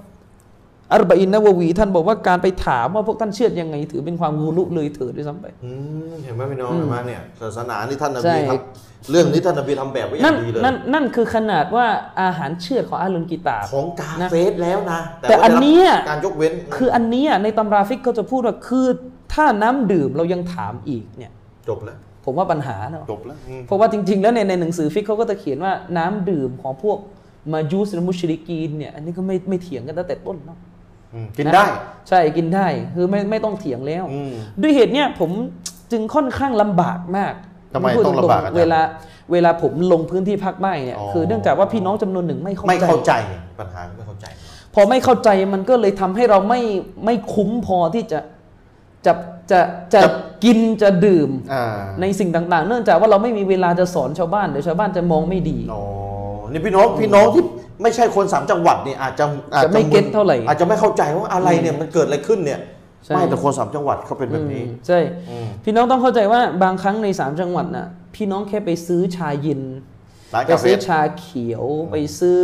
อัรบะอินนะวะวี ท่านบอกว่าการไปถามว่าพวกท่านเชื่อยังไง ถือเป็นความงูลุเลยเถิดด้วยซ้ำไป อืมเห็นไหมพี่น้องเห็นไหมเนี่ยศาสนานี่ท่านน ใช่ บีทำเรื่องนี้ท่านนบีทำแบบไว้อย่า นั่น งดีเลย นั่นนั่นคือขนาดว่าอาหารเชื่อดของอาลุนกิตาบ ของกา นะ เฟสแล้วนะ แต่ ว่าได้รับ อันเนี้ย การยกเว้น คืออันเนี้ยในตำราฟิกเขาจะพูดว่าคือถ้าน้ำดื่มเรายังถามอีกเนี่ย จบแล้ว ผมว่าปัญหาเนาะ จบแล้วอืม เพราะว่าจริงๆ แล้วในยในหนังสือฟิกเขาก็จะเขียนว่าน้ำดื่มของพวกมายูสและมุชริกีนเนี่ยอันนี้ก็ไม่ไม่เถียงกันตั้งแต่ต้นเนาะ อืมกินได้ ะใช่กินได้คือไม่ไม่ต้องเถียงแล้ว อืม ด้วยเหตุเนี่ยผมจึงค่อนข้างลำบากมาก ทำไม พูด ต้องลำบากอาจารย์ เวลาเวลาผมลงพื้นที่ภาคใต้เนี่ย อ๋อ คือเนื่องจากว่าพี่น้องจำนวนหนึ่งไม่เข้า ไม่ ใจ เข้าใจปัญหาไม่เข้าใจ พอไม่เข้าใจมันก็เลยทำให้เราไม่ไม่คุ้มพอที่จะจะจะจะ จะ กินจะดื่ม อ่า ในสิ่งต่าง ๆ เนื่องจากว่าเราไม่มีเวลาจะสอนชาวบ้านเดี๋ยวชาวบ้านจะมองไม่ดี อ๋อนี่พี่น้องพี่น้องที่ไม่ใช่คนสามจังหวัดเนี่ยอาจจะอาจ จะไม่เก็ตเท่าไหร่ อาจจะไม่เข้าใจว่าอะไรเนี่ยมันเกิดอะไรขึ้นเนี่ย ใช่ ไม่แต่คนสามจังหวัดเขาเป็นแบบนี้ อืมใช่ อืม พี่น้องต้องเข้าใจว่าบางครั้งในสามจังหวัดน่ะ พี่น้องแค่ไปซื้อชาเย็น ร้าน ไป กาแฟ ซื้อชาเขียว ไปซื้อ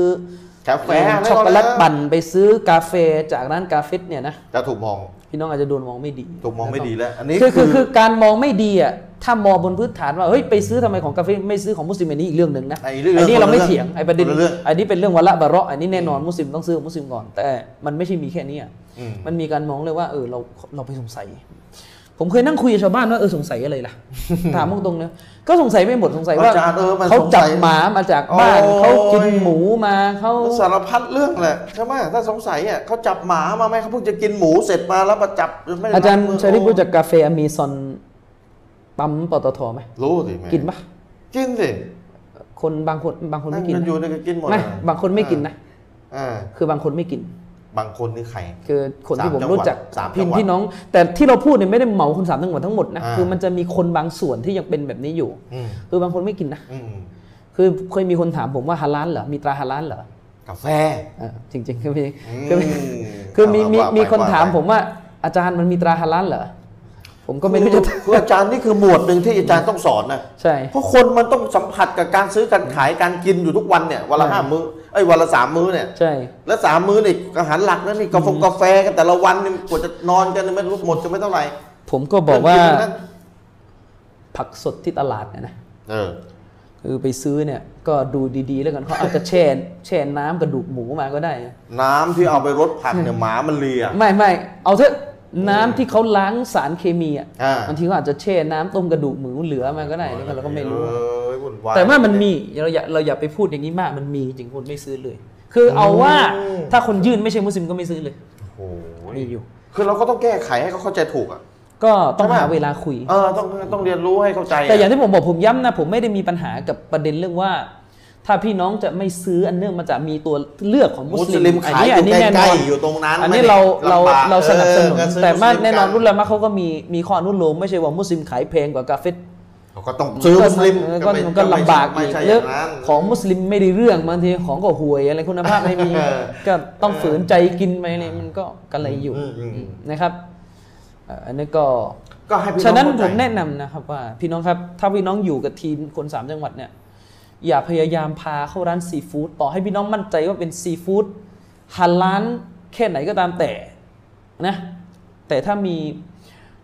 ก าแฟ ช็อกโกแลไม่เอาตนะ ปั่นไปซื้อกาแฟจากร้านกาเฟเนี่ยนะ จะถูกมอง พี่น้องอาจจะโดนมองไม่ดี ถูกมองไม่ดีแล้ว อันนี้ คือคือ คื คือ อการมองไม่ดีอ่ะ ถ้ามองบนพื้นฐานว่า เฮ้ย ไปซื้อทำไมของกาเฟไม่ซื้อของมุสลิมอันนี้อีกเรื่องหนึ่งนะ ไอ้เรื่อง นี้เราไม่ คละ เถียง ไอ้ประเด็น คลเรื่อง อันนี้เป็นเรื่องวะละบะเราะอันนี้แน่นอนมุสลิมต้องซื้อของมุสลิมก่อน แต่มันไม่ใช่มีแค่นี้อะ อืม มันมีการมองเลยว่าเออเราเราไปสงสัย ผมเคยนั่งคุยกับชาวบ้านว่าเออสงสัย อะไรล่ะ ถามตรงๆนะก็สงสัยไม่หมดสงสัยว่า อาจารย์เออมัน เขาจัสงสับย หมามาจากบ้าน โอ้ย เขากินหมูมาเขา มันสารพัดเรื่องแหละใช่ไหมถ้าสงสัยอ่ะเขาจับหมามาไหมเขาเพิ่งจะกินหมูเสร็จมาแล้วมาจับงไม่ได้ อาจารย์ ล้งมื ชาริฟรู้จักกาแฟอเมซอนปั๊มปตทไหม รู้สิแม่ กินปะ กินสิ คนบางคนบางคนไม่กิน ง นะ อยู่ในยก็กินหมด ไม่ อะ บางคนไม่กินนะ อ่า คือบางคนไม่กิน บางคนนี่ใคร คือคนที่ สาม ผม จังหวัด รู้จัก สามจังหวัด พิมพ์พี่น้อง แต่ที่เราพูดเนี่ยไม่ได้เหมาคนสามจังหวัดทั้งหมดนะ อ่า คือมันจะมีคนบางส่วนที่ยังเป็นแบบนี้อยู่ อืม คือบางคนไม่กินนะ อืม คือเคยมีคนถามผมว่าฮาลาลเหรอมีตราฮาลาลเหรอก าแฟ เออจริงๆคือมี อืม คือมีคือมีมี ว่าไป มีคน ว่ไป ถามผมว่าอาจารย์มันมีตราฮาลาลเหรอผมก็ไม่รู้จะ คือคืออาจารย์นี่คือหมวดหนึ่งที่อาจารย์ต้องสอนนะ ใช่ เพราะคนมันต้องสัมผัสกับการซื้อการขายการกินอยู่ทุกวันเนี่ยวันละ ใช่ ห้ามื้อไอ้ยวันละสามมื้อเนี่ย ใช่ แล้วสามมื้อนี่อาหารหลักนั่นนี่กาแฟกาแฟกันแต่ละวันนี่กว่าจะนอนกันนี่ไม่รู้หมดจะไม่เท่าไหร่ ผมก็บอกว่า เรื่งกินทั้งนั้น ผักสดที่ตลาดเนี่ยนะ เออ คือไปซื้อเนี่ยก็ดูดีๆ แล้วกันเขาอาจจะแช่แช่น้ำกระดูกหมูมาก็ได้ น้ำที่เอาไปรดผักเนี่ยหมามันเลีย ไม่ไม่เอาเถอะน้ำที่เขาล้างสารเคมีอ่ะ อ่า บางทีเขาอาจจะแช่น้ำต้มกระดูกหมูเหลือมาก็ได้นี่ก็เราก็ไม่รู้ เอ้ยวุ่นย แต่ว่ามันมีเราอย่าเราอย่าไปพูดอย่างนี้มากมันมีจริงคนไม่ซื้อเลย คือเอาว่า อืม ถ้าคนยื่นไม่ใช่มุสลิมก็ไม่ซื้อเลย โอ้ย มีอยู่ คือเราก็ต้องแก้ไขให้เขาเข้าใจถูกอ่ะ ก็ต้อง ใช่ปะ หาเวลาคุย เออต้องต้องเรียนรู้ให้เข้าใจอะ แต่อย่างที่ผมบอกผมย้ำนะผมไม่ได้มีปัญหากับประเด็นเรื่องว่า ถ้าพี่น้องจะไม่ซื้ออันเนื่องมาจากมีตัวเลือกของมุ มุสลิมขาย นี้ อยู่ นี้แน่น ใกล้ น ๆอยู่ตรงนั้น อันนี้ ไม่ได้ เราเรา ลำบก เราสนับสนุเอนอก็ซื้อ แต่มา มุสลิ แน่นอน กั รุ่นละมาเขาก็มีมีข้ออนุโลมไม่ใช่ว่ามุสลิมขายแพงกว่ากาเฟต เขาก็ต้องซื้อมุสลิม ก็ ไ ก็ลำบาก ไม่ อีก ใช่อ เรื่อย่าง งนั้น ของมุสลิมไม่ได้เรื่องบางทีของก็ห่วยอะไรคุณภาพไม่มี เออ ก็ต้องฝืนใจกินไปเลยมันก็กระไรอยู่ อืมอืมอืม นะครับเอ่ออันนี้ก็ ก็ให้พี่ ฉะนั้น อง ผ เข้าม ใจ แนะนำนะครับว่าพี่น้องครับ ถ้าพี่น้องอยู่กับทีมคนสามจังหวัดเนี่ย อย่าพยายามพาเข้าร้านซีฟู้ดต่อให้พี่น้องมั่นใจว่าเป็นซีฟู้ดฮาลานแค่ไหนก็ตามแต่นะแต่ถ้ามี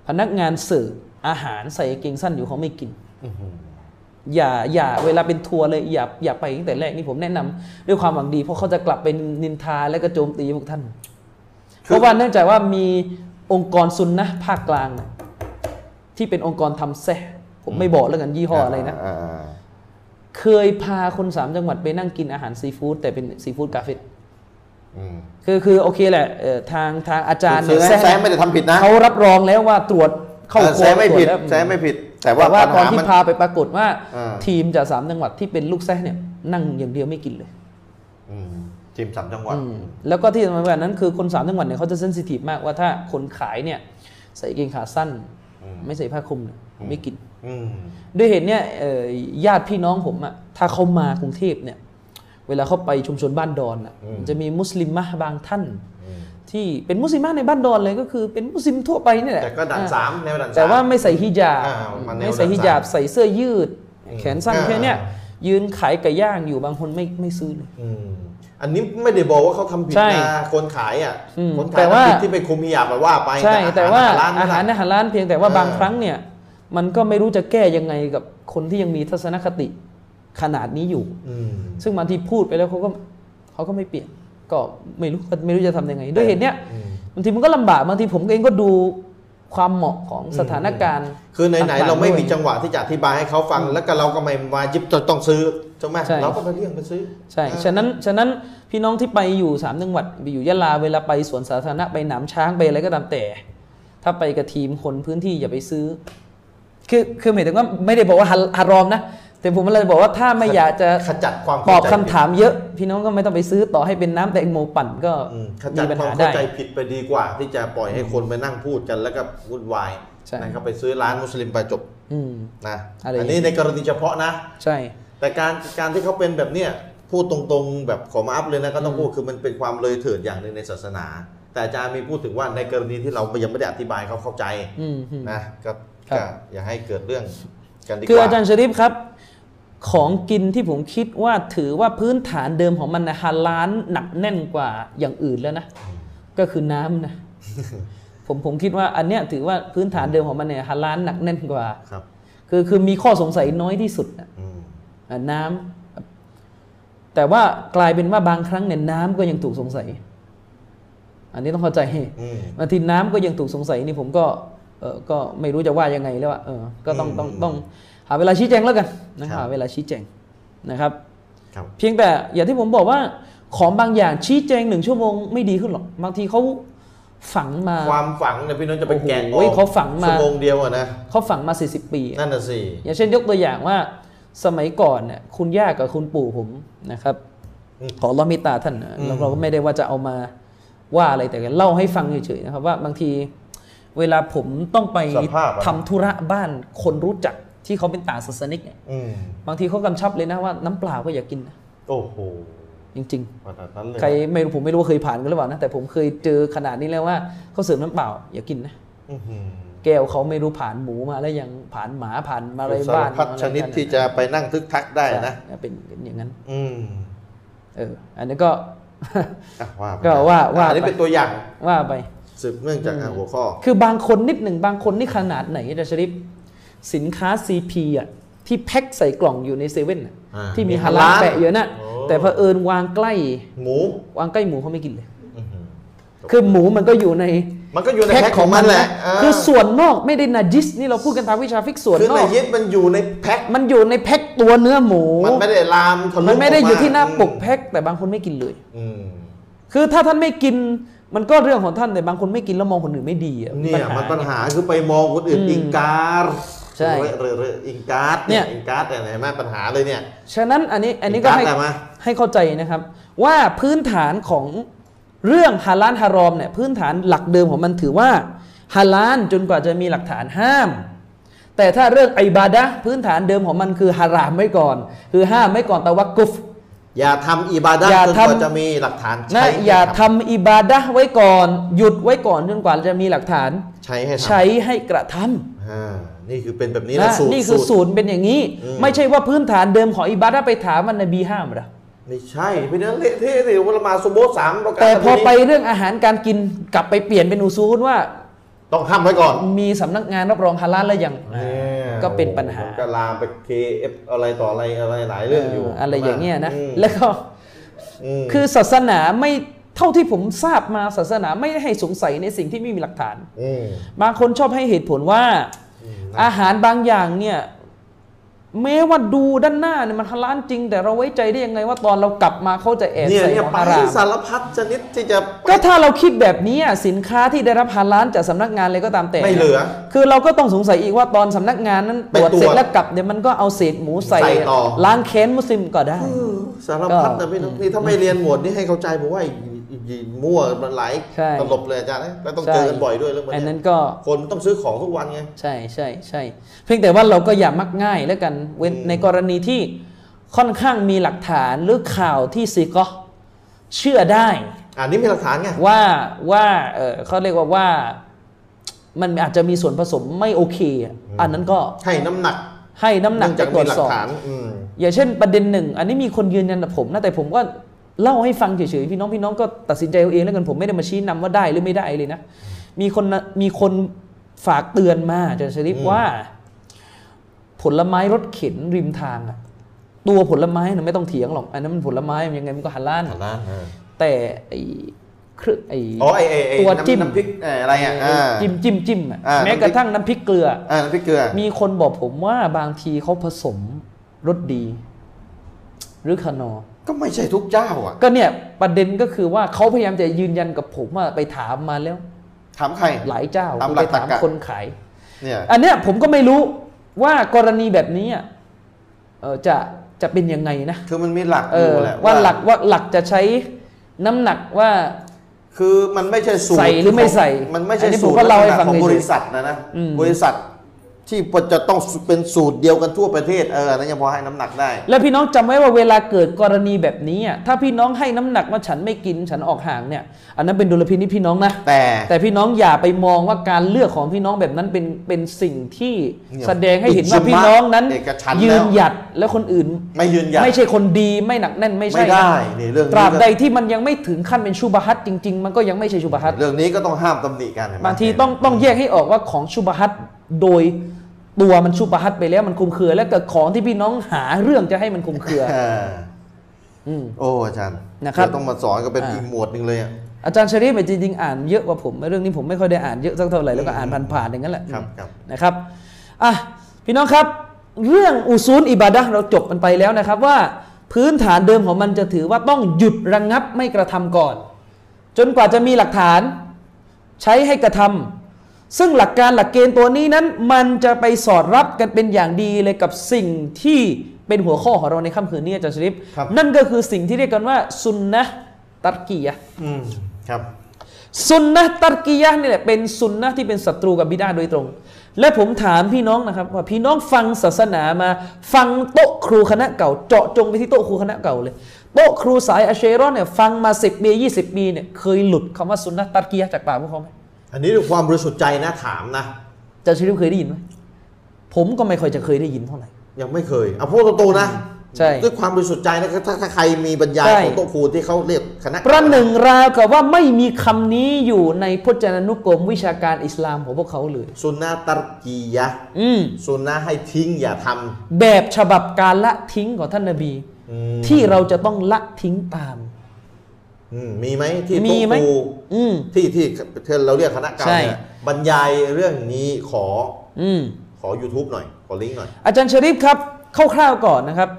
พนักงานเสิร์ฟอาหารใส่กางเกงสั้นอยู่เขาไม่กิน อย่าอย่าเวลาเป็นทัวร์เลยอย่าอย่าไปตั้งแต่แรกนี่ผมแนะนำด้วยความหวังดี เพราะเขาจะกลับเป็นนินทาและกระโจมตีพวกท่าน คือ เพราะว่าเนื่องจากว่ามีองค์กรซุนนะห์ภาคกลางน่ะที่เป็นองค์กรทำแซะผมไม่บอกแล้วกันยี่ห้ออะไรนะ าอ่า เคยพาคนสามจังหวัดไปนั่งกินอาหารซีฟู้ดแต่เป็นซีฟู้ดกาเฟต อืม คือคือโอเคแหละเอ่อทางทางอาจารย์ ซื้อเนี่ย ให้แซมไม่ได้ทำผิดนะ เขารับรองแล้วว่าตรวจเข้า เออแซมไม่ผิด ตรวจแล้ว แซมไม่ผิด แต่ แต่ ว่า ว่า ปัญ ตอน หา ที่ มัน พาไปปรากฏว่า อ่า ทีมจากสามจังหวัดที่เป็นลูกแซ่เนี่ยนั่งอย่างเดียวไม่กินเลย อืมทีมสามจังหวัด อืมแล้วก็ที่สำคัญกว่านั้นคือคนสามจังหวัดเนี่ยเขาจะเซนซิทีฟมากว่าถ้าคนขายเนี่ยใส่กางเกงขาสั้น อืม ไม่ใส่ผ้าคลุมเนี่ยไม่กิน อืม ด้วยเหตุเนี้ยเอ่อญาติพี่น้องผมอะถ้าเขามากรุงเทพเนี่ย เวลาเขาไปชุมชนบ้านดอนอะจะมีมุสลิมะบางท่าน อืม ที่เป็นมุสลิมะในบ้านดอนเลยก็คือเป็นมุสลิมทั่วไปนี่แหละ แต่ก็ดัน อ่า สามแนวดันสาม แต่ว่าไม่ใส่ฮิญาบ อ่ามันแนว ไม่ใส่ฮิญาบ ดันสาม ใส่เสื้อยืด แขนสั้น อ่า แค่เนี้ยยืนขายไก่ย่างอยู่บางคนไม่ไม่ซื้อเลย อืมอันนี้ไม่ได้บอกว่าเขาทำผิด ใช่ นะคนขายอ่ะ อืม คน แต่ ขาย ว่า ทำผิดที่ไปคุมหิยาบไปว่าไป ใช่แต่ว่า ร้าน อา นั่น หาร น่ะ อาหารร้านเพียงแต่ว่า เออ บางครั้งเนี่ยมันก็ไม่รู้จะแก้ยังไงกับคนที่ยังมีทัศนคติขนาดนี้อยู่ อืม ซึ่งบางทีพูดไปแล้วเขาก็เขาก็ไม่เปลี่ยน ก็ไม่รู้ไม่รู้จะทำยังไง ด้วยเหตุเนี้ย อืม บางทีมันก็ลำบากบางทีผมเองก็ดูความเหมาะของสถานการณ์ คือไหนๆเราไม่มี ต่างๆด้วย จังหวะที่จะอธิบายให้เขาฟัง แล้วก็เราก็ไม่วาจิบจะต้องซื้อใช่ไหม ใช่ เราก็ไปเลี่ยงไปซื้อ ใช่ฉะนั้นฉะนั้นพี่น้องที่ไปอยู่สามจังหวัดไปอยู่ยะลาเวลาไปสวนสาธารณะไปหนามช้างไปอะไรก็ตามแต่ ถ้าไปกับทีมคนพื้นที่อย่าไปซื้อ คือคือหมายถึงว่าไม่ได้บอกว่าฮาฮารอมนะ แต่ผมเลยบอกว่าถ้าไม่อยากจะ ขจัดความ ต เข้า อบ ใจ คำ ผิด ถามเยอะ พี่น้องก็ไม่ต้องไปซื้อต่อให้เป็นน้ำแตงโมปั่นก็ อืมขจั มี ด ปัญ ความ หา เข้า ได้ ใจผิดไปดีกว่า ที่จะปล่อยให้คนไปนั่งพูดกันแล้วก็วุ่นวาย ใช่ นะครับไปซื้อร้านมุสลิมไปจบ อืม นะ อะไร อันนี้ในกรณีเฉพาะนะ ใช่ แต่การการที่เขาเป็นแบบเนี้ยพูดตรงๆแบบขอมาอัพเลยนะก็ต้องพูดคือมันเป็นความเลยเถิดอย่างหนึ่งในศาสนา แต่อาจารย์มีพูดถึงว่าในกรณีที่เรายังไม่ได้อธิบายเขาเข้าใจ อืมอืม นะก็ ครับ ก็อย่าให้เกิดเรื่อง กันดีก คืออา ว่า จารย์ชริฟครับ ของกินที่ผมคิดว่าถือว่าพื้นฐานเดิมของมันนะฮาลานหนักแน่นกว่าอย่างอื่นแล้วนะ ก็คือน้ำนะ ผมผมคิดว่าอันเนี้ยถือว่าพื้นฐานเดิมของมันเนี่ยฮาลานหนักแน่นกว่า ครับ คือคือมีข้อสงสัยน้อยที่สุดนะ อืม อ่ะน้ำแต่ว่ากลายเป็นว่าบางครั้งเนี่ยน้ำก็ยังถูกสงสัย อันนี้ต้องเข้าใจ อืม บางทีน้ำก็ยังถูกสงสัยนี่ผมก็เออก็ไม่รู้จะว่ายังไงแล้วอะเออก็ต้องต้องต้องหาเวลาชี้แจงแล้วกันนะครับ หาเวลาชี้แจงนะครับ ครับ เพียงแต่อย่างที่ผมบอกว่าของบางอย่างชี้แจงหนึ่งชั่วโมงไม่ดีขึ้นหรอกบางทีเขาฝังมา ความฝังเนี่ยพี่น้องจะไปแกะอ โอ้ อ โห ก เขาฝังมา ชั่วโมงเดียวอะนะ เขาฝังมา 40 ปีอะ นั่นน่ะสิ อย่างเช่นยกตัวอย่างว่าสมัยก่อนเนี่ยคุณย่ากับคุณปู่ผมนะครับ อืม ขออัลลอฮ์เมิตาท่านนะ อืม เราเราก็ไม่ได้ว่าจะเอามาว่าอะไรแต่เล่าให้ฟังเฉยๆนะครับว่าบางทีเวลาผมต้องไป สภาพอะ ทำธุระบ้านคนรู้จักที่เขาเป็นต่างศาสนิกเนี่ย อืม บางทีเขากำชับเลยนะว่าน้ำเปล่าก็อย่ากินนะ โอ้โห จริง ขนาดนั้นเลย ๆ นะ ใครไม่รู้ผมไม่รู้ว่าเคยผ่านกันหรือเปล่านะแต่ผมเคยเจอขนาดนี้แล้วว่าเขาเสิร์ฟน้ำเปล่าอย่ากินนะ อื้อหือ แก้วเขาไม่รู้ผ่านหมูมาแล้วยังผ่านหมาผ่านอะไร สาร บ้าน พัดชนิดที่จะไปนั่งทึกทักได้ ใช่ นะ เป็นเป็นอย่างนั้น อืม เออ อันนี้ก็ อ่ะว่าไป ก็ว่าว่า อันนี้ ไป เป็นตัวอย่าง ว่าไป สืบเนื่องจากอ่ะหัวข้อ คือบางคนนิดหนึ่งบางคนนี่ขนาดไหนอาจารย์ชริปสินค้า CP อ่ะที่แพ็คใส่กล่องอยู่ในเซเว่นน่ะ อ่า ที่ มี มี ฮา ฮา ลา ลา ล ลแปะเยอะนะ โอ้ แต่เผอิญวางใกล้ หมู วางใกล้หมูเขาไม่กินเลย อื้อหือ คือหมูมันก็อยู่ใน มันก็อยู่ในแพ็คของมันแหละอ่า คือส่วนนอกไม่ได้นาจิสนี่เราพูดกันทางวิชาฟิกส่วน คือน ใน อก ยึดมันอยู่ในแพ็ค มันอยู่ในแพ็คตัวเนื้อหมู มันไม่ได้ลามทะลุ มันไม่ได้ ก อยู่ที่หน้าปก อืม แพ็คแต่บางคนไม่กินเลย อืม คือถ้าท่านไม่กินมันก็เรื่องของท่านแต่บางคนไม่กินแล้วมองคนอื่นไม่ดีอะ เนี่ย ปัญหา มันปัญหาคือไปมองคนอื่นอิงการ์ด ใช่ เรื่อยเรื่อยเรื่อยอิงการ์ดเนี่ย เนี่ย อิงการ์ดเนี่ยเห็นไหมปัญหาเลยเนี่ย ฉะนั้นอันนี้อันนี้ก็ให้ อีกการ์ดอะไรมา ให้เข้าใจนะครับ ว่าพื้นฐานของเรื่องฮาลานฮารอมเนี่ยพื้นฐานหลักเดิมของมันถือว่าฮาลานจนกว่าจะมีหลักฐานห้าม แต่ถ้าเรื่องอิบาดะห์พื้นฐานเดิมของมันคือฮารามไว้ก่อน คือห้ามไว้ก่อนตะวักกุฟ อย่าทำอิบาดะห์ อย่า จนก ทำ ว่าจะมีหลักฐานใช้ นะ ให้ อย่าทำอิบาดะห์ไว้ก่อน หยุดไว้ก่อนจนกว่าจะมีหลักฐาน ใช้ให้ทำ ใช้ให้กระทำ อ่านี่คือเป็นแบบนี้ นะ นะสูตร นี่คือ สูตร ศูนย์เป็นอย่างนี้ อืม ไม่ใช่ว่าพื้นฐานเดิมของอิบาดะห์ไปถามว่านบีห้ามเหรอ ไม่ใช่เพราะฉะนั้นเละเทะสิวลามาสุโบสามประการ แต่พอไป แบบนี้ เรื่องอาหารการกินกลับไปเปลี่ยนเป็นอุซูลว่า ต้องห้ามไว้ก่อน มีสำนักงานรับรองฮาลาลแล้วยัง เนี่ย ก็เป็นปัญหา มันก็ลามไปเคเอฟอะไรต่ออะไรอะไรหลายเรื่องอยู่ เอออะไรอย่างเงี้ยนะ อืม แล้วก็ ม คือศาสนาไม่เท่าที่ผมทราบมาศาสนาไม่ได้ให้สงสัยในสิ่งที่ไม่มีหลักฐาน ม บางคนชอบให้เหตุผลว่า อืมนะ อาหารบางอย่างเนี่ยแม้ว่าดูด้านหน้าเนี่ยมันฮาลาลจริง แต่เราไว้ใจได้ยังไงว่าตอนเรากลับมาเขาจะแอบ เนี่ย ใส่ เนี่ย ของ ไป ฮาราม สารพัดชนิดที่จะ ก็ถ้าเราคิดแบบนี้อ่ะสินค้าที่ได้รับฮาลานจากสำนักงานเลยก็ตามแต่ ไม่เหลือ คือเราก็ต้องสงสัยอีกว่าตอนสำนักงานนั้นตรวจ ไปตรวจ เสร็จแล้วกลับเนี่ยมันก็เอาเศษหมูใส่ ใส่ต่อ ล้างแค้นมุสลิมก็ได้ สารพัด ก็ แต่พี่น้องนี่ถ้าไม่เรียนหมวดนี่ให้เข้าใจผมว่าอีกอีกอีกมั่วมันหลาย ใช่ ตลบเลยอาจารย์นะแล้วต้องเจอกันบ่อยด้วยเรื่องพวก อัน เนี้ นั้ ย นก็ คนมันต้องซื้อของทุกวันไง ใช่ใช่ใช่เพียงแต่ว่าเราก็อย่ามักง่ายแล้วกันเว้น อืม ในกรณีที่ค่อนข้างมีหลักฐานหรือข่าวที่ซีก็เชื่อได้ อันนี้มีหลักฐานไง ว่าว่าเออเขาเรียกว่าว่ามันอาจจะมีส่วนผสมไม่โอเคอ่ะอันนั้นก็ ให้น้ำหนัก ให้น้ำหนัก เองจาก ตร มี วจ หลั ส ก อบ ฐานอืม อย่างเช่นประเด็นหนึ่ง อันนี้มีคนยืนยันกับผมนะแต่ผมก็เล่าให้ฟังเฉยๆพี่น้องพี่น้องก็ตัดสินใจเอาเองแล้วกันผมไม่ได้มาชี้นำว่าได้หรือไม่ได้เลยนะมีคนนะมีคนฝากเตือนมาอาจารย์ชริปว่า ผลไม้รถเข็นริมทางอะตัวผลไม้นะไม่ต้องเถียงหรอกอันนั้นมันผลไม้มันยังไงมันก็ฮัลลาล หลักฐานนะ แต่ไอ้เครื่องไอ้ อ๋อไอ้ไอ้ไอ้ ตัว น้ำ จิ้ม น้ำพริกเอ่ออะไรอ่ะอ่า จิ้มจิ้มจิ้มอะ อ่า แม้ น้ำพริก กระทั่งน้ำพริกเกลือ อ่าน้ำพริกเกลือ มีคนบอกผมว่าบางทีเขาผสมรสดี หรือขนอร์ ก็ไม่ใช่ทุกเจ้าอ่ะ ก็เนี่ยประเด็นก็คือว่าเขาพยายามจะยืนยันกับผมว่าไปถามมาแล้ว ถามใคร หลายเจ้า ตามหลั ไป กตรร ถาม กะ คนขาย เนี่ย อันเนี้ยผมก็ไม่รู้ว่ากรณีแบบนี้อ่ะเอ่อจะจะเป็นยังไงนะ คือมันมีหลัก เอ อ อยู่ แหละ ว่าหลักว่าหลักจะใช้น้ำหนักว่า คือมันไม่ใช่สูตร ใส่หรือไม่ใส่ มันไม่ใช่ อันนี้ผม สูตร ก็เล่าให้ ลักษณะ ฟัง ของ เฉยๆ บริษัทนะนะ อืม บริษัท ที่จะต้องเป็นสูตรเดียวกันทั่วประเทศเอออันนั่นยังพอให้น้ำหนักได้ แล้วพี่น้องจำไว้ว่าเวลาเกิดกรณีแบบนี้อะถ้าพี่น้องให้น้ำหนักว่าฉันไม่กินฉันออกห่างเนี่ย อันนั้นเป็นดุลพินิจพี่น้องนะ แต่ แต่พี่น้องอย่าไปมองว่าการเลือกของพี่น้องแบบนั้นเป็นเป็นสิ่งที่ เนี่ย แสดงให้เห็น อิจฉา ว่าพี่น้องนั้น เอกฉันท์ ยื แล้ น ว หยัดและคนอื่น ไม่ยืนยัน ไม่ใช่คนดีไม่หนักแน่นไม่ใช่ ไม่ได้ ะ นี่เรื่องนี้ ตราบใดที่มันยังไม่ถึงขั้นเป็นชูบะฮัตจริง ๆ มันก็ยังไม่ใช่ชูบะฮัต เรื่องนี้ก็ต้องห้ามตำหนิกันเห็นไหม บางทีต้องต้องแยกให้ออกว่าของชูบะฮัตโดยตัวมันชูบะฮัตไปแล้วมันคลุมเครือ และกับของที่พี่น้องหาเรื่องจะให้มันคลุมเครือ เออ อืม โอ้อาจารย์ นะครับ เดี๋ยวต้องมาสอนก็เป็นอีกหมวดหนึ่งเลยอ่ะ อาจารย์ชริฟเนี่ยจริงๆอ่านเยอะกว่าผมเรื่องนี้ผมไม่ค่อยได้อ่านเยอะสักเท่าไหร่แล้วก็อ่านผ่านๆอย่างนั้นแหละ ครับครับ นะครับอ่ะพี่น้องครับ เรื่องอุซูลอิบาดะห์เราจบมันไปแล้วนะครับว่าพื้นฐานเดิมของมันจะถือว่าต้องหยุดระงงับไม่กระทำก่อน จนกว่าจะมีหลักฐานใช้ให้กระทำซึ่งหลักการหลักเกณฑ์ตัวนี้นั้น มันจะไปสอดรับกันเป็นอย่างดีเลยกับสิ่งที่เป็นหัวข้อของเราในค่ำคืนนี้อาจารย์ชริฟ ครับ นั่นก็คือสิ่งที่เรียกกันว่าซุนนะห์ตัรกียะห์ อืมครับ ซุนนะห์ตัรกียะห์นี่แหละเป็นซุนนะห์ที่เป็นศัตรูกับบิดาโดยตรง และผมถามพี่น้องนะครับ ว่าพี่น้องฟังศาสนามา ฟังโต๊ะครูคณะเก่า เจาะจงไปที่โต๊ะครูคณะเก่าเลย โต๊ะครูสายอาเชรอนเนี่ยฟังมา 10 ปี 20 ปีเนี่ยเคยหลุดคำว่าซุนนะห์ตัรกียะห์จากปากพวกเขาไหม อันนี้ด้วยความบริสุทธิ์ใจนะถามนะ อาจะชริมเคยได้ยินไหมผมก็ไม่ค่อยจะเคยได้ยินเท่าไหร่ ยังไม่เคยเอาพูดตรงๆนะ ใช่ ด้วยความบริสุทธิ์ใจนะถ้าถ้าใครมีบรรยาย ใช่ ของโต๊ะครูที่เขาเรียกคณะ ประหนึ่งราวกับว่าไม่มีคำนี้อยู่ในพจนานุกรมวิชาการอิสลามของพวกเขาเลย ซุนนะตัรกียะห์ อืม ซุนนะให้ทิ้งอย่าท แบบฉบับการละทิ้งของท่านนบี ำอืม ที่เราจะต้องละทิ้งตาม อืมมีไหมที่ มี โต๊ะ ไหม ครู อืม ที่ที่ที่เราเรียกคณะเก่า ใช่ เนี่ยบรรยายเรื่องนี้ขอ อืม ขอ YouTube หน่อย ขอลิงก์หน่อย อาจารย์ชริฟครับคร่าวๆก่อนนะครับ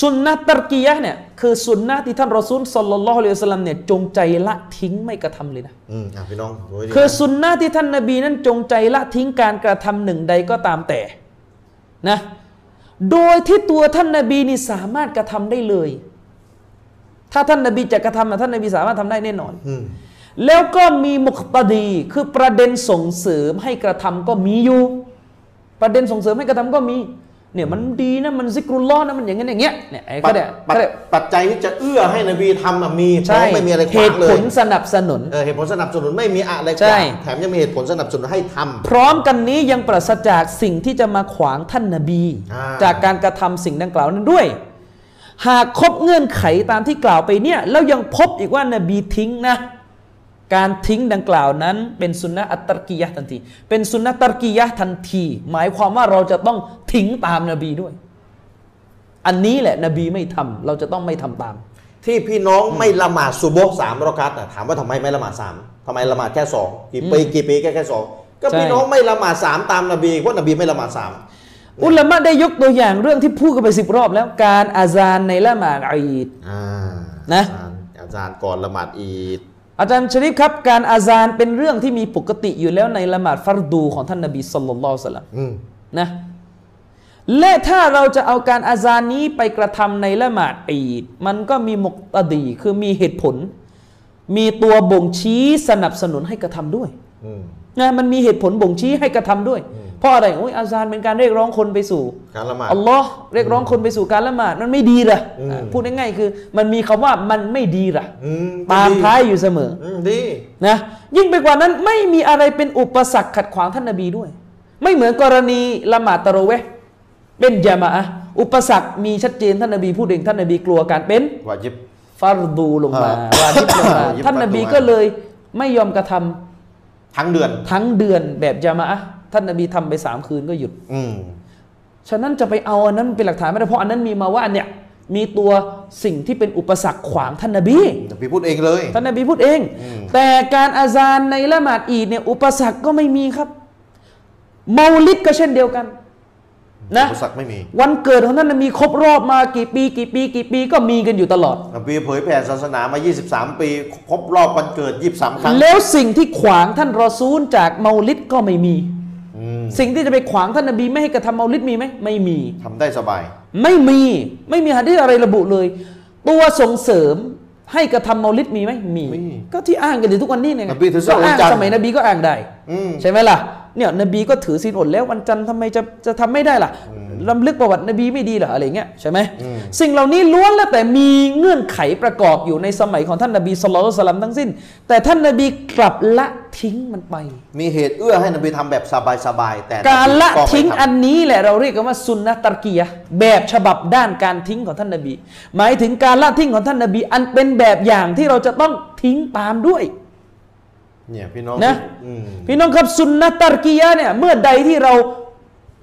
สุนนะตรกียะห์เนี่ยคือสุนนะที่ท่านรอซูลสัลลัลลอฮุอะลัยฮิวะสัลลัมเนี่ยจงใจละทิ้งไม่กระทำเลยนะ อืมอ่ะพี่น้องดูให้ดี คือสุนนะที่ท่านนบีนั้นจงใจละทิ้งการกระทำหนึ่งใดก็ตามแต่นะโดยที่ตัวท่านนบีนี่สามารถกระทำได้เลย ถ้าท่านนบีจะกระทำนะท่านนบีสามารถทำได้แน่นอน อืม แล้วก็มีมุคตะดี คือประเด็นส่งเสริมให้กระทำก็มีอยู่ ประเด็นส่งเสริมให้กระทำก็มี เนี่ยมันดีนะมันซิกรุลลอฮ์นะมันอย่างนั้นอย่างเงี้ยเนี่ยไอ้ ปั ก็ จ เนี่ย ปัจ ก็เนี่ย ปัจจัยที่จะเอื้อให้นบีทำอะมีเพราะไม่มีอะไรข เห วาง ตุ เล ผ ย ลสนับสนุน เออเหตุผลสนับสนุนไม่มีอะไรข ใช่ วางแถมยังมีเหตุผลสนับสนุนให้ทำ พร้อมกันนี้ยังปราศจากสิ่งที่จะมาขวางท่านนบี อ่า จากการกระทำสิ่งดังกล่าวนั้นด้วย หากครบเงื่อนไขตามที่กล่าวไปเนี่ยแล้วยังพบอีกว่านบีทิ้งนะ การทิ้งดังกล่าวนั้น เป็นสุนนะอัตตรกียะห์ทันที เป็นสุนนะตัรกียะห์ทันที หมายความว่าเราจะต้องทิ้งตามนบีด้วย อันนี้แหละนบีไม่ทำเราจะต้องไม่ทำตาม ที่พี่น้องไม่ละหมาดซุโบฮ์สามเราะกัตอ่ะถามว่าทำไมไม่ละหมาดสามทำไมละหมาดแค่สองกี่ปีกี่ปีแค่แค่สองก็ ใช่ พี่น้องไม่ละหมาดสามตามนบีเพราะนบีไม่ละหมาดสาม อุลามะได้ยกตัวอย่างเรื่องที่พูดกันไปสิบรอบแล้วการอาซานในละหมาดอีด อ่า นะ อาจารย์ก่อนละหมาดอีด อาจารย์ชริฟครับการอาซานเป็นเรื่องที่มีปกติอยู่แล้วในละหมาดฟัรดูของท่านนบีสุลต่านละสัลลัม อืม นะและถ้าเราจะเอาการอาซานนี้ไปกระทำในละหมาดอีดมันก็มีมุกตะดีคือมีเหตุผล มีตัวบ่งชี้สนับสนุนให้กระทำด้วย อืม นะมันมีเหตุผลบ่งชี้ให้กระทำด้วย เพราะอะไรโอ้ยอาซานเป็นการเรียกร้องคนไปสู่ การละหมาด อัลลอฮ์เรียกร้องคนไปสู่การละหมาดมันไม่ดีเหรอ อืม อ่ะพูดง่ายๆคือ มันมีคำว่ามันไม่ดีเหรอ อืม ตาม ดี ท้ายอยู่เสมอ อืมดี นะยิ่งไปกว่านั้นไม่มีอะไรเป็นอุปสรรคขัดขวางท่านนาบีด้วย ไม่เหมือนกรณีละหมาดตะเราะเวห์เป็นยามาอะห์อุปสรรคมีชัดเจนท่านนาบีพูดเองท่านนาบีกลัวการเป็น วาจิบ ฟารดูลงมา อ่าว าญิบลง มา วาญิบ ท่านนาบีก็เลยไม่ยอมกระทำ ทั้งเดือน ทั้งเดือนแบบยามาอะห์ท่านนาบีทำไปสามคืนก็หยุด อืม ฉะนั้นจะไปเอาอันนั้นเป็นหลักฐานไม่ได้เพราะอันนั้นมีมาว่าอันเนี่ยมีตัวสิ่งที่เป็นอุปสรรคขวางท่านนาบี นบีพูดเองเลย ท่านนบีพูดเอง แต่การอาซานในละหมาดอีดเนี่ยอุปสรรคก็ไม่มีครับ เมาลิดก็เช่นเดียวกันนะ อุปสรรคไม่มี วันเกิดของท่านนบีครบรอบมากี่ปี กี่ปี กี่ปีก็มีกันอยู่ตลอด นบีเผยแผ่ศาสนามา 23 ปีครบรอบวันเกิด 23 ครั้ง แล้วสิ่งที่ขวางท่านรอซูลจากเมาลิดก็ไม่มี อืม สิ่งที่จะไปขวางท่านนบีไม่ให้กระทำเมาลิดมีไหมไม่มี ทำได้สบาย ไม่มีไม่มีหะดีษอะไรระบุเลย ตัวส่งเสริม ให้กระทำเมาลิดมีไหมมี มี ก็ที่อ้างกันอยู่ทุกวันนี้เนี่ย นบีถือศีลอดวัก็อ้านงจันทร์ สมัยนบีก็อ้างได้ อืม ใช่ไหมล่ะเนี่ยนบีก็ถือศีลอดแล้ววันจันทร์ทำไมจะจะทำไม่ได้ล่ะลำลึกประวัตินบีไม่ดีเหรออะไรเงี้ยใช่ไหมสิ่งเหล่านี้ล้วนแล้วแต่มีเงื่อนไขประกอบอยู่ในสมัยของท่านนบีสุลต่านละสลัมทั้งสิ้น แต่ท่านนบีกลับละทิ้งมันไป มีเหตุเอื้อให้นบีทำแบบสบายๆแต่นบี การละ ก็ไม่ ทิ้ง ทำ อันนี้แหละเราเรียกกันว่าซุนนะตรกียะห์แบบฉบับด้านการทิ้งของท่านนบี หมายถึงการละทิ้งของท่านนบี อันเป็นแบบอย่างที่เราจะต้องทิ้งตามด้วย เนี่ยพี่น้อง นะ อืม พี่น้องครับซุนนะตรกียะห์เนี่ยเมื่อใดที่เรา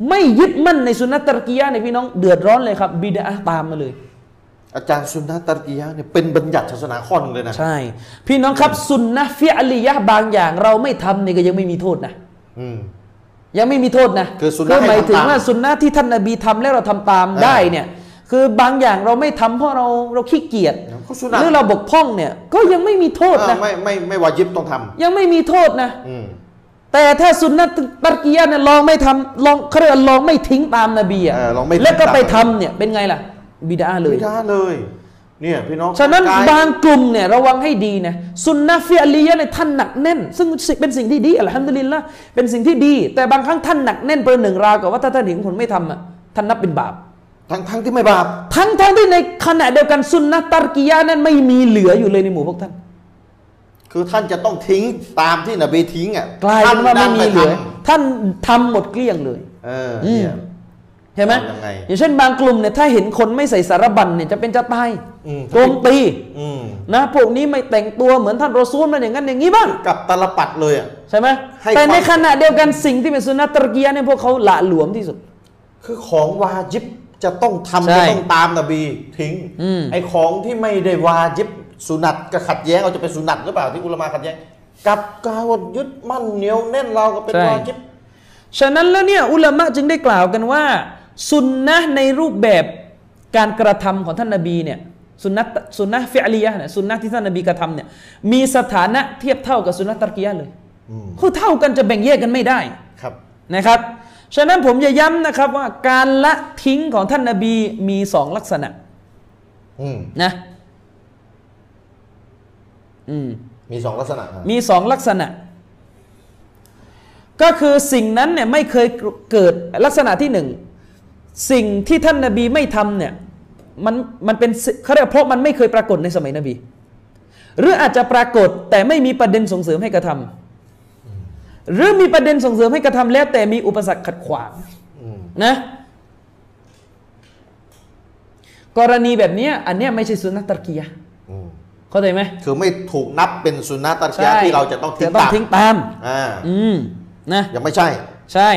ไม่ยึดมั่นในซุนนะตรกียะห์เนี่ยพี่น้องเดือดร้อนเลยครับบิดาตามมาเลย อาจารย์สุนนะตรกียะห์เนี่ยเป็นบัญญัติศาสนาข้อหนึงเลยนะ ใช่ พี่น้องครับซุนนะฟิอลียะห์บางอย่างเราไม่ทำเนี่ยก็ยังไม่มีโทษนะ อืม ยังไม่มีโทษนะ คือสุนนะ หมายถึให้ทำงตาม ว่าสุนนะที่ท่านนบีทำแล้วเราทำตาม อ่า ได้เนี่ย คือบางอย่างเราไม่ทำเพราะเราเราขี้เกียจ ก็สุนนะ หรือเราบกพร่องเนี่ยก็ยังไม่มีโทษนะ เออไม่ไม่ไม่วายิบต้องทำ ยังไม่มีโทษนะ อืม แต่ถ้าสุนนะตักียะห์เนี่ยลองไม่ทำลองเขาเรียกว่าลองไม่ทิ้งตามนบีอ่ะ เออลองไม่ทิ้ง แล้วก็ไป ตา ทำ มนบี เนี่ยเป็นไงล่ะบิดาเลย ไม่ได้เลย เนี่ยพี่น้อง ฉะนั้น กย บางกลุ่มเนี่ยระวังให้ดีนะสุนนะฟิอลียะห์เนี่ยท่านหนักแน่น ซึ่งเป็นสิ่งที่ดีอัลฮัมดุลิลละเป็นสิ่งที่ดี แต่บางครั้งท่านหนักแน่นประหนึ่งราวกับว่าถ้าท่านเห็นคนไม่ทำอ่ะท่านนับเป็นบาป ทั้งทั้งที่ไม่บาป ทั้งทั้งที่ในขณะเดียวกันซุนนะตรกียะห์นั้นไม่มีเหลืออยู่เลยในหมู่พวกท่าน คือท่านจะต้องทิ้งตามที่นบีทิ้งอ่ะ กลายเป็นว่า ท่ ไม่ ดั มี ป เหลือ ทำ ท่านทำหมดเกลี้ยงเลย เออเนี่ย ใช่ไหม ยังไง อย่างเช่นบางกลุ่มเนี่ยถ้าเห็นคนไม่ใส่สารบัญเนี่ยจะเป็นจะตาย อืม โจมตี อืม นะพวกนี้ไม่แต่งตัวเหมือนท่านรอซูลมันอย่างนั้นอย่างนี้บ้าง กับตาลปัดเลยอ่ะ ใช่ไหม ให้ แต่ ความ ในขณะเดียวกันสิ่งที่เป็นซุนนะตรกียะห์เนี่ยพวกเขาละหลวมที่สุด คือของวาจิบจะต้องทำ ใช่ จะต้องตามนบีทิ้ง อืม ไอของที่ไม่ได้วาจิบสุนัตก็ขัดแย้งเอาจะเป็นสุนัตหรือเปล่าที่อุลามาขัดแย้งกลับกลายว่ายึดมั่นเหนียวแน่นเราก็เป็นวาจิบ ฉะนั้นแล้วเนี่ยอุลามะจึงได้กล่าวกันว่าสุนนะห์ในรูปแบบการกระทำของท่านนบีเนี่ยสุนนะห์สุนนะฟิอลียะห์เนี่ยสุนนะห์ที่ท่านนบีกระทำเนี่ยมีสถานะเทียบเท่ากับสุนนะห์ตัรกียะห์เลย อืม คือเท่ากันจะแบ่งแยกกันไม่ได้ ครับ นะครับฉะนั้นผมจะย้ำนะครับว่าการละทิ้งของท่านนบีมีสองลักษณะ อืม นะอืม มีสองลักษณะครับ มีสองลักษณะ ก็คือสิ่งนั้นเนี่ยไม่เคยเกิดลักษณะที่หนึ่งสิ่งที่ท่านนาบีไม่ทำเนี่ยมันมันเป็นสิเขาเรียกเพราะมันไม่เคยปรากฏในสมัยนบี หรืออาจจะปรากฏแต่ไม่มีประเด็นส่งเสริมให้กระทำหรือมีประเด็นส่งเสริมให้กระทำแล้วแต่มีอุปสรรคขัดขวางนะกรณีแบบเนี้ยอันเนี้ยไม่ใช่สุนนะตรกียะห์ อืม เข้าใจไหม คือไม่ถูกนับเป็นสุนนะตัดยะห์ที่เราจะต้องทิ้ง จะต้อ ตาง ม ทิ้งตาม อ่า อืมนะ ยังไม่ใช่ ใช่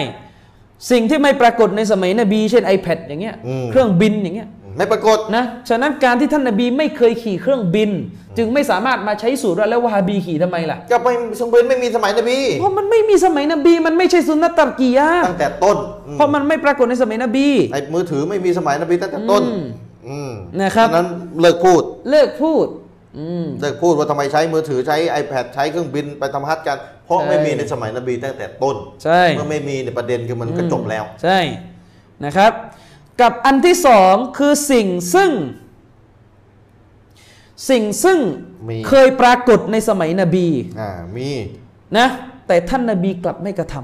สิ่งที่ไม่ปรากฏในสมัยนบี เช่น iPad อย่างเงี้ย อืม เครื่องบินอย่างเงี้ย ไม่ปรากฏ นะฉะนั้นการที่ท่านนบีไม่เคยขี่เครื่องบิน จึงไม่สามารถมาใช้สูตรว่าแล้ววาฮาบีขี่ทำไมล่ะ ก็ไม่สมบูรณ์ไม่มีสมัยนบี เพราะมันไม่มีสมัยนบี มันไม่ใช่สุนนะตรกียะห์ ตั้งแต่ต้นอืม เพราะมันไม่ปรากฏในสมัยนบี ในมือถือไม่มีสมัยนบีตั้งแต่ต้น อืม อืม นะครับ ฉนั้นเลิกพูด เลิกพูด อืม เลิกพูดว่าทำไมใช้มือถือใช้ iPad ใช้เครื่องบินไปทำฮัทกัน เพราะ ใช่ ไม่มีในสมัยนบีตั้งแต่ต้น ใช่ เมื่อไม่มีเนี่ยประเด็นคือมันก็จบแล้ว ใช่นะครับ กับอันที่สองคือสิ่งซึ่ง สิ่งซึ่ง มี เคยปรากฏในสมัยนบี อ่ามี นะแต่ท่านนาบีกลับไม่กระท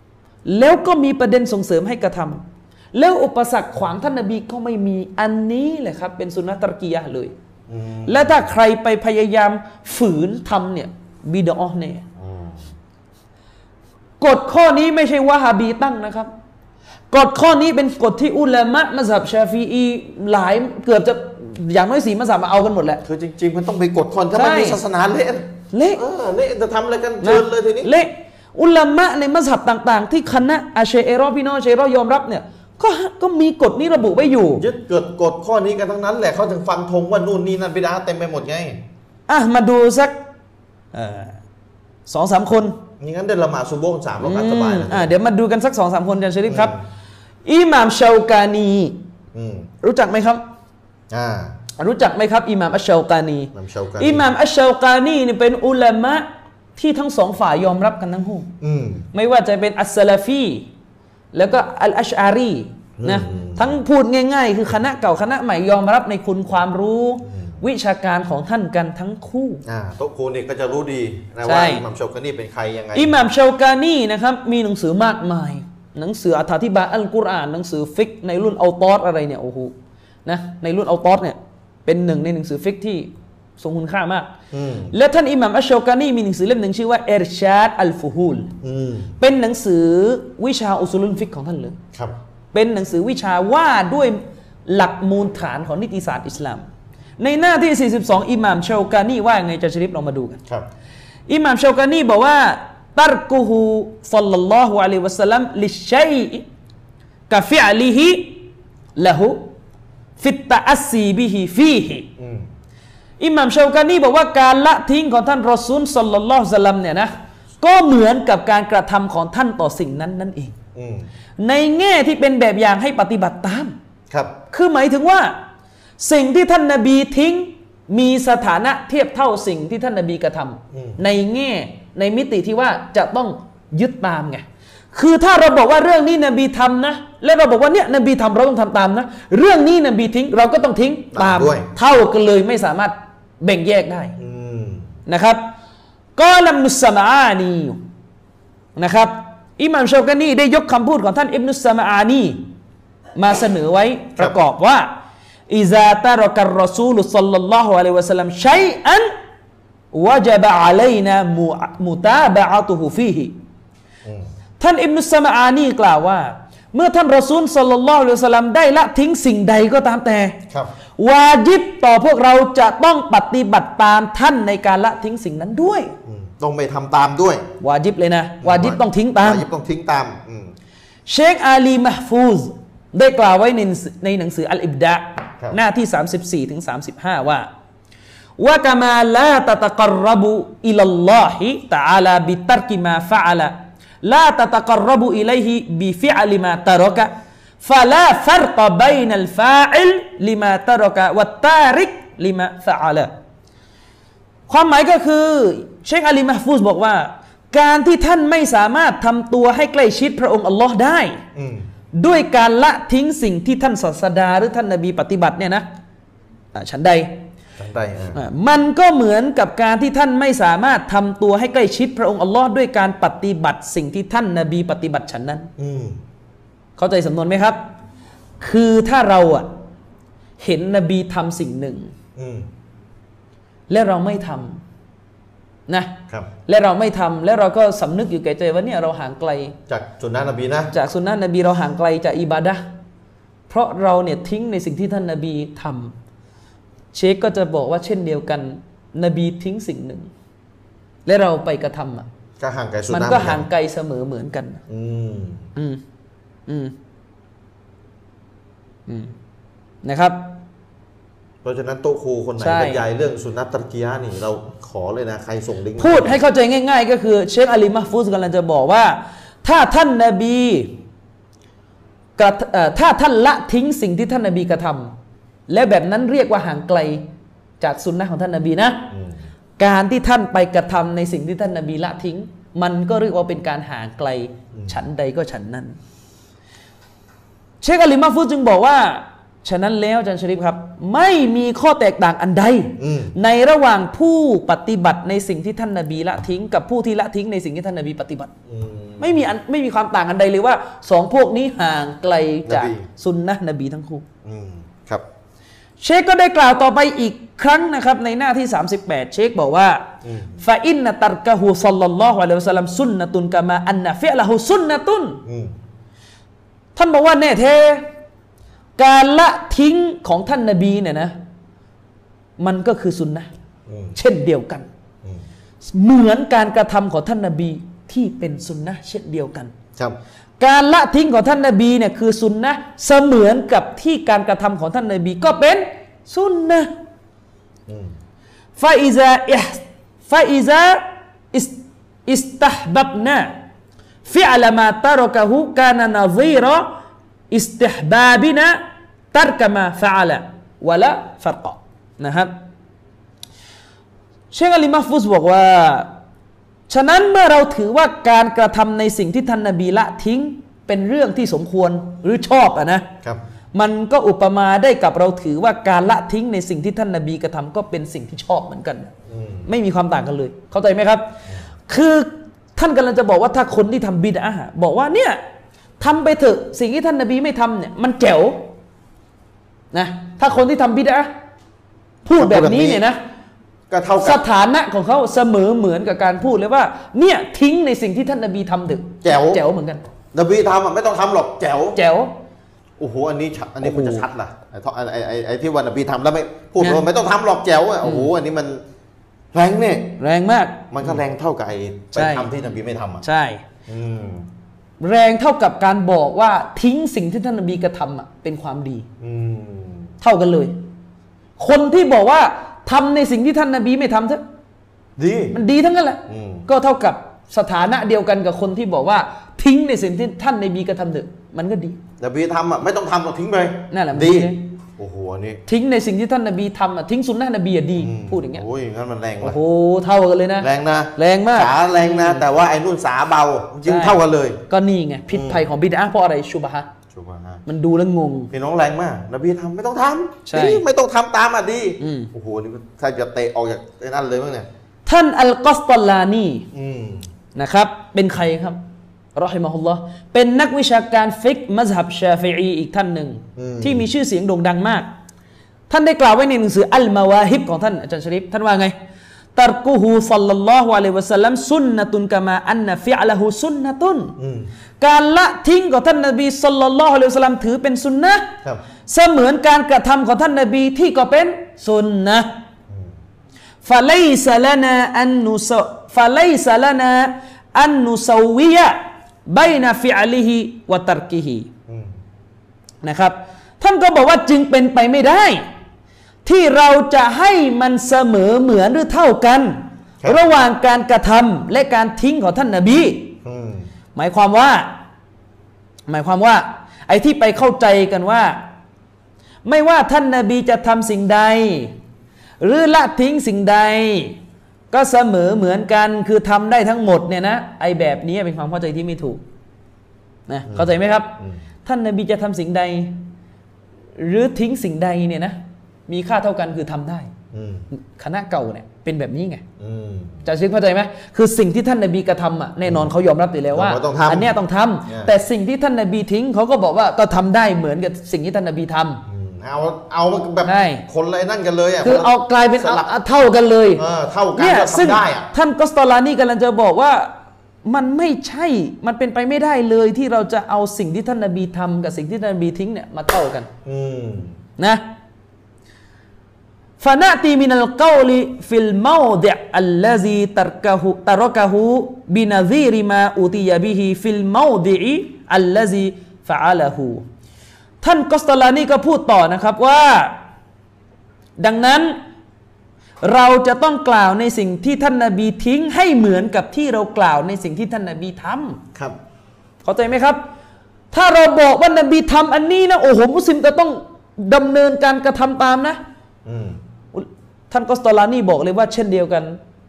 ำแล้วก็มีประเด็นส่งเสริมให้กระทำแล้วอุปสรรคขวางท่านนาบีก็ไม่มีอันนี้แหละครับ เป็นสุนนะตรกียะห์เลย อืม และถ้าใครไปพยายามฝืนทำเนี่ยบิดอเนี่ย อืม กฎข้อนี้ไม่ใช่ว่าฮาบีตั้งนะครับกฎข้อนี้เป็นกฎที่อุลามะมัสฮับชาฟีอีหลายเกือบจะอย่างน้อยสีมัสฮับมาเอากันหมดแหละ คือจริง ๆ มันต้องไปกดคนถ้ามัน ใช่ มีศาสนาเละ เละ เออเละจะทำอะไรกันเชิญเลยทีนี้ เละอุลามะในมัสฮับต่าง ๆ ที่คณะอาเชเอรอพี่น้องอาเชเอรอยอมรับเนี่ยก็ก็มีกฎนี้ระบุไว้อยู่ ยึดเกิดกฎข้อนี้กันทั้งนั้นแหละเขาถึงฟันธงว่านู่นนี่นั่นบิดาเต็มไปหมดไง อ่ะมาดูสักเอ่อสองสามคน อย่างนั้นได้ละหมาดซูโบงสามรอกา อื นสบาย ม นะ อ่ะเดี๋ยวมาดูกันสักสองสามคนอาจารย์ชริฟครับ อิหม่ามเชากานี อืม รู้จักไหมครับ อ่า รู้จักไหมครับอิหม่ามอัชเชากานี อิหม่ามเชากานี อิหม่ามอัชเชากานีนี่เป็นอุลามะที่ทั้งสองฝ่ายยอมรับกันทั้งคู่ อืม ไม่ว่าจะเป็นอัสซะลาฟีแล้วก็อัลอัชอารีนะทั้งพูดง่าย ๆ คือคณะเก่าคณะใหม่ยอมรับในคุณความรู้ วิชาการของท่านกันทั้งคู่ อ่าโต๊ะครูนี่ก็จะรู้ดีนะ ใช่ ว่าอิหมัมโชกานี่เป็นใครยังไง อิหม่ามชาวกานีนะครับมีหนังสือมากมาย หนังสืออธิบายอัลกุรอานหนังสือฟิกในรุ่นเอาตอสอะไรเนี่ยโอ้โหนะในรุ่นเอาตอสเนี่ยเป็นหนึ่งในหนังสือฟิกที่ทรงคุณค่ามาก อืม และท่านอิหม่ามอัชชาวกานีมีหนังสือเล่มหนึ่งชื่อว่าเอรชาดอัลฟูฮูล อืม เป็นหนังสือวิชาอุซูลุนฟิกของท่านเลย ครับ เป็นหนังสือวิชาว่าด้วยหลักมูลฐานของนิติศาสตร์อิสลาม ในหน้าที่ 42 อิหม่ามชาวกานีว่าไงจะชริปลองมาดูกัน ครับ อิหม่ามชาวกานีบอกว่าตัรกูฮูซัลลัลลอฮุอะลัยฮิวะสัลลัมลิชัยอิกะฟิอลิฮิละหุฟิตตะอัสซีบิฮิฟีฮิ อืม อิหม่ามชาวกานีบอกว่าการละทิ้งของท่านรอซูลสัลลัลลอฮุอะลัยฮิวะสัลลัมเนี่ยนะก็เหมือนกับการกระทำของท่านต่อสิ่งนั้นนั่นเอง อืม ในแง่ที่เป็นแบบอย่างให้ปฏิบัติตาม ครับ คือหมายถึงว่า สิ่งที่ท่านนาบีทิ้งมีสถานะเทียบเท่าสิ่งที่ท่านนาบีกระท อืม ำในแง่ในมิติที่ว่าจะต้องยึดตามไงคือถ้าเราบอกว่าเรื่องนี้นบีทำนะ และเราบอกว่าเนี่ยนบีทำเราต้องทำตามนะ เรื่องนี้นบีทิ้งเราก็ต้องทิ้งตาตามมด้วย เท่ากันเลยไม่สามารถแบ่งแยกได้ อืม นะครับก็ลำนุสมาอานีนะครับอิหม่ามชาวกานีได้ยกคำพูดของท่านอิบนุสมาอานีมาเสนอไว้ประกอบว่าอิซาตารกัรรอซูลุสัลลัลลอฮุอะลัยวะสัลลัมชัยอันวะจับะอะลัยนามุมุตาบะอะตุฮุฟีฮิ อืม ท่านอิบนุสมาอานีกล่าวว่า เมื่อท่านรอซูลสัลลัลลอฮุอะลัยวะสัลลัมได้ละทิ้งสิ่งใดก็ตามแต่ ครับ วาญิบต่อพวกเราจะต้องปฏิบัติตามท่านในการละทิ้งสิ่งนั้นด้วย อืมต้องไปทำตามด้วย วาญิบเลยนะ วาญิบต้องทิ้งตาม วายิบต้องทิ้งตามอืม เชคอาลีมะฮฟูซได้กล่าวไว้ในในหนังสืออัลอิบดะห์ ครับ หน้าที่ 34ถึง35 ว่าว่ากามาลาตะตะกรรบุอิลลอฮิตะอาลาบิตัรกิมาฟะอาลาลาตะตะกรรบุอิเลฮิบิฟิอลิมาตะรกะ فلا فرق بين الفاعل لما ترك والتارك لما فعل ความหมายก็คือ เชคอาลีมาฟูสบอกว่า การที่ท่านไม่สามารถทำตัวให้ใกล้ชิดพระองค์อัลลอฮ์ได้ อืม ด้วยการละทิ้งสิ่งที่ท่านศาสดาหรือท่านนบีปฏิบัติเนี่ยนะอ่ะฉันใด ทำได้อ่า อ่ะมันก็เหมือนกับการที่ท่านไม่สามารถทำตัวให้ใกล้ชิดพระองค์อัลลอฮ์ด้วยการปฏิบัติสิ่งที่ท่านนบีปฏิบัติฉันนั้น อืม เข้าใจสำนวนไหมครับ คือถ้าเราอ่ะเห็นนบีทำสิ่งหนึ่ง อืม และเราไม่ทำนะ ครับ และเราไม่ทำและเราก็สำนึกอยู่แก่ใจว่าเนี่ยเราห่างไกล จากสุนนะนบีนะ จากสุนนะนบีเราห่างไกลจากอิบาดะห์เพราะเราเนี่ยทิ้งในสิ่งที่ท่านนบีทำเชคก็จะบอกว่าเช่นเดียวกัน นบีทิ้งสิ่งหนึ่ง และเราไปกระทำอ่ะ ก็ห่างไกลสุน มัน นะเมืก็อน ห่างไกลเสมอเหมือนกัน อืม อืมอืมอืมนะครับ เพราะฉะนั้นโต๊ะครูคนไหน ใช่ บรรยายเรื่องสุนนะตะกียะห์นี่เราขอเลยนะใครส่งลิงก์มา พูดให้เข้าใจง่าย ๆ ก็คือ เชคอาลีมาฟูสกำลังจะบอกว่า ถ้าท่านนาบีกระทเอ่อถ้าท่านละทิ้งสิ่งที่ท่านนาบีกระทำและแบบนั้นเรียกว่าห่างไกลจากสุนนะของท่านนาบีนะ อืม การที่ท่านไปกระทำในสิ่งที่ท่านนาบีละทิ้ง มันก็เรียกว่าเป็นการห่างไกล ฉันใดก็ฉันนั้น เชคอาลีมาฟูสจึงบอกว่า ฉะนั้นแล้วอาจารย์ชริฟครับ ไม่มีข้อแตกต่างอันใด อืม ในระหว่างผู้ปฏิบัติในสิ่งที่ท่านนาบีละทิ้ง กับผู้ที่ละทิ้งในสิ่งที่ท่านนาบีปฏิบัติ อืม ไม่มีอันไม่มีความต่างกันใดเลยว่าสองพวกนี้ห่างไกลจาก นบี สุนนะนบีทั้งคู่ อืมครับ เชคก็ได้กล่าวต่อไปอีกครั้งนะครับ ในหน้าที่ 38 เชคบอกว่า อืม ฟาอินนตัรกะฮูซัลลัลลอฮุอะลัยฮิวะสัลลัมซุนนะตุนกามาอันนะฟิอะละฮูซุนนะตุน อืม ท่านบอกว่าแน่แท้การละทิ้งของท่านนบีเนี่ยนะมันก็คือสุนนะ อืม เช่นเดียวกัน อืม เหมือนการกระทำของท่านนาบีที่เป็นสุนนะห์เช่นเดียวกัน ครับ การละทิ้งของท่านนาบีเนี่ยคือสุนนะห์เสมือนกับที่การกระทำของท่านนาบีก็เป็นสุนนะห์ อืม ฟาอิซาอิห์ฟาอิซาอิสอิสตัฮบับนาฟิอัลมาตารกะฮูกานานาซีรออิสติฮบาบินะตัรกะมาฟะอัลวะละฟัรกะนะครับ เชคอาลีมาฟุสบอกว่า ฉะนั้นเมื่อเราถือว่าการกระทำในสิ่งที่ท่านนาบีละทิ้งเป็นเรื่องที่สมควรหรือชอบอะนะ ครับ มันก็อุปมาได้กับเราถือว่าการละทิ้งในสิ่งที่ท่านนาบีกระทำก็เป็นสิ่งที่ชอบเหมือนกัน ไม่มีความต่างกันเลย เข้าใจไหมครับ คือท่านกำลังจะบอกว่าถ้าคนที่ทำบิดอะฮ์บอกว่าเนี่ยทำไปเถอะสิ่งที่ท่านนาบีไม่ทำเนี่ยมันแจ๋วนะถ้าคนที่ทำบิดอะฮ์พูดแบบนี้เนี่ยนะ ก็เท่า ส กับ ถานะของเขาเสมอเหมือนกับการพูดเลยว่า เนี่ยทิ้งในสิ่งที่ท่านนบีทำเถึง แจ๋ว แจ๋วเหมือนกัน นบีทำอ่ะไม่ต้องทำหรอกแจ๋ว แจ๋ว โอ้โหอันนี้ชัดอันนี้ โอ้ คุณ โห จะชัดล่ะไอ้ท่อไอ้ไอ้ไอ้ไอ้ที่วันนบีทำแล้วไม่พูด เนี่ย ว่าไม่ต้องทำหรอกแจ๋วอ่ะโอ้โหอันนี้มันแรงเนี่ย แรงมาก มันก็แรงเท่ากับไอ้ไป ใช่ ทำที่นบีไม่ทำอ่ะ ใช่ อืม แรงเท่ากับการบอกว่าทิ้งสิ่งที่ท่านนบีกระทำอะเป็นความดี อืม เท่ากันเลย คนที่บอกว่าทำในสิ่งที่ท่านนบีไม่ทำเถอะ ดี มันดีทั้งนั้นแหละ อืม ก็เท่ากับสถานะเดียวกันกับคนที่บอกว่าทิ้งในสิ่งที่ท่านนบีกระทำเถอะมันก็ดี นบีทำอ่ะไม่ต้องทำหรอกทิ้งไป นั่นแหละมัน ดี ดีเลย โอ้โหอันนี้ ทิ้งในสิ่งที่ท่านนบีทำอะทิ้งสุนนะนบีอะดี ม พูดอย่างเงี้ย โอ้ยงั้นมันแรง โอ้ ว่ะ โหเท่ากันเลยนะ แรงนะ แรงมาก สาแรงนะ แต่ว่าไอ้นุ่นสาเบาจริง ใช่ เท่ากันเลย ก็นี่ไงพิษภัยของบิดาเพราะอะไรชุบฮะห์ ชุบฮะ มันดูแล้วงง พี่น้องแรงมาก นบีทำไม่ต้องทำ ใช่ ดีไม่ต้องทำตามอ่ะดี อืม โอ้โหนี่ถ้าจะเตะออกจากไอ้นั่นเลยมั้งเนี่ย ท่านอัลกอสตอลลานี อืม นะครับ เป็นใครครับรอฮิมะฮุลลอฮ์เป็นนักวิชาการฟิกมัซฮับชาฟิอีอีกท่านหนึ่ง ที่มีชื่อเสียงโด่งดังมาก ท่านได้กล่าวไว้ในหนังสืออัลมาวาฮิบของท่านอาจารย์ชริฟท่านว่าไงตารกูฮูซัลลัลลอฮุอะลัยวะสัลลัมซุนนะตุนกามาอันนะฟิอะละฮูซุนนะตุนการละทิ้งของท่านนบีสัลลัลลอฮุอะลัยวะสัลลัมถือเป็นสุนนะ ครับ เสมือนการกระทำของท่านนบีที่ก็เป็นสุนนะฟะไลซะลานาอันนุซฟะไลซะลานาอันนุซาวิยะบยนะฟิอลิฮิวะตัรกิฮิ อืม นะครับ ท่านก็บอกว่าจึงเป็นไปไม่ได้ ที่เราจะให้มันเสมอเหมือนหรือเท่ากัน ครับ ระหว่างการกระทำและการทิ้งของท่านนบี อืม หมายความว่า หมายความว่า ไอ้ที่ไปเข้าใจกันว่า ไม่ว่าท่านนาบีจะทำสิ่งใด หรือละทิ้งสิ่งใด ก็เสมอเหมือนกันคือทำได้ทั้งหมดเนี่ยนะไอ้แบบนี้เป็นความเข้าใจที่ไม่ถูกนะเข้าใจไหมครับ ท่านนาบีจะทำสิ่งใด หรือทิ้งสิ่งใดเนี่ยนะมีค่าเท่ากันคือทำได้ อืม คณะเก่าเนี่ยเป็นแบบนี้ไง อืม จะชิกเข้าใจไหมคือสิ่งที่ท่านนบีกระทำอ่ะแน่นอนเขายอมรับอยู่แล้วว่า เราก็ต้องทำ นเนี้ยต้องทำ เนี่ย แต่สิ่งที่ท่านนบีทิ้งเขาก็บอกว่าก็ทำได้เหมือนกับสิ่งที่ท่านนบีทำ อืมเอาเอาแบบ ใช่ คนละไอ้นั่นกันเลยอ่ะ คือเอากลายเป็น สลับ เอาเท่ากันเลย เออเท่ากัน เนี่ย ก็ ซึ่ง ทำได้อ่ะ ท่านกอสตอลานี่กำลังจะบอกว่ามันไม่ใช่มันเป็นไปไม่ได้เลยที่เราจะเอาสิ่งที่ท่านนบีทำกับสิ่งที่ท่านนบีทิ้งเนี่ยมาเท่ากัน อืม นะฟานาตีมินัลกาลิฟิลมาดิอัลลซีตรกะฮูตรกะฮูบินาซีริมาอุติยาบิฮิฟิลมาดิอัลลซีฟะอาลฮูท่านกอสตอลานี่ก็พูดต่อนะครับว่า ดังนั้น เราจะต้องกล่าวในสิ่งที่ท่านนาบีทิ้งให้เหมือนกับที่เรากล่าวในสิ่งที่ท่านนาบีทำ ครับ เข้าใจไหมครับ ถ้าเราบอกว่านบีทำอันนี้นะโอ้โหมุสลิมจะต้องดำเนินการกระทำตามนะ อืม ท่านกอสตอลานี่บอกเลยว่าเช่นเดียวกัน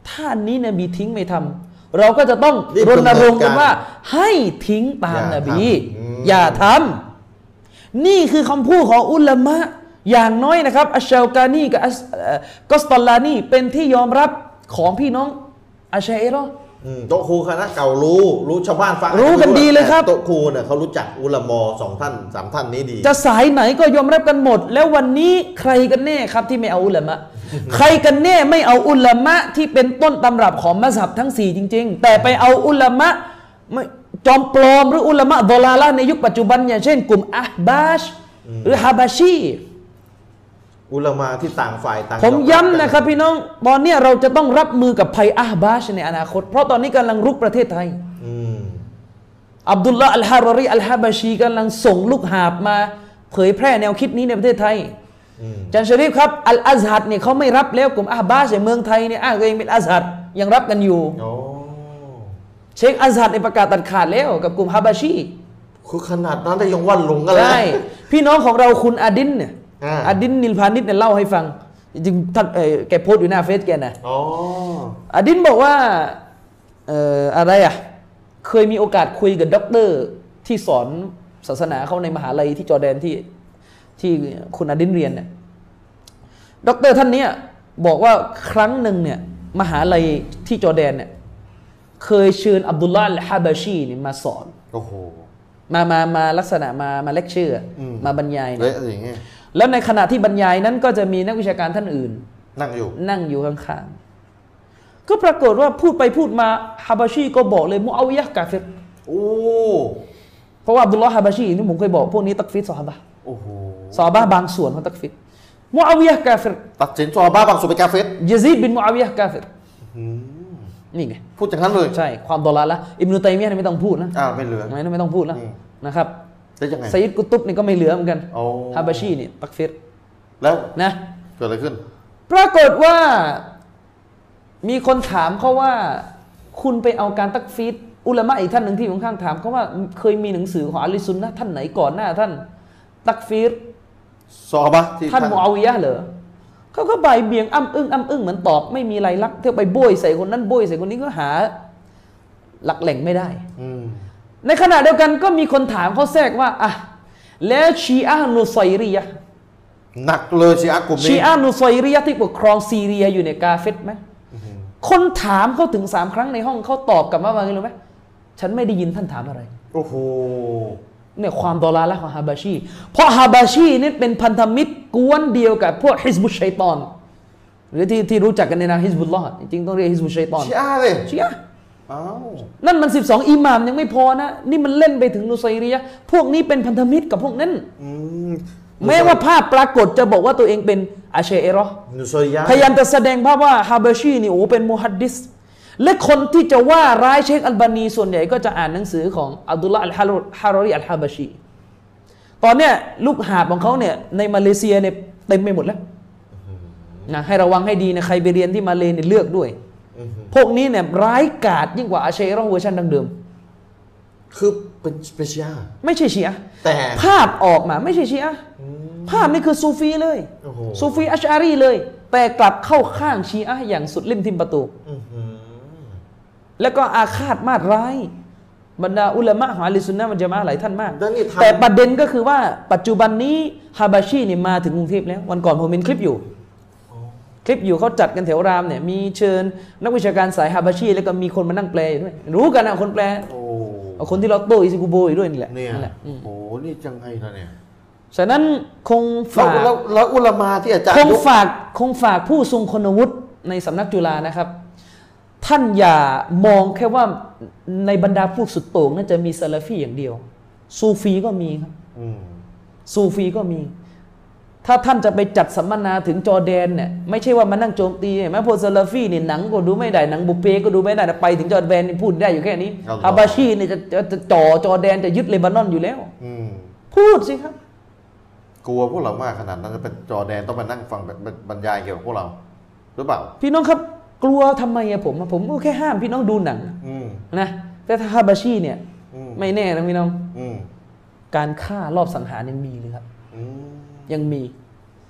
ถ้าอันนี้นบีทิ้งไม่ทำเราก็จะต้องรณรงค์กันว่า ให้ทิ้งตามนบี อย่าทำนี่คือคำพูดของอุลามะอย่างน้อยนะครับ อัชชาวกานีกับอัชเอ่อกอสตอลานี่เป็นที่ยอมรับของพี่น้องอาชัยรอ อืมโต๊ะครูคณะเก่ารู้รู้ชาวบ้านฟัง รู้กันดีเลยครับ แต่โต๊ะครูเนี่ยเขารู้จักอุลามอสองท่านสามท่านนี้ดี จะสายไหนก็ยอมรับกันหมด แล้ววันนี้ใครกันแน่ครับที่ไม่เอาอุล ามะ ใครกันแน่ไม่เอาอุลามะที่เป็นต้นตำรับของมัสฮับทั้งสี่จริง ๆ แต่ไปเอาอุลามะไม่จอมปลอมหรืออุลามะดอลาละในยุคปัจจุบันอย่างเช่น กลุ่มอับบาชหรือฮาบาชี อุลามาที่ต่างฝ่ายต่าง ผม กั ย้ำนะครับพี่น้องตอนเนี้ยเราจะต้องรับมือกับภัยอับบาชในอนาคต เพราะตอนนี้กำลังรุกประเทศไทย อืม อับดุลลาห์อัลฮารอรีอัลฮาบาชีกำลังส่งลูกหาบมา เผยแพร่แนวคิดนี้ในประเทศไทย อืม อาจันชริฟครับอัลอาซฮัดเนี่ยเขาไม่รับแล้วกลุ่มอาบาสในเมืองไทยเนี่ยอ้างตัวเองเป็นอาซฮัดยังรับกันอยู่ โอ้ เชคอาซฮัดในยประกาศตัดขาดแล้วกับกลุ่มฮาบาชี คือขนาดนั้นได้ยังวันหลงกันเลย ใช่พี่น้องของเราคุณอดินเนี่ย อ่า อดินนิลพานิชเนี่ยเล่าให้ฟังจริงๆท่านเอ่อแกโพสต์อยู่หน้าเฟซแกนะ อ๋อ อดินบอกว่าเอ่ออะไรอ่ะ เคยมีโอกาสคุยกับด็อกเตอร์ที่สอนศาสนาเขาในมหาลัยที่จอร์แดนที่ ที่คุณอดินเรียนเนี่ยด็อกเตอร์ท่านเนี้ยบอกว่าครั้งหนึ่งเนี่ยมหาลัยที่จอร์แดนเนี่ยเคยเชิญอับดุลลาห์อัลฮาบาชีเนี่ยมาสอน โอ้โห มามามาลักษณะมามาเลคเชอร์ อืม มาบรรยายเนี่ย เละอย่างเงี้ย แล้วในขณะที่บรรยายนั้นก็จะมีนักวิชาการท่านอื่น นั่งอยู่ นั่งอยู่ข้างๆ ก็ปรากฏว่าพูดไปพูดมาฮาบาชีก็บอกเลยมุอาวิยะห์กาเฟร โอ้ เพราะว่าอับดุลลอฮ์ฮาบาชีนี่ผมเคยบอกพวกนี้ตักฟิดซอฮาบะห์ โอ้โห ซอฮาบะห์บางส่วนของตักฟิดมุอาวิยะห์กาเฟร ตัดสินซอฮาบ้าบางสุเปนกาเฟส ยะซีดบินมุอาวิยะห์กาเฟรนี่ไง พูดอย่างนั้นเลย ใช่ ความดอลลาร์ละอิบนุตัยมียะห์นี่ไม่ต้องพูดนะ อ้าวไม่เหลือ ไม่ไม่ต้องพูดแล้ว อืม นะครับ แล้วยังไง ไซยิดกุตุบนี่ก็ไม่เหลือเหมือนกัน โอ้ ฮาบาชีนี่ตักฟิด แล้ว นะ เกิดอะไรขึ้น ปรากฏว่ามีคนถามเขาว่า คุณไปเอาการตักฟีดอุลามะอีกท่านหนึ่งที่ผมข้างๆถามเขาว่าเคยมีหนังสือของอาลีซุนนะห์ท่านไหนก่อนหน้าท่าน ตักฟีด ซอฮาบ้าที่ ท่านมูอาวิยะห์เหรอเขาก็ใบายเบี่ยงอ้ำอึ้งอ้ำอึ้งเหมือนตอบไม่มีลายลักษณ์เที่ยวไปโบยใส่คนนั้นโบยใส่คนนี้ก็หาหลักแหล่งไม่ได้ อืม ในขณะเดียวกันก็มีคนถามเขาแทรกว่าอ่ะแล้วชีอะห์นุไซรียะห์ หนักเลยชีอะห์กลุ่ม ชี นี้ อะห์นุไซรียะห์ที่ปกครองซีเรียอยู่ในยกาเฟตไหม อื้อหือ คนถามเขาถึงสามครั้งในห้องเขาตอบกลับมาว่าไงรู้ไหมฉันไม่ได้ยินท่านถามอะไร โอ้โห เนี่ยความดอลลาร์ละของฮาบาชี เพราะฮาบาชีนี่เป็นพันธมิตรกวนเดียวกับพวกฮิซบุชชัยตอน หรือที่ที่รู้จักกันในนามฮิซบุลลอฮ์จริงๆต้องเรียกฮิซบุชชัยตอน ชีอะห์เลย เชียะ อ้าว นั่นมัน 12 อิหม่ามยังไม่พอนะ นี่มันเล่นไปถึงนุไซรียะห์พวกนี้เป็นพันธมิตรกับพวกนั้น อืม แม้ว่าภาพปรากฏจะบอกว่าตัวเองเป็นอาเชเอรอห์ นุซอยยะห์ พยายามจะแสดงภาพว่าฮาบาชีนี่โอ้เป็นมุฮัดดิส และคนที่จะว่าร้ายเชคอัลบานี ส่วนใหญ่ก็จะอ่านหนังสือของอับดุลลาห์อัลฮารุฮารอรีอัลฮาบาชี ตอนเนี้ยลูกหาบของเขาเนี่ยในมาเลเซียเนี่ยเต็มไปหมดแล้วนะให้ระวังให้ดีนะใครไปเรียนที่มาเลเนี่ยเลือกด้วย อื้อหือ พวกนี้เนี่ยร้ายกาจยิ่งกว่าอาเชรอห์เวอร์ชันดังเดิม คือเป็นเป็นชีอะห์ ไม่ใช่ชีอะห์ แต่ ภาพออกมาไม่ใช่ชีอะห์ภาพนี่คือซูฟีเลย โอ้โห ซูฟีอัชอารีเลย แต่กลับเข้าข้างชีอะห์อย่างสุดลิ่มทิมประตู อื้อหือ แล้วก็อาฆาตมาดร้าย บรรดาอุลามะของอาลีซุนนะมันจะมาอะห์หลายท่านมาก แล้วนี่ทำ แต่ประเด็นก็คือว่าปัจจุบันนี้ฮาบาชีเนี่ยมาถึงกรุงเทพแล้ว วันก่อนผมเห็นคลิปอยู่ คลิปอยู่เขาจัดกันแถวรามเนี่ยมีเชิญนักวิชาการสายฮาบาชี แล้วก็มีคนมานั่งแปลอยู่ด้วย รู้กันนะคนแปล โอ้ เอาคนที่เราโตอิซิกุโบอยู่ด้วยนี่แหละ เนี่ย นแหละอืม โอ้นี่จังไงล่ะเนี่ย ฉะนั้นคง แล้ ฝาว ก แล้วแล้วอุลามาที่อาจารย์ คง ยก ฝากคงฝากผู้ทรงคุณวุฒิในสำนักจุฬานะครับ ท่านอย่ามองแค่ว่าในบรรดาผู้สุดโต่งน่าจะมีซาลาฟีอย่างเดียว ซูฟีก็มีครับ อืม ซูฟีก็มี ถ้าท่านจะไปจัดสัมมนาถึงจอร์แดนเนี่ยไม่ใช่ว่ามานั่งโจมตีเห็นไหมพวกซาลาฟีเนี่ยหนังก็ดูไม่ได้หนังบุพเพก็ดูไม่ได้นะไปถึงจอร์แดนนี่พูดได้อยู่แค่นี้ฮาบาชีเนี่ยจะจะจะจ่อจอร์แดนจะยึดเลบานอนอยู่แล้ว อืม พูดสิครับ กลัวพวกเรามากขนาดนั้นจะเป็นจอแดนต้องมานั่งฟังแบบบรรยายเกี่ยวกับพวกเรา หรือเปล่า พี่น้องครับกลัวทำไมอะผมอะผมก็แค่ห้ามพี่น้องดูหนัง อืม นะแต่ถ้าฮาบาชีเนี่ย อืม ไม่แน่นะพี่น้อง อืม การฆ่ารอบสังหารยังมีเลยครับ อืม ยังมี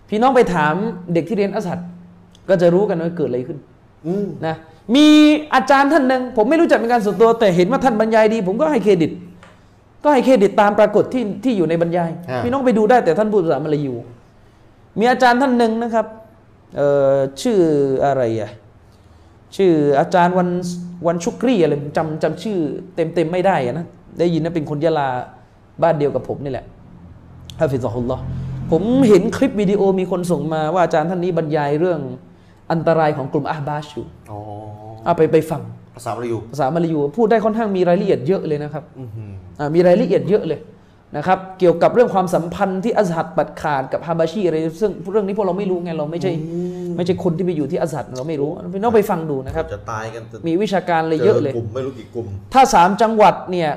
พี่น้องไปถามเด็กที่เรียนอัสสัดก็จะรู้กันว่าเกิดอะไรขึ้น อืม นะมีอาจารย์ท่านหนึ่งผมไม่รู้จักเป็นการส่วนตัวแต่เห็นว่าท่านบรรยายดี ผมก็ให้เครดิต ก็ให้เครดิตตามปรากฏที่ที่อยู่ในบรรยาย า พี่น้องไปดูได้แต่ท่านพูดภาษามลายูมีอาจารย์ท่านหนึ่งนะครับเอ่อชื่ออะไรอะชื่ออาจารย์วันวันชุกรีอะไรผมจำจำชื่อเต็มเต็มๆไม่ได้อะนะได้ยินว่าเป็นคนยะลาบ้านเดียวกับผมนี่แหละฮาฟิซฮุลลอฮ์ผมเห็นคลิปวิดีโอมีคนส่งมาว่าอาจารย์ท่านนี้บรรยายเรื่องอันตรายของกลุ่มอาบาชอยู่ อ๋อ เอาไปไปฟัง ภาษาบริยู ภาษามลายูพูดได้ค่อนข้างมีรายละเอียดเยอะเลยนะครับ อืม อ่ามีรายละเอียดเยอะเลยนะครับเกี่ยวกับเรื่องความสัมพันธ์ที่อัซฮัดปัดขาดกับฮาบาชีอะไรซึ่งเรื่องนี้พวกเราไม่รู้ไงเราไม่ใช่ไม่ใช่คนที่ไปอยู่ที่อัซฮัดเราไม่รู้พี่น้องไปฟังดูนะครับ จะตายกันจะ มีวิชาการเลยเยอะเลย กลุ่มไม่รู้กี่กลุ่ม ถ้าสามจังหวัดเนี่ย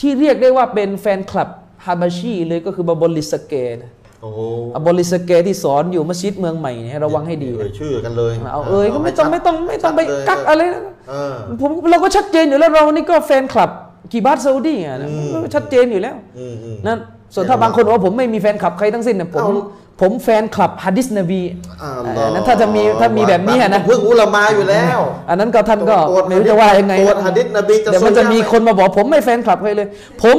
ที่เรียกได้ว่าเป็นแฟนคลับฮาบาชีเลยก็คือบาบอลิสเกนะ โอ้โห อบอลิสเกที่สอนอยู่มัสยิดเมืองใหม่เนี่ยระวังให้ดี เอ่ยชื่อกันเลย เอาเอ้ยก็ไม่ต้องไม่ต้องไม่ต้องไป ชัดเลย กักอะไรนะ เออ ผมเราก็ชัดเจนอยู่แล้วเรานี่ก็แฟนคลับกี่บาทซาอุดีอ่ะนะ อืม ก็ชัดเจนอยู่แล้ว อืมอืม นั่นส่วน แน่นอน ถ้าบางคนบอกว่าผมไม่มีแฟนคลับใครทั้งสิ้นเนี่ยผม เอ้า ผมแฟนคลับฮะดิษนบี อ่า เออนั้นถ้าจะมีถ้ามีแบบนี้อะนะ เพิ่งอุลามาอยู่แล้ว อันนั้นก็ท่านก็ ตัว ไม่รู้จะว่ายังไง ตัวฮะดิษนบี เดี๋ยวมันจะมีคนมาบอกผมไม่แฟนคลับใครเลย ผม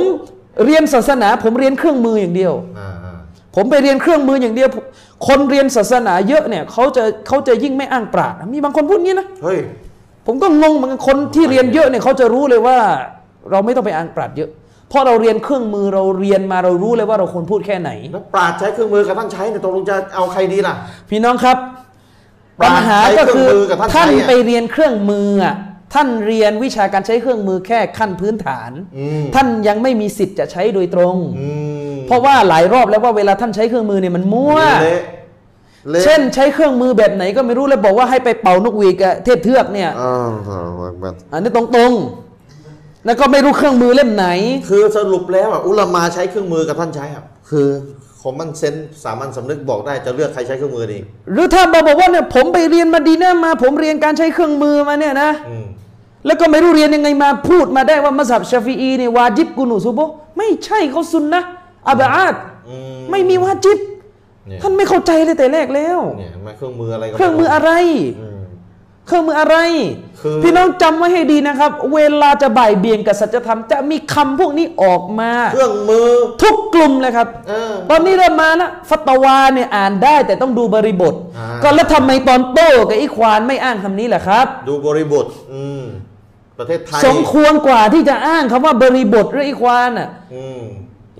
เรียนศาสนา ผมเรียนเครื่องมืออย่างเดียว อ่าอ่า ผมไปเรียนเครื่องมืออย่างเดียวผมคนเรียนศาสนาเยอะเนี่ยเขาจะเขาจะยิ่งไม่อ้างปราดนะมีบางคนพูดงี้นะ เฮ้ย ผมก็งงเหมือนกันคนที่เรียนเยอะเนี่ยเขาจะรู้เลยว่า เราไม่ต้องไปอ่านปรัชญ์เยอะเพราะเราเรียนเครื่องมือเราเรียนมาเรารู้เลยว่าเราควรพูดแค่ไหน แล้วปราดใช้เครื่องมือกับท่านใช้เนี่ยตกลงจะเอาใครดีล่ะ พี่น้องครับ ป ปั รา ญ ชญ์ หาก็คือ ใช้เครื่องมือกับท่าน ท่าน ใช้อะ ไปเรียนเครื่องมืออะท่านเรียนวิชาการใช้เครื่องมือแค่ขั้นพื้นฐาน อืม ท่านยังไม่มีสิทธิ์จะใช้โดยตรง อืม เพราะว่าหลายรอบแล้วว่าเวลาท่านใช้เครื่องมือเนี่ยมันมั่ว เละเละ เช่นใช้เครื่องมือแบบไหนก็ไม่รู้แล้วบอกว่าให้ไปเป่านกหวีดกับเทพเทือกเนี่ย อ้าวอักบัร อันนี้ตรงๆ แล้วก็ไม่รู้เครื่องมือเล่มไหน คือสรุปแล้วอ่ะอุลามาใช้เครื่องมือกับท่านใช้อ่ะคือคอมมอนเซนสามัญสำนึกบอกได้จะเลือกใครใช้เครื่องมือดี หรือถ้ามาบอกว่าเนี่ยผมไปเรียนมาดีนะมา ผมเรียนการใช้เครื่องมือมาเนี่ยนะ อืม แล้วก็ไม่รู้เรียนยังไงมาพูดมาได้ว่ามัสฮับชาฟีอีเนี่ยวาจิบกุนูซุโบะไม่ใช่เขาซุนนะอับอาด อืม ไม่มีวาจิบ เนี่ย ท่านไม่เข้าใจเลยแต่แรกแล้ว เนี่ยเห็นไหมเครื่องมืออะไรก็ เครื่องมืออะไร อืม เครื่องมืออะไร คือ พี่น้องจำไว้ให้ดีนะครับ เวลาจะบ่ายเบี่ยงกับสัจธรรม จะมีคำพวกนี้ออกมา เครื่องมือ ทุกกลุ่มเลยครับ เออ ตอนนี้เริ่มมาแล้วฟัตวาเนี่ยอ่านได้แต่ต้องดูบริบท อ่า ก็แล้วทำไมตอนโต้กับอีควานไม่อ้างคำนี้ล่ะครับ ดูบริบท อืม ประเทศไทย สมควรกว่าที่จะอ้างคำว่าบริบทหรืออีควานอ่ะ อืม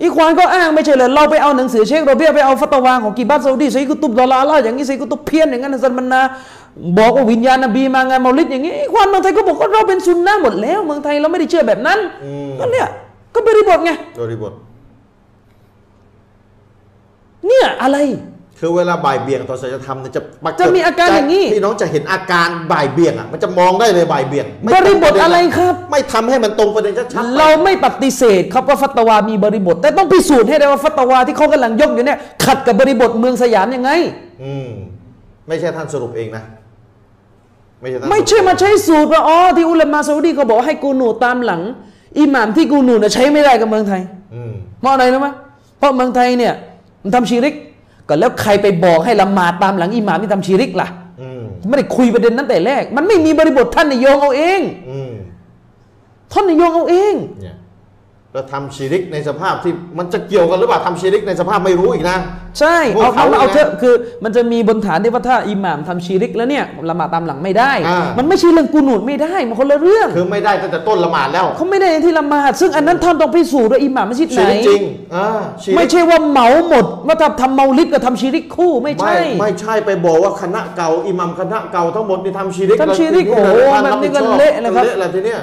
อีควานก็อ้างไม่ใช่เลยเราไปเอาหนังสือเชคโรเบียไปเอาฟัตวาของกีบัตซาอุดีใช้กุตุบดอลลาร์ล่าอย่างนี้ใช้กุตุบเพี้ยนอย่างนั้นซันมันนาบอกว่าวิญญาณนบีมางานเมาลิดอย่างนี้อีควานเมืองไทยก็บอกว่าเราเป็นซุนนะห์หมดแล้วเมืองไทยเราไม่ได้เชื่อแบบนั้น อืม ก็เนี่ยก็บริบทไง บริบท เนี่ยอะไร คือเวลาบ่ายเบี่ยงต่อศีลธรรมเนี่ยจะปรฏ จะมีอาการอย่างนี้ จะพี่น้องจะเห็นอาการบ่ายเบี่ยงอ่ะ มันจะมองได้เลยบ่ายเบี่ยงไม่ บริบท ตงปเด็น อะไรครับ ไม่ทำให้มันตรงประเด็นชัดๆ เราไม่ปฏิเสธครับว่าฟัตวามีบริบท แต่ต้องพิสูจน์ให้ได้ว่าฟัตวาที่เขากำลังยกอยู่เนี่ยขัดกับบริบทเมืองสยามยังไง อืม ไม่ใช่ท่านสรุปเองนะ ไม่ใช่ท่าน ไม่ใช่มาใช้สูตรว่าอ๋อที่อุลามาซาอุดีเขาบอกว่าให้กูหนูตามหลังอิหม่ามที่กูหนูเนี่ยใช้ไม่ได้กับเมืองไทย อืม เพราะอะไรรู้ไหมเพราะเมืองไทยเนี่ยมันทำชีริกก็แล้วใครไปบอกให้ละหมาดตามหลังอิหม่ามที่ทำชีริกล่ะ อืม ไม่ได้คุยประเด็นนั้นแต่แรก มันไม่มีบริบทท่านนายโยงเอาเอง อืม ท่านนายโยงเอาเอง เนี่ยแล้วทำชีริกในสภาพที่มันจะเกี่ยวกันหรือเปล่าทำชีริกในสภาพไม่รู้อีกนะ ใช่ พวก เอาเขาเอาเอา เนี่ย เถอะคือมันจะมีบนฐานที่ว่าถ้าอิหม่ามทำชีริกแล้วเนี่ยละหมาดตามหลังไม่ได้ อ่ามั มันไม่ใช่เรื่องกูหนูดไม่ได้มันคนละเรื่อง คือไม่ได้ตั้งแต่ต้นละหมาดแล้ว เขาไม่ได้ในที่ละหมาดซึ่งอันนั้นท่านต้องพิสูจน์ว่าอิหม่ามมัสยิดไหน ชีริกจริงอ่าชีริก ไม่ใช่ว่าเหมาหมดว่าถ้าทำเมาลิดกับทำชีริกคู่ไม่ใช่ ไม่ไม่ใช่ไปบอกว่าคณะเก่าอิหมัมคณะเก่าทั้งหมดนี่ทำชีริก ทำชีริก แล้ โอ้ ว โห ที มันนี่ก็เละนะครับ เละแล้วทีเนี้ย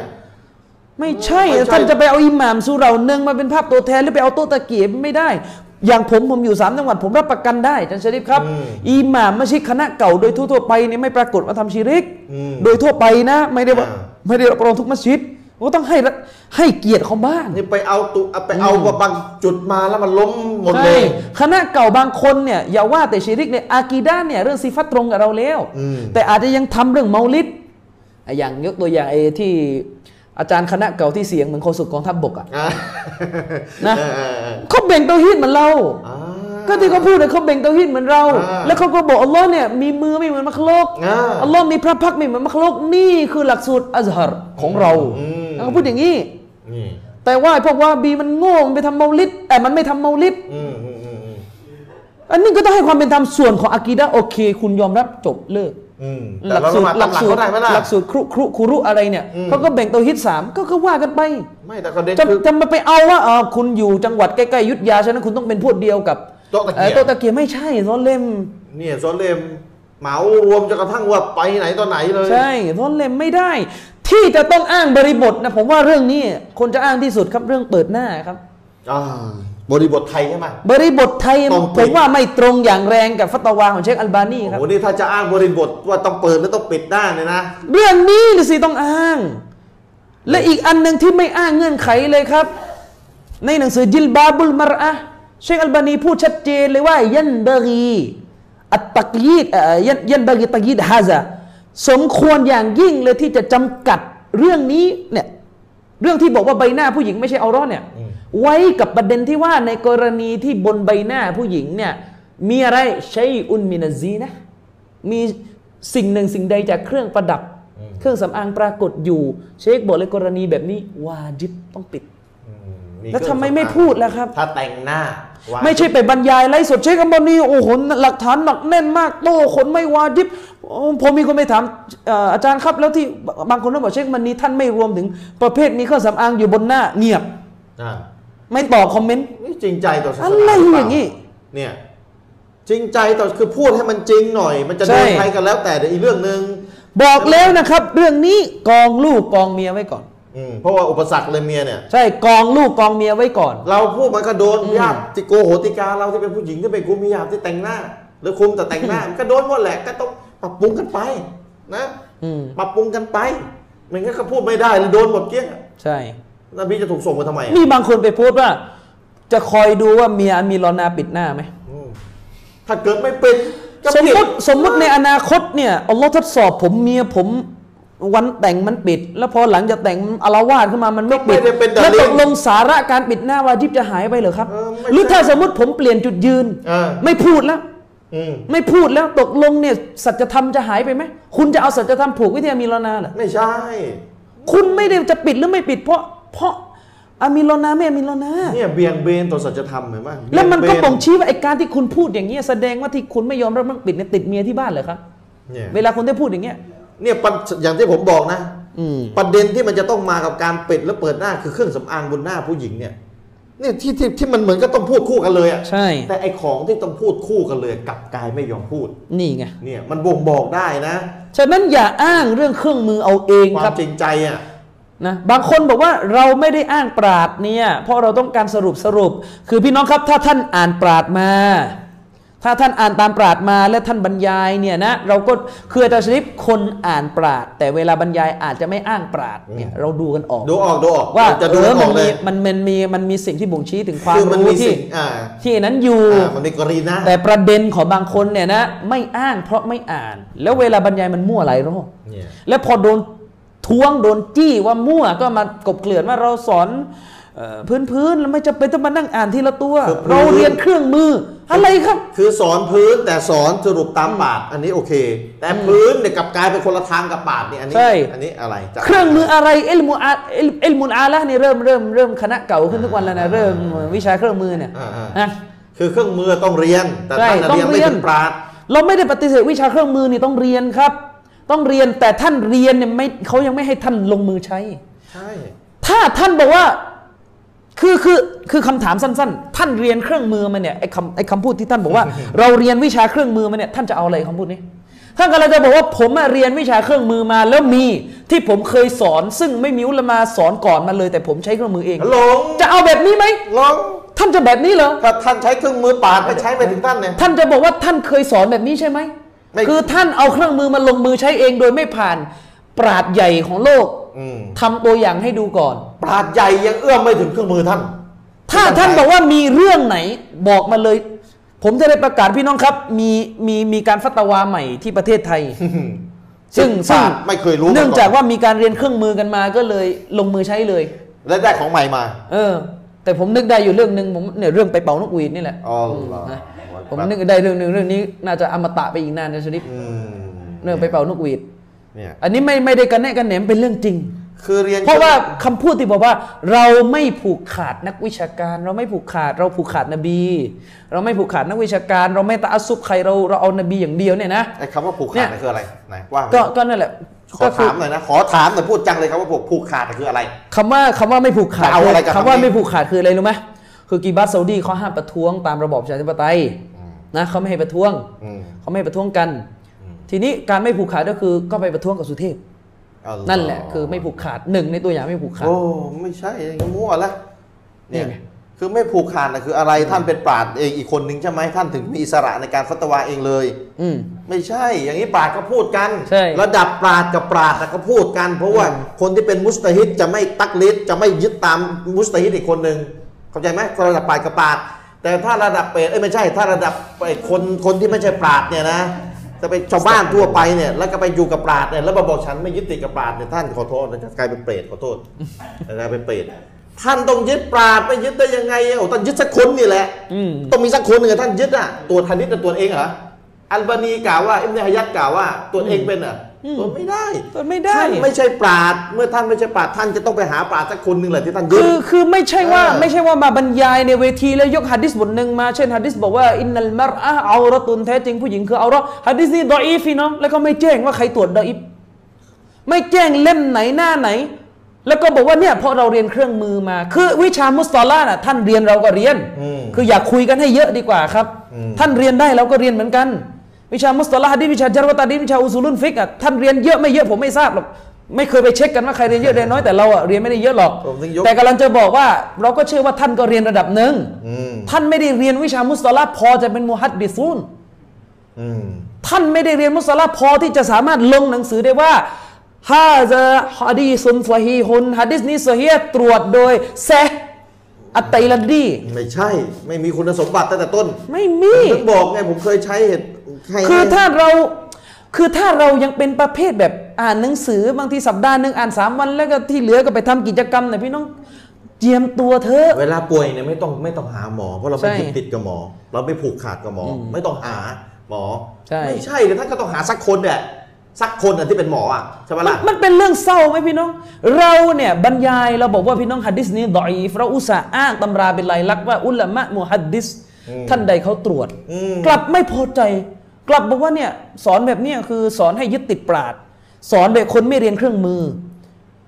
ไม่ใช่ ไม่ใช่ ท่านจะไปเอาอิหม่ามสุเหราเนึงมาเป็นภาพตัวแทนหรือไปเอาโต๊ะตะเกียบไม่ได้ อย่างผมผมอยู่สามจังหวัดผมรับประกันได้อาจันชริฟครับอิหม่ามไม่ใช่คณะเก่าโดยทั่วๆไปเนี่ยไม่ปรากฏว่าทำชีริก อืม โดยทั่วไปนะ ไม่ได้ว่า อ่า ไม่ได้รับรองทุกมัสยิดก็ต้องให้ระให้เกียรติเขาบ้าง นี่ไปเอาตุไปเอาบางจุดมาแล้วมันล้มหมดเลย ใช่คณะเก่าบางคนเนี่ยอย่าว่าแต่ชิริกเลยอากีด้านเนี่ยเรื่องซีฟัตตรงกับเราแล้ว อืม แต่อาจจะยังทำเรื่องเมาลิดอ่ะอย่างยกตัวอย่างไอ้ที่อาจารย์คณะเก่าที่เสียงเหมือนโฆษกกองทัพบกอ่ะ อ่ะ นะ เออเออเออ เขาเบ่งเตาฮีดเหมือนเรา อ่า ก็ที่เขาพูดเนี่ยเขาเบ่งเตาฮีดเหมือนเรา อ่า แล้วเขาก็บอกอัลลอฮ์เนี่ยมีมือไม่เหมือนมัคลก อ่า อัลลอฮ์มีพระพักตร์ไม่เหมือนมัคลกนี่คือหลักสูตรอัซฮาร์ของเรา อืม แล้วเขาพูดอย่างนี้ นี่ แต่ว่าไอ้พวกวาบีมันโง่มันไปทำเมาลิดแต่มันไม่ทำเมาลิด อืมอืมอืมอืม อันนี้ก็ต้องให้ความเป็นธรรมส่วนของอากีดะห์โอเค คุณยอมรับจบเลิก อืมแต่เราละหมาดตามหลังเขาได้ไหมล่ะ หลักสูตรครุครุครุอะไรเนี่ย อืม เขาก็แบ่งตัวฮิตสามก็ก็ว่ากันไป ไม่แต่ประเด็น จะ คือ จะมาไปเอาว่าเออคุณอยู่จังหวัดใกล้ๆอยุทธยาฉะนั้นคุณต้องเป็นพวกเดียวกับ โต๊ะตะเกียบ อ่อโต๊ะตะเกียบไม่ใช่ร้อนเล่ม เนี่ยซอนเลมเหมารวมจนกระทั่งว่าไปไหนตอนไหนเลย ใช่ร้อนเล่มไม่ได้ ที่จะต้องอ้างบริบทนะผมว่าเรื่องนี้คนจะอ้างที่สุดครับเรื่องเปิดหน้าครับ อ่าบริบทไทยใช่ไหม บริบทไทย ต้อง ผ ปิด มว่าไม่ตรงอย่างแรงกับฟัตวาของเชคอัลบานีครับ โอ้โหนี่ถ้าจะอ้างบริบทว่าต้องเปิดแล้วต้องปิดหน้าเนี่ยนะ เรื่องนี้นี่สิต้องอ้าง และอีกอันหนึ่งที่ไม่อ้างเงื่อนไขเลยครับ ในหนังสือจิลบาบุลมารอะห์เชคอัลบานีพูดชัดเจนเลยว่ายันบารีอัตตักยีดเอ่อยันยันบารีตักยีดฮาซาสมควรอย่างยิ่งเลยที่จะจำกัดเรื่องนี้เนี่ยเรื่องที่บอกว่าใบหน้าผู้หญิงไม่ใช่เอาร้อนเนี่ย อืม ไว้กับประเด็นที่ว่าในกรณีที่บนใบหน้าผู้หญิงเนี่ยมีอะไรใช้อุนมินาซีนะ มีสิ่งหนึ่งสิ่งใดจากเครื่องประดับ เครื่องสำอางปรากฏอยู่ เชคบอกเลยกรณีแบบนี้ วาจิบต้องปิด อืม แล้วทำไม เครื่องสำอาง ไม่พูดล่ะครับ ถ้าแต่งหน้าวาง ไม่ใช่ไปบรรยายไลฟ์สดเชคอัมบานีโอ้โหหลักฐานหนักแน่นมากโต้ขนไม่วาดิบโอ้ผมมีคนไปถามเอ่ออาจารย์ครับแล้วที่บางคนก็บอกเชคอัมบานีท่านไม่รวมถึงประเภทมีเครื่องสำอางอยู่บนหน้าเงียบ อ่า ไม่ตอบคอมเมนต์ นี่จริงใจต่อศาสนา อะไร หเปล่ อย่างงี้ เนี่ย จริงใจต่อคือพูดให้มันจริงหน่อย มันจะ ใช่ โดนใครกันแล้วแต่เดี๋ยวอีกเรื่องหนึ่ง บอกแล้วนะครับ เรื่องนี้กองลูกกองเมียไว้ก่อน อืมเพราะว่าอุปสรรคเลยเมียเนี่ย ใช่กองลูกกองเมียไว้ก่อน เราพูดมันก็โดนญาติติโกโหติกาเราที่เป็นผู้หญิงที่ไปคุมญาติที่แต่งหน้า หรือคุมแต่แต่งหน้า มันก็โดนหมดแหละก็ต้องปรับปรุงกันไป นะ อืม ปรับปรุงกันไปไม่งั้นก็พูดไม่ได้เลยโดนหมดเกลี้ยง ใช่ นบีจะถูกส่งมาทำไม มีบางคนไปโพสต์ว่า จะคอยดูว่าเมียมีลอนาปิดหน้าไหม อืมถ้าเกิดไม่เป็นก็ สม ผิด มติสมมติในอนาคตเนี่ยอัลลอฮ์ทดสอบผมเมียผมวันแต่งมันปิด แล้วพอหลังจากแต่งมันอาละวาดขึ้นมามันไม่ปิ ไม่ ด ได้เป็นดา แล้ว ลิ ต ง กลงสาระการปิดหน้าวาจิบจะหายไปเหรอครับ เออไม่ หรือถ้าสมมติผมเปลี่ยนจุดยืน เออ ไม่พูดแล้ว อืม ไม่พูดแล้วตกลงเนี่ยสัจธรรมจะหายไปไหมคุณจะเอาสัจธรรมผูกวิทยามีลอนาเหรอ ไม่ใช่ คุณไม่ได้จะปิดหรือไม่ปิดเพราะเพราะอามิลอนาไม่อามิลอนา เนี่ยเบี่ยงเบนต่อสัจธรรมเห็นไหม แล้วมันก็ เยเบ บ่งชี้ว่าไอ้การที่คุณพูดอย่างเงี้ยแสดงว่าที่คุณไม่ยอมรับมันปิดเนี่ยติดเมียที่บ้านเหรอครับ เนี่ย เวลาคุณได้พูดอย่างเงี้ย เนี่ยปัญอย่างที่ผมบอกนะ อืม ประเด็นที่มันจะต้องมากับการปิดและเปิดหน้าคือเครื่องสำอางบนหน้าผู้หญิงเนี่ยเนี่ยที่ที่ที่มันเหมือนก็ต้องพูดคู่กันเลยอะ ใช่ แต่ไอของที่ต้องพูดคู่กันเลยกลับกลายไม่ยอมพูด นี่ไง เนี่ยมันบ่งบอกได้นะ ฉะนั้นอย่าอ้างเรื่องเครื่องมือเอาเอง ควา ครั ม บ จริงใจอะ นะบางคนบอกว่าเราไม่ได้อ้างปราดเนี่ย เพราะเราต้องการสรุปสรุป คือพี่น้องครับถ้าท่านอ่านปราดมา ถ้าท่านอ่านตามปราดมาและท่านบรรยายเนี่ยนะเราก็คืออาจารย์ชริปคนอ่านปราด แต่เวลาบรรยายอาจจะไม่อ้างปราดเนี่ยเราดูกันออก ดูออกดูออก ว่า จะดู เออ อ มั อน กเล มี ย มันมันมีมันมีสิ่งที่บ่งชี้ถึงความ คือมัน รู้ มี ที่ สิ่งอ่า ที่นั้นอยู่ อ่ามันมีกรีนะ แต่ประเด็นของบางคนเนี่ยนะไม่อ้างเพราะไม่อ่าน แล้วเวลาบรรยายมันมั่วหลายรอบ เนี่ย แล้วพอโดนท้วงโดนจี้ว่ามั่วก็มากบเกลื่อนว่าเราสอนเอ่อพื้นๆแล้วไม่จำเป็นต้องมานั่งอ่านทีละตัว คือพื้น เราเรียนเครื่องมืออะไรครับ คือสอนพื้นแต่สอนสรุปตามปากอันนี้โอเค แต่พื้นเนี่ยกลับกลายเป็นคนละทางกับปากเนี่ยอันนี้ ใช่ อันนี้อะไรจะ เครื่องมืออะไรเอลมูอาเอลเอลมุนอาละนี่เริ่มเริ่มเริ่มคณะเก่าขึ้นทุกวันแล้วนะเริ่มวิชาเครื่องมือเนี่ย อ่าๆ นะ คือเครื่องมือต้องเรียน แต่ ใช่ ท่านน่ะ ต้อง เรียนไม่ เรียน ถึงปราด เราไม่ได้ปฏิเสธวิชาเครื่องมือนี่ต้องเรียนครับ ต้องเรียนแต่ท่านเรียนเนี่ยไม่เขายังไม่ให้ท่านลงมือใช้ ใช่ ถ้าท่านบอกว่าคือคือคือคำถามสั้นๆ ท่านเรียนเครื่องมือมาเนี่ยไอ้คำไอ้คำพูดที่ท่านบอกว่า เราเรียนวิชาเครื่องมือมาเนี่ยท่านจะเอาอะไรคำพูดนี้ท่านกำลังจะบอกว่าผมอะเรียนวิชาเครื่องมือมาแล้วมีที่ผมเคยสอน ซึ่งไม่มีอุลามาสอนก่อนมาเลย แต่ผมใช้เครื่องมือเอง หลง จะเอาแบบนี้ไหม หลง ท่านจะแบบนี้เหรอ ถ้าท่านใช้เครื่องมือปราดไม่ใช้ไปถึงท่านเนี่ย ท่านจะบอกว่าท่านเคยสอนแบบนี้ใช่ไหม ไม่ คือท่านเอาเครื่องมือมาลงมือใช้เองโดยไม่ผ่านปราดใหญ่ของโลก อืม ทำตัวอย่างให้ดูก่อน ปราดใหญ่ยังเอื้อมไม่ถึงเครื่องมือท่าน ถ้าท่านบอกว่ามีเรื่องไหนบอกมาเลย ผมจะได้ประกาศพี่น้องครับ มีมีมีการฟัตวาใหม่ที่ประเทศไท ย ซึ่ง ปราชญ์ไม่เคยรู้มาก่อน เนื่องจากว่ามีการเรียนเครื่องมือกันมาก็เลยลงมือใช้เลย และได้ของใหม่มา เออ แต่ผมนึกได้อยู่เรื่องหนึ่งผมเนี่ยเรื่องไปเป่านกหวีดนี่แหละ อ๋อเหรอ นะผมนึกได้เรื่องหนึ่งเรื่องนี้น่าจะอมตะไปอีกนานนะชริป อืม เรื่องไปเป่านกหวีด เนี่ย อันนี้ไม่ไม่ได้กันแนะกันแหนมเป็นเรื่องจริง คือเรียน เพราะว่าคำพูดที่บอกว่า เราไม่ผูกขาดนักวิชาการ เราไม่ผูกขาดเราผูกขาดนบี เราไม่ผูกขาดนักวิชาการ เราไม่ตะอัสซุบใครเราเราเอานบีอย่างเดียวเนี่ยนะ ไอ้คำว่าผูก เนี่ ขาด ย น่ะคืออะไรไหนว่ามา ก็ก็นั่นแหละ ขอ ก็คื ถามหน่อยนะ ขอถามหน่อยพูดจังเลยครับว่าผูกผูกขาดน่ะคืออะไร คำว่าคำว่าไม่ผูกขาด จะเอาอะไรกับ คำว่า คำนี้ ไม่ผูกขาดคืออะไรรู้ไหมคือกีบาสซาอุดีเขาห้ามประท้วงตามระบอบประชาธิปไตยนะเขาไม่ให้ประท้วง อืม เขาไม่ให้ประท้วงกัน ทีนี้การไม่ผูกขาดก็คือก็ไปประท้วงกับสุเทพ เอารอ นั่นแหละคือไม่ผูกขาดหนึ่งในตัวอย่างไม่ผูกขาด โอ้ไม่ใช่มั่วละเนี่ย นี่ไง คือไม่ผูกขาดนะคืออะไรท่านเป็นปราดเองอีกคนนึงใช่ไหมท่านถึงมีอิสระในการฟัตวาเองเลย อืม ไม่ใช่ อย่างนี้ปราดก็พูดกัน ใช่ ระดับปราดกับปราดน่ะก็พูดกัน เพราะว่าคนที่เป็นมุสตาฮิดจะไม่ตักลิดจะไม่ยึดตามมุสตาฮิดอีกคนหนึ่งเข้าใจไหมระดับปราดกับปราด แต่ถ้าระดับเปรตเอ้ยไม่ใช่ ถ้าระดับไอ้คนคนที่ไม่ใช่ปราดเนี่ยนะจะเป็นชาวบ้านทั่วไปเนี่ยแล้วก็ไปอยู่กับปราดเนี่ยแล้วมาบอกฉันไม่ยึดติดกับปราดเนี่ยท่านขอโทษนะจะกลายเป็นเปรตขอโทษจะกลายเป็นเปรตท่านต้องยึดปราดไม่ยึดได้ยังไงโอ้ท่านยึดสักคนนี่แหละ อืม ต้องมีสักคนหนึ่งอะท่านยึดอ่ะตัวทันนิดกับตัวเองเหรอ อัลบานีกล่าวว่าอิมเนฮยัดกล่าวว่าตัวเองเป็นเหรอ่ะ ตรวจไม่ได้ ตรวจไม่ได้ ท่านไม่ใช่ปราดเมื่อท่านไม่ใช่ปราดท่านจะต้องไปหาปราดสักคนหนึ่งแหละที่ท่านยึด คือคือไม่ใช่ว่า เออ ไม่ใช่ว่ามาบรรยายในเวทีแล้วยกหะดิษบทหนึ่งมาเช่นหะดิษบอกว่าอินนัลมารอะเอาเราะตุนแท้จริงผู้หญิงคือเอาเราะห์หะดิษนี้ดออีฟพี่น้องแล้วก็ไม่แจ้งว่าใครตรวจดออีฟไม่แจ้งเล่มไหนหน้าไหน แล้วก็บอกว่าเนี่ยเพราะเราเรียนเครื่องมือมา คือวิชามุสตอล่าน่ะท่านเรียนเราก็เรียน คืออยากคุยกันให้เยอะดีกว่าครับ ท่านเรียนได้เราก็เรียนเหมือนกัน วิชามุสตอล่าหะดิษวิชาจารวะตาดีนวิชาอุซูลุนฟิกอ่ะท่านเรียนเยอะไม่เยอะผมไม่ทราบหรอกไม่เคยไปเช็คกันว่าใครเรียนเยอะเรียนน้อยแต่เราอ่ะเรียนไม่ได้เยอะหรอก ผมถึงยก แต่กำลังจะบอกว่าเราก็เชื่อว่าท่านก็เรียนระดับหนึ่ง อืม ท่านไม่ได้เรียนวิชามุสตอลาพอจะเป็นมูฮัดดิซูน อืม ท่านไม่ได้เรียนมุสตอลาพอที่จะสามารถลงหนังสือได้ว่าฮาจะฮะดีซุนซะฮีฮุนฮะดิษนี้ซะฮีฮ์ตรวจโดยเซะห์อัตไตลัดดี ไม่ใช่ ไม่มีคุณสมบัติตั้งแต่ต้น ไม่มี ผมบอกไงผมเคยใช้เหตุให้ คือถ้าเราคือถ้าเรายังเป็นประเภทแบบอ่านหนังสือบางทีสัปดาห์หนึ่งอ่านสามวันแล้วก็ที่เหลือก็ไปทำกิจกรรมหน่อยพี่น้องเจียมตัวเถอะ เวลาป่วยเนี่ยไม่ต้องไม่ต้องหาหมอ เพราะเราไม่ ใช่ ติดติดกับหมอ เราไม่ผูกขาดกับหมอ ไม่ต้องหาหมอ ใช่ ไม่ใช่เลยท่านก็ต้องหาสักคนแหละสักคนน่ะที่เป็นหมออ่ะใช่ไหม มัน ล่ะ มันเป็นเรื่องเศร้าไหมพี่น้อง เราเนี่ยบรรยายเราบอกว่าพี่น้องฮัดดิสนี้ดอีฟเราอุตส่าห์อ้างตำราเป็นลายลักษณ์ว่าอุลามะมุฮัดดิสท่านใดเขาตรวจ อืม กลับไม่พอใจ กลับบอกว่าเนี่ยสอนแบบเนี้ยคือสอนให้ยึดติดปราด สอนแบบคนไม่เรียนเครื่องมือ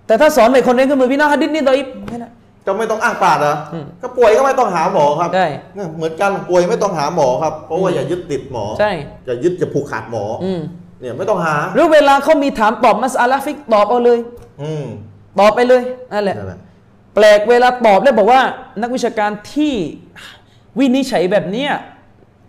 แต่ถ้าสอนแบบคนเรียนเครื่องมือพี่น้องฮัดดิสนี้ดอีฟไม่ได้ จะไม่ต้องอ้างปากเหรออก็ป่วยก็ไม่ต้องหาหมอครับ ได้ เนี่ยเหมือนกันป่วยไม่ต้องหาหมอครับ เพราะว่าอย่ายึดติดหมอ ใช่ อย่ายึดจะผูกขาดหมออ อืม เนี่ยไม่ต้องหา หรือเวลาเขามีถามตอบมัสอาลาฟิกตอบเอาเลย อืม ตอบไปเลยนั่นแหละ นั่นแหละ แปลกเวลาตอบแล้วบอกว่า นักวิชาการที่วินิจฉัยแบบเนี้ย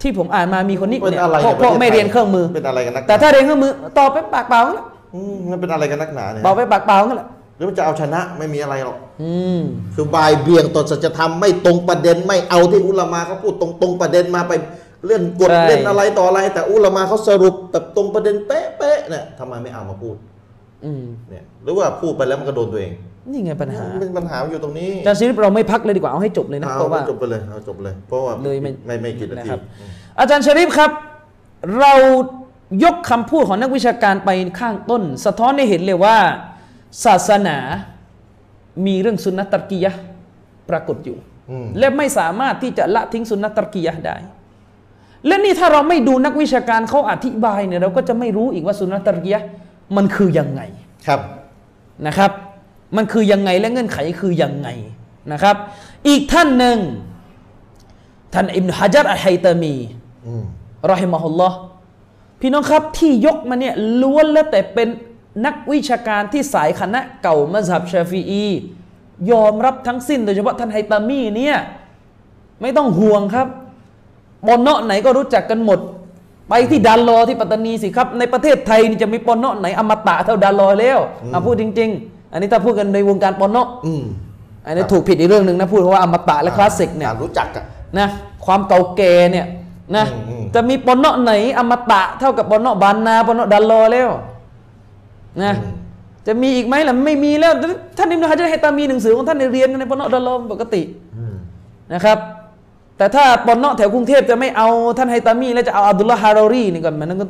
ที่ผมอ่านมามีคนนี้ เป็น เนี่ย อะไร เพราะ กับ เพราะไม่ ท เรียนเครื่องมือ เป็นอะไรกันนักหน แต่ถ้าเรียนเครื่องมือตอบไปปากเปล่างั้นแหละ อืมมันเป็นอะไรกันนักหนาเนี่ย ตอบไปปากเปล่างั้นแหละ หรือมันจะเอาชนะไม่มีอะไรหรอก อืม คือบ่ายเบี่ยงต่อสัจธรรมไม่ตรงประเด็นไม่เอาที่อุลามาเขาพูดตรงตรงประเด็นมาไปเล่นกด ใช่ เล่นอะไรต่ออะไร แต่อุลามาเขาสรุปแบบตรงประเด็นเป๊ะๆเนี่ยทำไมไม่เอามาพูด อืม เนี่ยหรือว่าพูดไปแล้วมันก็โดนตัวเอง นี่ไงปัญหา มันเป็นปัญหาอยู่ตรงนี้ อาจารย์ซิริปเราไม่พักเลยดีกว่าเอาให้จบเลยนะ เอา เพราะว่า จบไปเลยเอาจบเลย เพราะว่า เลยไม่ ไม่ไม่กี่นาที นะครับ อาจารย์ชริปครับ เรายกคำพูดของนักวิชาการไปข้างต้น สะท้อนให้เห็นเลยว่า ศาสนามีเรื่องสุนนะตัรกียะห์ปรากฏอยู่ อืม และไม่สามารถที่จะละทิ้งสุนนะตัรกียะห์ได้ และนี่ถ้าเราไม่ดูนักวิชาการเขาอธิบายเนี่ยเราก็จะไม่รู้อีกว่าสุนนะตัรกียะห์มันคือยังไง ครับ นะครับ มันคือยังไงและเงื่อนไขคือยังไงนะครับ อีกท่านหนึ่ง ท่านอิบนุฮะจัรอัลไฮตามี อืม รอฮิมะฮุลลอฮ์พี่น้องครับที่ยกมาเนี่ยล้วนแล้วแต่เป็นนักวิชาการที่สายคณะเก่ามัซฮับชาฟีอียอมรับทั้งสิ้นโดยเฉพาะท่านไฮตามีเนี่ยไม่ต้องห่วงครับปอนเนาะไหนก็รู้จักกันหมด ไปที่ดันลอที่ปัตตานีสิครับ ในประเทศไทยนี่จะมีปอนเนาะไหนอมตะเท่าดันลอแล้วเอาพูดจริง ๆ อันนี้ถ้าพูดกันในวงการปอนเนาะ อืม อันนี้ถูกผิดอีกเรื่องหนึ่งนะพูดเพราะว่าอมตะและคลาสสิกเนี่ย อ่ะรู้จักอะ นะความเก่าแก่เนี่ยนะ อืมอืม จะมีปนเนาะไหนอมตะเท่ากับปนเนาะบานนาปนเนาะดันรอแล้วนะจะมีอีกไหมล่ะไม่มีแล้ว ท่านอิมนุฮะจะให้ตามีหนังสือของท่านในเรียนกันในปนเนาะดันรอปกติ อืม นะครับ แต่ถ้าปนเนาะแถวกรุงเทพจะไม่เอาท่านไฮตามีแล้วจะเอาอับดุลลาฮ์ฮารารีนี่ก่อนมันนั่นก็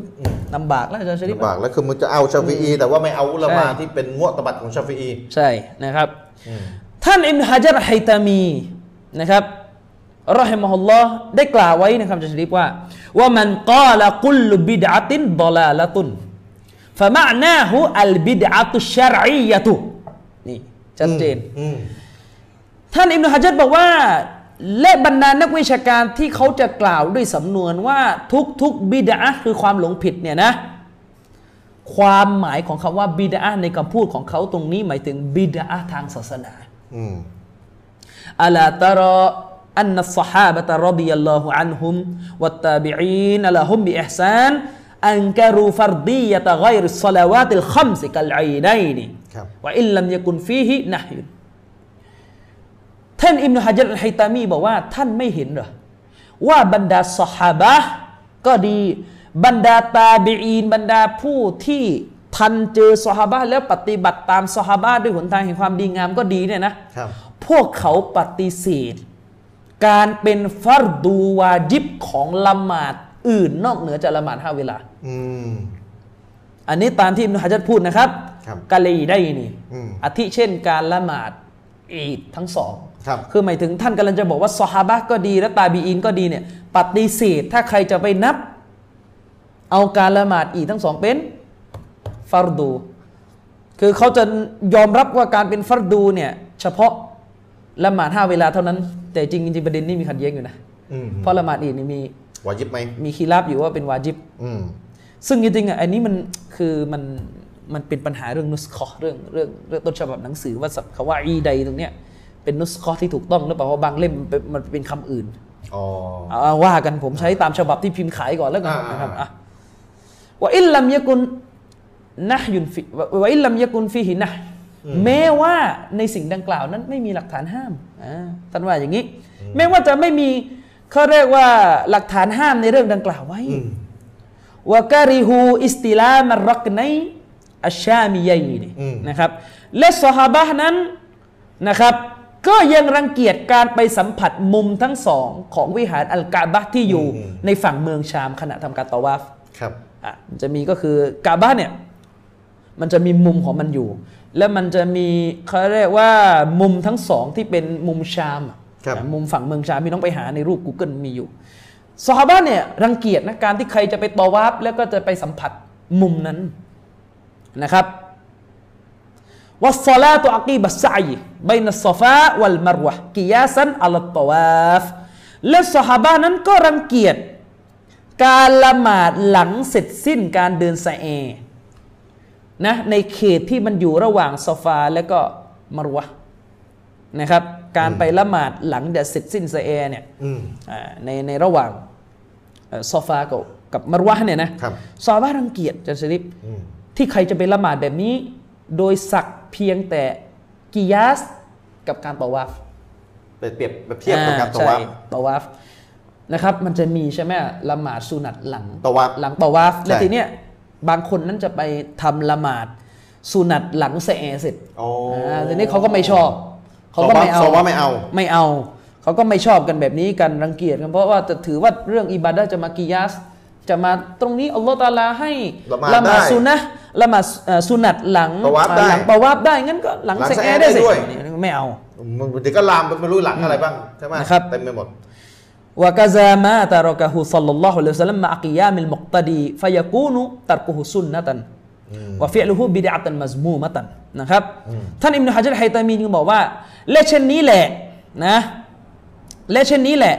ลำบากแล้วอาจารย์ชริป ลำบากแล้วคือมึงจะเอาชาฟีอีแต่ว่าไม่เอาอุลามาที่เป็นมุตบัดของชาฟีอี ใช่นะครับ อืม ท่านอิมฮะจัรไฮตามีนะครับรอฮิมะฮุลลอฮ์ได้กล่าวไว้นะครับจะชริปว่าว่ามันกาลกุลบิดอะตินดลาละตุนฟะมะนาหูอัลบิดอะตุชชะรอียะตุนี่ชัดเจน อืม ท่านอิมนุฮะจัรบอกว่า และบรรดานักวิชาการที่เขาจะกล่าวด้วยสำนวนว่าทุกทุกๆบิดอะห์คือความหลงผิดเนี่ยนะ ความหมายของคำว่าบิดอะห์ในคำพูดของเขาตรงนี้หมายถึงบิดอะห์ทางศาสนา อืม ألا ترى أن الصحابة رضي الله عنهم والتابعين لهم بإحسان أنكروا فردية غير الصلوات الخمس كالعينين ครับ وإن لم يكن فيه نحي ท่านอิมนุฮะจัรอัลไฮตามีบอกว่าท่านไม่เห็นเหรอว่าบรรดาสหาบะห์ก็ดีบรรดาตาบีอีนบรรดาผู้ที่ทันเจอสหาบะห์แล้วปฏิบัติตามสหาบะห์ด้วยหนทางแห่งความดีงามก็ดีเนี่ยนะ ครับ พวกเขาปฏิเสธ การเป็นฟัรดูวาจิบของละหมาดอื่นนอกเหนือจากละหมาดห้าเวลา อืม อันนี้ตามที่อิบนุฮะจัดพูดนะครับ ครับ กะลีได้นี่ อืม อาทิเช่นการละหมาดอีดทั้งสอง ครับ อหมายถึงท่านกำลังจะบอกว่าซอฮาบะห์ก็ดี และตาบีอินก็ดีเนี่ยปฏิเสธถ้าใครจะไปนับ เอาการละหมาดอีดทั้งสองเป็นฟารดู คือเขาจะยอมรับว่าการเป็นฟัรดูเนี่ยเฉพาะละหมาดห้าเวลาเท่านั้น แต่จริงจริงๆประเด็นนี้มีขัดแย้งอยู่นะ อืม เพราะละหมาดอีดนี่มี วาญิบไหม มีคีราบอยู่ว่าเป็นวาจิบ อืม ซึ่งจริงๆอ่ะอันนี้มันคือมันมันเป็นปัญหาเรื่องนุสคอเรื่องเรื่องเรื่องต้นฉบับหนังสือว่าสับคำว่าอีใดตรงเนี้ยเป็นนุสคอที่ถูกต้องหรือเปล่าเพราะบางเล่มมันเป็นมันเป็นคำอื่น อ๋อ เอาว่ากันผมใช้ตามฉบับที่พิมพ์ขายก่อนแล้วกัน อ่า นะครับ อ่า อ่ะว่าอิลลัมยะกุนนะฮยุนฟิว่าอิลลัมยะกุนฟีหินะฮ์แม้ว่าในสิ่งดังกล่าวนั้นไม่มีหลักฐานห้ามอ่าท่านว่าอย่างนี้ แม้ว่าจะไม่มีเขาเรียกว่าหลักฐานห้ามในเรื่องดังกล่าวไว้ วะกะริฮูอิสติลามรักในอัชชามิยัยนี่ อืม นะครับและสหาบะห์นั้นนะครับ ก็ยังรังเกียจการไปสัมผัสมุมทั้งสองของวิหารอัลกาบะห์ที่อยู่ในฝั่งเมืองชามขณะทำการตอวาฟ ครับ อ่ะมันจะมีก็คือกาบ้านเนี่ยมันจะมีมุมของมันอยู่ และมันจะมีเขาเรียกว่ามุมทั้งสองที่เป็นมุมชามอ่ะ ครับ อ่ะมุมฝั่งเมืองชามพี่น้องไปหาในรูป Google มีอยู่ซอฮาบ้านเนี่ยรังเกียจนะการที่ใครจะไปตอวาฟแล้วก็จะไปสัมผัสมุมนั้นนะครับวัสซาลาตุอักีบัสซะอีบัยนัสซอฟาวัลมารวะกิยาสันอัลตตอวาฟและซอฮาบ้านั้นก็รังเกียจ การละหมาดหลังเสร็จสิ้นการเดินสะเอนะในเขตที่มันอยู่ระหว่างซอฟาและก็มารวะนะครับ การไปละหมาดหลังจากเสร็จสิ้นสะเอเนี่ย อืม อ่าในในระหว่างเอ่อซอฟากับกับมารวะเนี่ยนะครับ ซอฮาบะห์รังเกียจจันทริป อืม ที่ใครจะไปละหมาดแบบนี้ โดยสักเพียงแต่กิยาสกับการตอวาฟ เปรียบเทียบกับการตะวับ อ่ใช่ตะวาฟนะครับ มันจะมีใช่ไหมละหมาดสุนัตหลัง ตะวาฟ หลังตะวาฟ ใช่ และทีเนี้ยบางคนนั้นจะไปทำละหมาดสุนัตหลังเสะเสร็จ โอ้ อ่าทีนี้เขาก็ไม่ชอบเขาก็ไม่เอา ซว่าไม่เอา ไม่เอา เขาก็ไม่ชอบกันแบบนี้กันรังเกียจกันเพราะว่าจะถือว่าเรื่องอิบาดะห์จะมากิยาสจะมาตรงนี้อัลลอฮฺตะอาลาให้ ละหมาด หมาด ได้ สุนะละหมาดเอ่อสุนัตหลัง ตะวาฟได้ หลังตะวาฟได้งั้นก็หลัง หลัง เสะ เสะ ได้ ได้ สิ ด้วย ไม่เอา มันเดี๋ยวก็ลามไปไม่รู้หลังอะไรบ้าง ใช่ไหม นะครับ เต็มไปหมด وكذا ما تركه صلى الله عليه وسلم مع قيام المقتدي فيكون تركه سنة وفعله بدعة مذمومة นะครับท่านอิมนุฮะจัรไฮตามีนก็บอกว่า และเช่นนี้แหละนะและเช่นนี้แหละ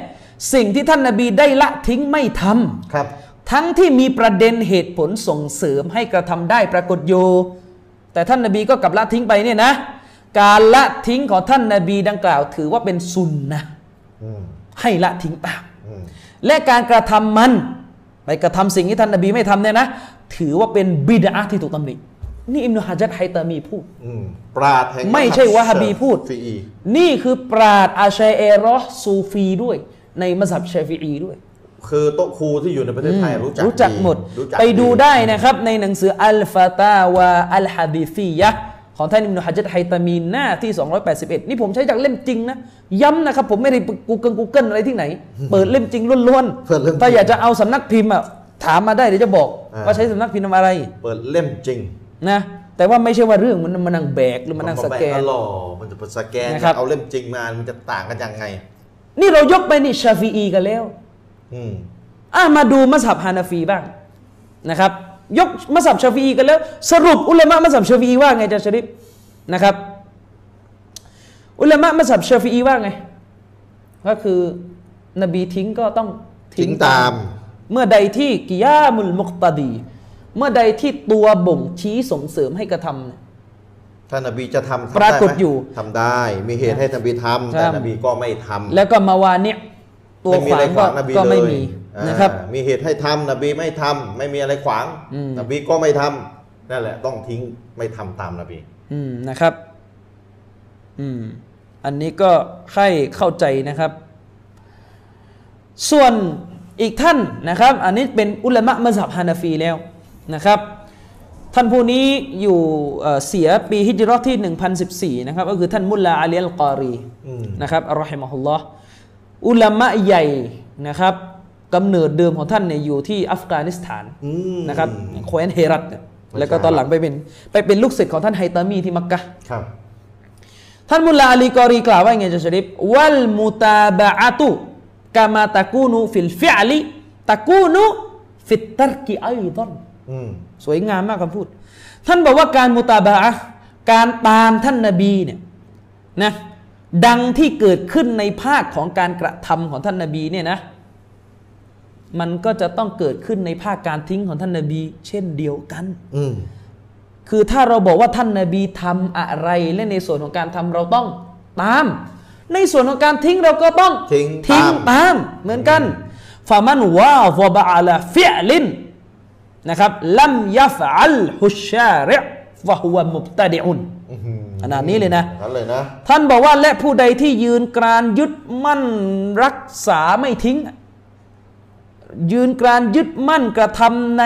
สิ่งที่ท่านนบีได้ละทิ้งไม่ทำ ครับ ทั้งที่มีประเด็นเหตุผลส่งเสริมให้กระทำได้ปรากฏอยู่ แต่ท่านนบีก็กลับละทิ้งไปเนี่ยนะ การละทิ้งของท่านนบีดังกล่าวถือว่าเป็นสุนนะ อืม ให้ละทิ้งบาป อืม และการกระทำมันไปกระทำสิ่งที่ท่านนบีไม่ทำเนี่ยนะ ถือว่าเป็นบิดาที่ถูกตำหนินี่อิมนุฮะจัดไฮตามีพูด อืม ปราดแห่ง ไม่ใช่วะฮาบีพูด ฟีอี นี่คือปราดอาชัยเอรอห์ซูฟีด้วย ในมัซฮับชาฟิอีด้วย คือโต๊ะครูที่อยู่ในประเทศไทยรู้จัก รู้จักหมด รู้จัก ไปดูได้นะครับ ในหนังสืออัลฟาตาวาอัลฮะดิซียะห์ของท่านอิมนุฮะจัดไฮตามีหน้าที่ 281 นี่ผมใช้จากเล่มจริงนะ ย้ำนะครับ ผมไม่ได้กูเกิลกูเกิลอะไร ที่ไหน เปิดเล่มจริงล้วน เพื่อนเรื่อง ๆ ถ้าอยากจะเอาสำนักพิมพ์อะถามมาได้เดี๋ยวจะบอก า ว่าใช้สำนักพิมพ์ทำอะไร เปิดเล่มจริง นะ แต่ว่าไม่ใช่ว่าเรื่องมันมันนั่งแบกหรือมันนั่งสแกน มับบอ๋อมันจะสแกน นะครับ เอาเล่มจริงมา มันจะต่างกันยังไง นี่เรายกไปนี่ชาฟีอีกันแล้ว อืม อ่ะมาดูมัสฮับฮานาฟีบ้างนะครับ ยกมัสฮับชาฟีอีกันแล้ว สรุปอุลามะมัสฮับชาฟีอีว่าไงอาจารย์ชะริฟนะครับ อุลามะมัสฮับชาฟีอีว่าไง ก็คือนบีทิ้งก็ต้อง ทิ้งตาม เมื่อใดที่กิยามุลมุกตาดี เมื่อใดที่ตัวบ่งชี้ส่งเสริมให้กระทำเนี่ย ท่านนบีจะทำทำได้ไหม ปรากฏอยู่ ทำได้ มีเหตุให้นบีทำ ใช่ แต่นบีก็ไม่ทำ แล้วก็มาวาเนี่ยตัว ไม่ ข มีอะ วา ไรง ข ก็ วางนบี ก็ไม่ เลย มี อ่าน นะครับ มีเหตุให้ทำนบีไม่ทำไม่มีอะไรขวางนบีก็ไม่ทำนั่นแหละ ต้องทิ้งไม่ทำตามนบี อืมนะครับ อืม อันนี้ก็ใครเข้าใจนะครับ ส่วนอีกท่านนะครับ อันนี้เป็นอุลามะมัซฮับฮานาฟีแล้วนะครับ ท่านผู้นี้อยู่เอ่อเสียปีฮิจเราะห์ที่ 1014 นะครับ ก็คือท่านมุลลาอาลีอัลกอรี อืม นะครับอัลรอฮิมะฮุลลอฮ์อุลามะใหญ่นะครับกำเนิดเดิมของท่านเนี่ยอยู่ที่อัฟกานิสถาน อืม นะครับแคว้นเฮรัตเนี่ย แล้วก็ตอนหลังไปเป็นไปเป็นลูกศิษย์ของท่านไฮตามีที่มักกะฮ์ ครับ ท่านมุลลาอาลีกอรีกล่าวว่าไงจะชะริฟวัลมุตาบะอะตุกามาตะกูนูฟิลฟิอลิตะกูนูฟิตตัรกิอัยดอน อืม สวยงามมากคำพูด ท่านบอกว่าการมุตาบะอะห์การตามท่านนบีเนี่ยนะดังที่เกิดขึ้นในภาคของการกระทำของท่านนบีเนี่ยนะมันก็จะต้องเกิดขึ้นในภาคการทิ้งของท่านนบี เช่นเดียวกัน อืม คือถ้าเราบอกว่าท่านนาบีทำอะไรและในส่วนของการทำเราต้องตาม ในส่วนของการทิ้งเราก็ต้อง ทิ้ง ทิ้ตางม ตามเหมือนกันฟามันวาฟบะอาลาฟิอลินนะครับลัมยัฟอัลฮุชชาริฟะฮุวะมุบตะดิอุนขนาดนี้เลยนะ นั้นเลยนะ ท่านบอกว่าและผู้ใดที่ยืนกรานยึดมั่นรักษาไม่ทิ้ง ยืนกรานยึดมั่นกระทำใน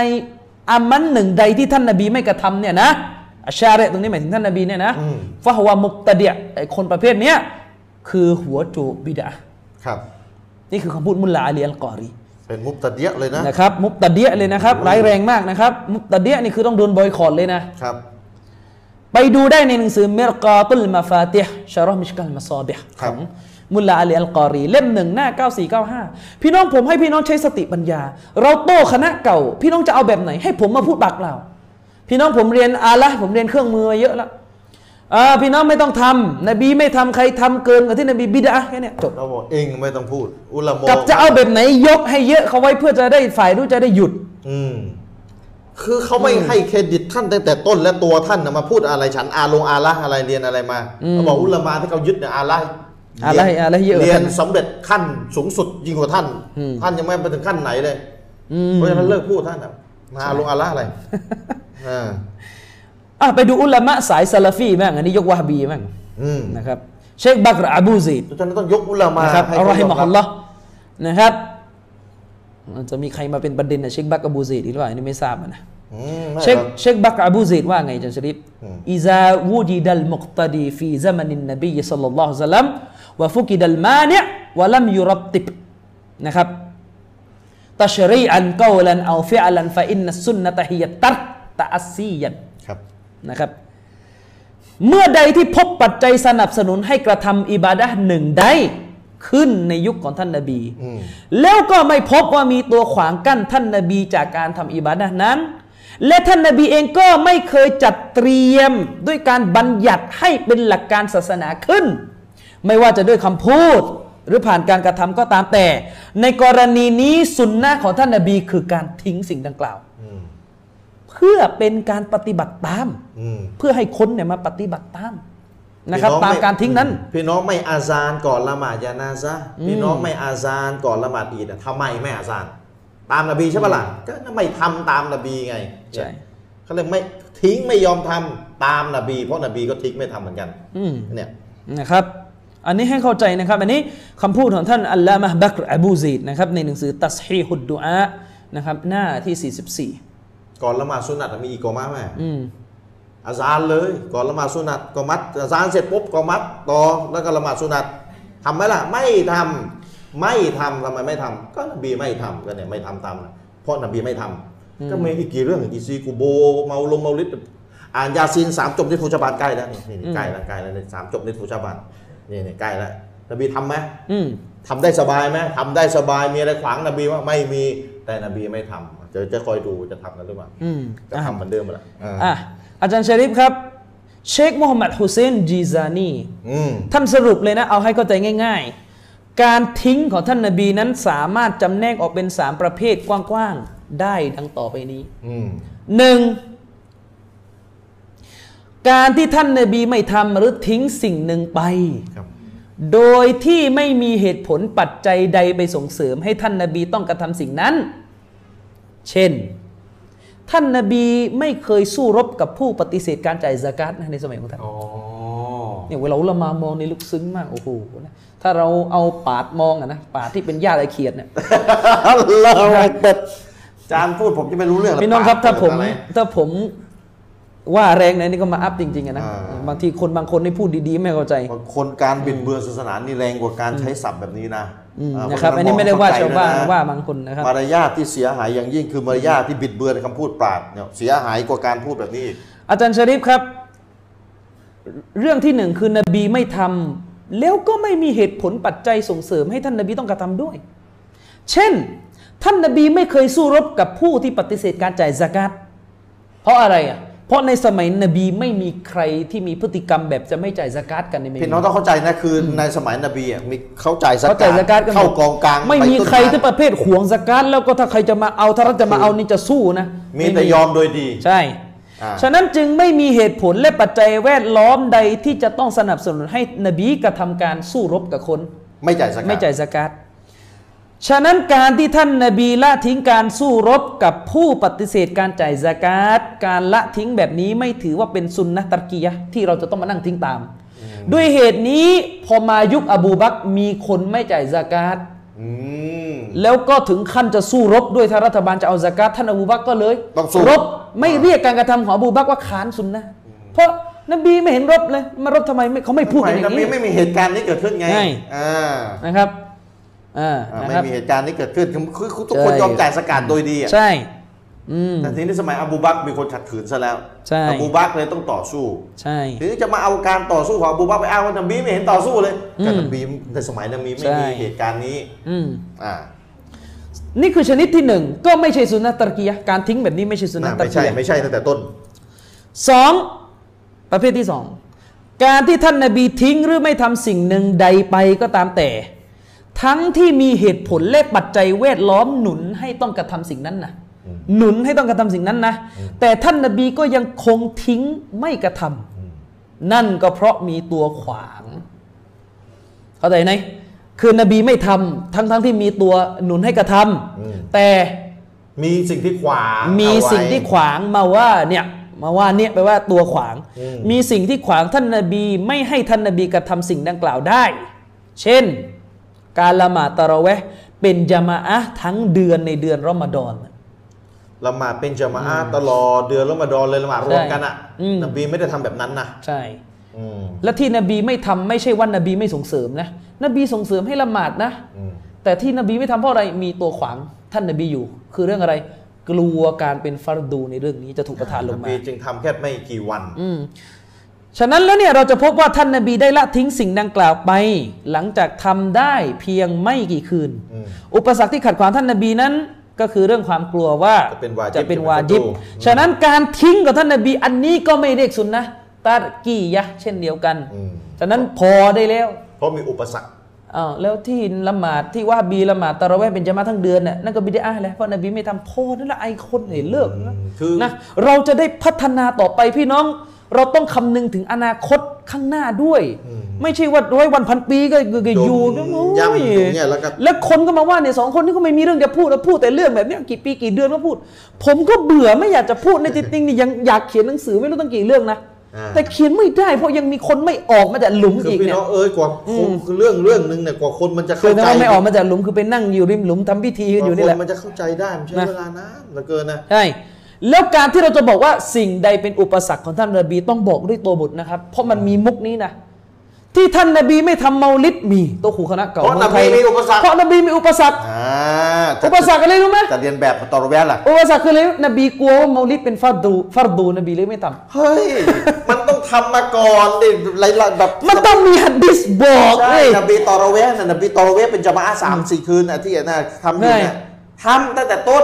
อามันหนึ่งใดที่ท่านนาบีไม่กระทำเนี่ยนะอัชชาเรตรงนี้หมายถึงท่านนาบีเนี่ยนะ อืม ฟะฮวามุกตะเดียไอคนประเภทเนี้ยคือหัวโจกบิดา ครับ นี่คือคำพูดมุลลาอาลีอัลกอรี เป็นมุบตะเดียะเลยนะ นะครับมุบตะเดียเลยนะครับร้ายแรงมากนะครับมุบตะเดียนี่คือต้องโดนบอยคอรเลยนะ ครับ ไปดูได้ในหนังสือมิรกาตุลมาฟาติฮ์ชารอห์มิชกัลมาซอบิฮ์ ค ข รับ องมุลลาอาลีอัลกอรี เล่มหนึ่งหน้า 9495 พี่น้องผมให้พี่น้องใช้สติปัญญา เราโตคณะเก่า พี่น้องจะเอาแบบไหน ให้ผมมาพูดปากเปล่าพี่น้องผมเรียนอาละห์ผมเรียนเครื่องมือมาเยอะแล้วอ่าพี่น้องไม่ต้องทำนบีไม่ทำใครทำเกินกว่าที่นบีบิดอะห์แค่เนี้ยจบ เราบอกเองไม่ต้องพูด อุลามะ กับจะเอาแบบไหนยกให้เยอะเขาไว้เพื่อจะได้ฝ่ายรู้จะได้หยุด อืม คือเขาไม่ให้เครดิตท่านตั้งแต่ต้นและตัวท่านนะมาพูดอะไรฉันอาลงอาละห์อะไรเรียนอะไรมาเขาบอกอุลามะที่เขายึดเนี่ยอาละห์ อาละห์อาละห์เยอะกว่า เรีย ท่าน น สำเร็จขั้นสูงสุดยิ่งกว่าท่าน ท่านยังไม่ไปถึงขั้นไหนเลย เพราะฉะนั้นเลิกพูดท่านนะมาอาลงอาละห์อะไรอ่า อ่ะไปดูอุลามะสายซาลาฟีบ้างอันนี้ยกวะฮ์บีบ้าง อืม นะครับเชคบักรอบูซีด เพราะฉะนั้นต้องยกอุลามะ นะครับ ให้ อัล เขา ลอฮิ ยอม มะฮุ รับ ลลอฮ์นะครับมันจะมีใครมาเป็นประเด็นนะเชคบักอบูเซดอีกหรือเปล่าอันนี้ไม่ทราบอะนะ อืมไม่ เชค ครับ เชคบักอบูเซดว่าไงอาจันชริปอิซาวูจิดัลมุกตะดีฟีซามันินนบีสัลลัลลอฮุอะลัยฮิวะซัลลัมวะฟุกิดัลมาเนียวะลัมยุรับติบนะครับตัชรีอันกอลันเอาฟิอัลันฟะอินนัสซุนนะตะฮิยัตตัรตะอัสซียัน ครับ นะครับ เมื่อใดที่พบปัจจัยสนับสนุนให้กระทำอิบาดะห์หนึ่งใดขึ้นในยุคของท่านนาบี อืม แล้วก็ไม่พบว่ามีตัวขวางกั้นท่านนาบีจากการทำอิบาดะห์นั้น และท่านนาบีเองก็ไม่เคยจัดเตรียมด้วยการบัญญัติให้เป็นหลักการศาสนาขึ้น ไม่ว่าจะด้วยคำพูดหรือผ่านการกระทำก็ตามแต่ ในกรณีนี้สุนนะของท่านนาบีคือการทิ้งสิ่งดังกล่าว อืม เพื่อเป็นการปฏิบัติตาม อืม เพื่อให้คนเนี่ยมาปฏิบัติตามนะครับ พี่อง ตาม ไ การทิ้งนั้น พี่น้องไม่อาซานก่อนละหมาดยานาซะพี่น้องไม่อาซานก่อนละหมาดอีดอะทำไมไม่อาซาน ตามนบีใช่ปะล่ะก็ไม่ทำตามนบีไง ใช่ เขาเรียกไม่ทิ้งไม่ยอมทำตามนบี เพราะนบีก็ทิ้งไม่ทำเหมือนกัน อืม เนี่ย นะครับ อันนี้ให้เข้าใจนะครับ อันนี้คำพูดของท่านอัลลามะห์บักรอบูซีดนะครับ ในหนังสือตัสฮีฮุดดูอานะครับ หน้าที่ 44 ก่อนละหมาดสุนัตมีอีกกอมาไหม อืม อาซานเลย ก่อนละหมาดสุนัตกอมัดอาซานเสร็จปุ๊บกอมัดต่อแล้วก็ละหมาดสุนัตทำไหมล่ะ ไม่ทำไม่ทำทำไมไม่ทำก็นบีไม่ทำก็เนี่ยไม่ทำตามนะเพราะนบีไม่ทำก็มีอีกกี่เรื่องอีซีกูโบ เมาลงเมาลิดอ่านยาซีนสามจบในทูชาบานใกล้แล้วนี่นี่นี่ใกล้แล้วใกล้แล้วนี่สามจบในทูชาบานนี่นี่ใกล้แล้วนบีทำไหม อืม ทำได้สบายไหมทำได้สบาย มีอะไรขวางนบีว่างไม่มี แต่นบีไม่ทำจะจะคอยดูจะทำนั้นหรือเปล่า อืม จะทำเหมือนเดิมแหละอ่า อ่ะอาจารย์ชริฟครับ เชคมูฮัมหมัดฮุเซนจีซานี อืม ท่านสรุปเลยนะ เอาให้เข้าใจง่าย ๆ การทิ้งของท่านนาบีนั้นสามารถจำแนกออกเป็น 3 ประเภทกว้างๆ ได้ดังต่อไปนี้ อืม หนึ่งการที่ท่านนบีไม่ทำหรือทิ้งสิ่งหนึ่งไป ครับ โดยที่ไม่มีเหตุผลปัจจัยใดไปส่งเสริมให้ท่านนบีต้องกระทำสิ่งนั้น เช่น ท่านนบีไม่เคยสู้รบกับผู้ปฏิเสธการจ่ายซากาตนะในสมัยของท่าน อ๋อ เนี่ยเวลาเรามามองในลึกซึ้งมากโอ้โหนะถ้าเราเอาปาดมองอะนะปาดที่เป็นหญ้าตะเคียนเนี่ย อัลลอฮฺอักบัรอาจารย์พูดผมจะไม่รู้เรื่องหก พี่น้องครับถ้าผม อะไร ถ้าผมว่าแรงนะนี่ก็มาอัพจริงๆอะนะ อ่า บางทีคนบางคนนี่พูดดีๆ ไม่เข้าใจ บางคนการบิดเบือนศาสนานี่แรงกว่าการใช้ศัพท์แบบนี้นะ อืม เ นะครับ เพฉอันนี้ไม่ได้ว่าชาวบ้าน มองเข้ใจ ว่า ด้วยะ บางคนนะครับ มารยาทที่เสียหายอย่างยิ่งคือมารยาทที่บิดเบือนคำพูดปราดเนี่ยเสียหายกว่าการพูดแบบนี้อีก อาจารย์ชริฟครับ เรื่องที่หนึ่งคือนบีไม่ทำแล้วก็ไม่มีเหตุผลปัจจัยส่งเสริมให้ท่านนบีต้องกระทำด้วย เช่น ท่านนบีไม่เคยสู้รบกับผู้ที่ปฏิเสธการจ่ายซะกาตเพราะอะไรอ่ะเพราะในสมัยนบีไม่มีใครที่มีพฤติกรรมแบบจะไม่จ่ายซะกาตกันในเม พี่น้องต้องเข้าใจนะคือในสมัยนบีอ่ะมีเข้าใจายส เขาจ่ายซะกา กั ต ด กันหมด เข้ากองกลาง ไม่มี ปต้น ใครที่ประเภทหวงซะกาตแล้วก็ถ้าใครจะมาเอาถ้ารัฐจะมาเอานี่จะสู้นะ มีแต่ ไ ยอมโดยดี ใช่ อ่า ฉะนั้นจึงไม่มีเหตุผลและปัจจัยแวดล้อมใดที่จะต้องสนับสนุนให้นบีกระทำการสู้รบกับคน ไม่จ่ายสกัด ไม่จ่ายสกัดฉะนั้นการที่ท่านนบีละทิ้งการสู้รบกับผู้ปฏิเสธการจ่ายสกัดการละทิ้งแบบนี้ไม่ถือว่าเป็นซุนนะตะกียะห์ที่เราจะต้องมานั่งทิ้งตาม ด้วยเหตุนี้พอมายุคอบูบักรมีคนไม่จ่ายสกัด อืม แล้วก็ถึงขั้นจะสู้รบด้วยถ้ารัฐบาลจะเอาซากาตท่านอบูบักรก็เลย ต้องสู้ รบไม่เรียกการกระทำของอบูบักรว่าขานสุนนะเพราะนบีไม่เห็นรบเลยมารบทำไมไม่เขาไม่พูด ส กั มัน ย อย่าน ง บี นี้ ไม่มีเหตุการณ์นี้เกิดขึ้นไง ใช่ อ่า นะครับอ่า อ่า นะ ไม่ ครับ มีเหตุการณ์นี้เกิดขึ้นคือคือคือทุกคนยอมจ่ายสกัดโดยดีอ่ะ ใช่อืม แต่ทีนี้สมัยอบูบักรมีคนขัดขืนซะแล้ว ใช่ อบูบักรเลยต้องต่อสู้ ใช่ ถึงจะมาเอาการต่อสู้ของอบูบักรไปอ้างว่านบีไม่เห็นต่อสู้เลยแต่นบีในสมัยนบีไม่มีเหตุการณ์นี้ อืม อ่า นี่คือชนิดที่หนึ่งก็ไม่ใช่สุนนะตะกียะห์การทิ้งแบบนี้ไม่ใช่สุนนะตะ ไม่ กี ใช่ ยะห์ ไม่ใช่ตั้งแต่ต้น สองประเภทที่สองการที่ท่านนาบีทิ้งหรือไม่ทำสิ่งหนึ่งใดไปก็ตามแต่ ทั้งที่มีเหตุผลและปัจจัยแวดล้อมหนุนให้ต้องกระทำสิ่งนั้นนะหนุนให้ต้องกระทำสิ่งนั้นนะ แต่ท่านนาบีก็ยังคงทิ้งไม่กระทำนั่นก็เพราะมีตัวขวาง เข้าใจไหมคือนบีไม่ทำทั้งทั้งๆที่มีตัวหนุนให้กระท อืม ำแต่ มีสิ่งที่ขวาง มี เอาไว้ สิ่งที่ขวางมาว่าเนี่ยมาว่าเนี่ยแปลว่าตัวขวาง อืม มีสิ่งที่ขวางท่านนบีไม่ให้ท่านนบีกระทำสิ่งดังกล่าวได้ เช่น การละหมาดตะเราะเวะห์เป็นจามะอะห์ทั้งเดือนในเดือนรอมฎอน ละหมาดเป็นจามะอาตลอดเดือนละมาดอนเลยละหมาดรวมกันอ่ะ อืม นบีไม่ได้ทำแบบนั้นนะ ใช่ อืม และที่นบีไม่ทำไม่ใช่ว่านบีไม่ส่งเสริมนะนบีส่งเสริมให้ละหมาดนะ อืม แต่ที่นบีไม่ทำเพราะอะไรมีตัวขวางท่านนบีอยู่ คือเรื่องอะไร กลัวการเป็นฟารดูในเรื่องนี้จะถูกประทานลง น มา บีจึงทำแค่ไม่กี่วัน อืมฉะนั้นแล้วเนี่ยเราจะพบว่าท่านนาบีได้ละทิ้งสิ่งดังกล่าวไป หลังจากทำได้เพียงไม่กี่คืน อืม อุปสรรคที่ขัดขวางท่านนาบีนั้น ก็คือเรื่องความกลัวว่า จะเป็นวาญิบ จะเป็นวาญิจะบเป็นฟารดู ฉะนั้นการทิ้งกับท่านนาบีอันนี้ก็ไม่เรียกสุนนะตากียะห์เช่นเดียวกัน อืม ฉะนั้นพอได้แล้ว เพราะมีอุปสรรค อ้าวแล้วที่ละหมาดที่ว่าบีละหมาดตะเราะเวห์เป็นจะมาทั้งเดือนน่ะนั่นก็บิดาแหล้วเพราะนบีไม่ทำพอนั่นแหละไอ้คนเห็นเลิกนะ คือ นะเราจะได้พัฒนาต่อไปพี่น้อง เราต้องคำนึงถึงอนาคตข้างหน้าด้วย ไม่ใช่ว่าร้อยวันพันปีก็ก็ก็อยู่ จม โอ้ ย่ำอยู่เนี่ยแล้วก็ แล้วคนก็มาว่าเนี่ยสองคนนี้ก็ไม่มีเรื่องจะพูดแล้วพูดแต่เรื่องแบบเนี้ยกี่ปีกี่เดือนก็พูด ผมก็เบื่อไม่อยากจะพูดในจริงๆนี่ยังอยากเขียนหนังสือไม่รู้ตั้งกี่เรื่องนะ อ่า แต่เขียนไม่ได้ เพราะยังมีคนไม่ออกมาจากหลุม คือ อีก พี่ เนี่ย น้องเอ้ยกว่าคือเรื่องเรื่องหนึ่งเนี่ยกว่าคนมันจะ คื เข้าใจอถ้าไม่ออกมาจากหลุมคือไปนั่งอยู่ริมหลุมทำพิธี ก กัน ว่า อยู่นี่ ค แหละ นมันจะเข้าใจได้มันใช้ นะ เวลานานเหลือเกินนะ ใช่แล้วการที่เราจะบอกว่าสิ่งใดเป็นอุปสรรคของท่านนบีต้องบอกด้วยตัวบทนะครับ เพราะมันมีมุกนี้นะ ที่ท่านนบีไม่ทำเมาลิดมีตัวขู่คณะเก่า เพราะ มืองไทย นบีมีอุปสรรค เพราะนบีมีอุปสรรค อ่า อุปสรรคอะไรรู้ไหม จะเรียนแบบตอรแวะล่ะ อุปสรรคคืออะไรนบีกลัวว่าเมาลิดเป็นฟาดูฟาดูนบีเลยไม่ทำ เฮ้ ย มันต้องทำมาก่อนดิไรละแบบ มันต้องมีฮัดดิสบอก ใช่ เลย นบีตอรแวะน่ะนบีตอรแวะเป็นจามะอาสามสี่คืนอ่ะที่น่ะทำอยู่ ใช่ เนี่ยทำตั้งแต่ต้น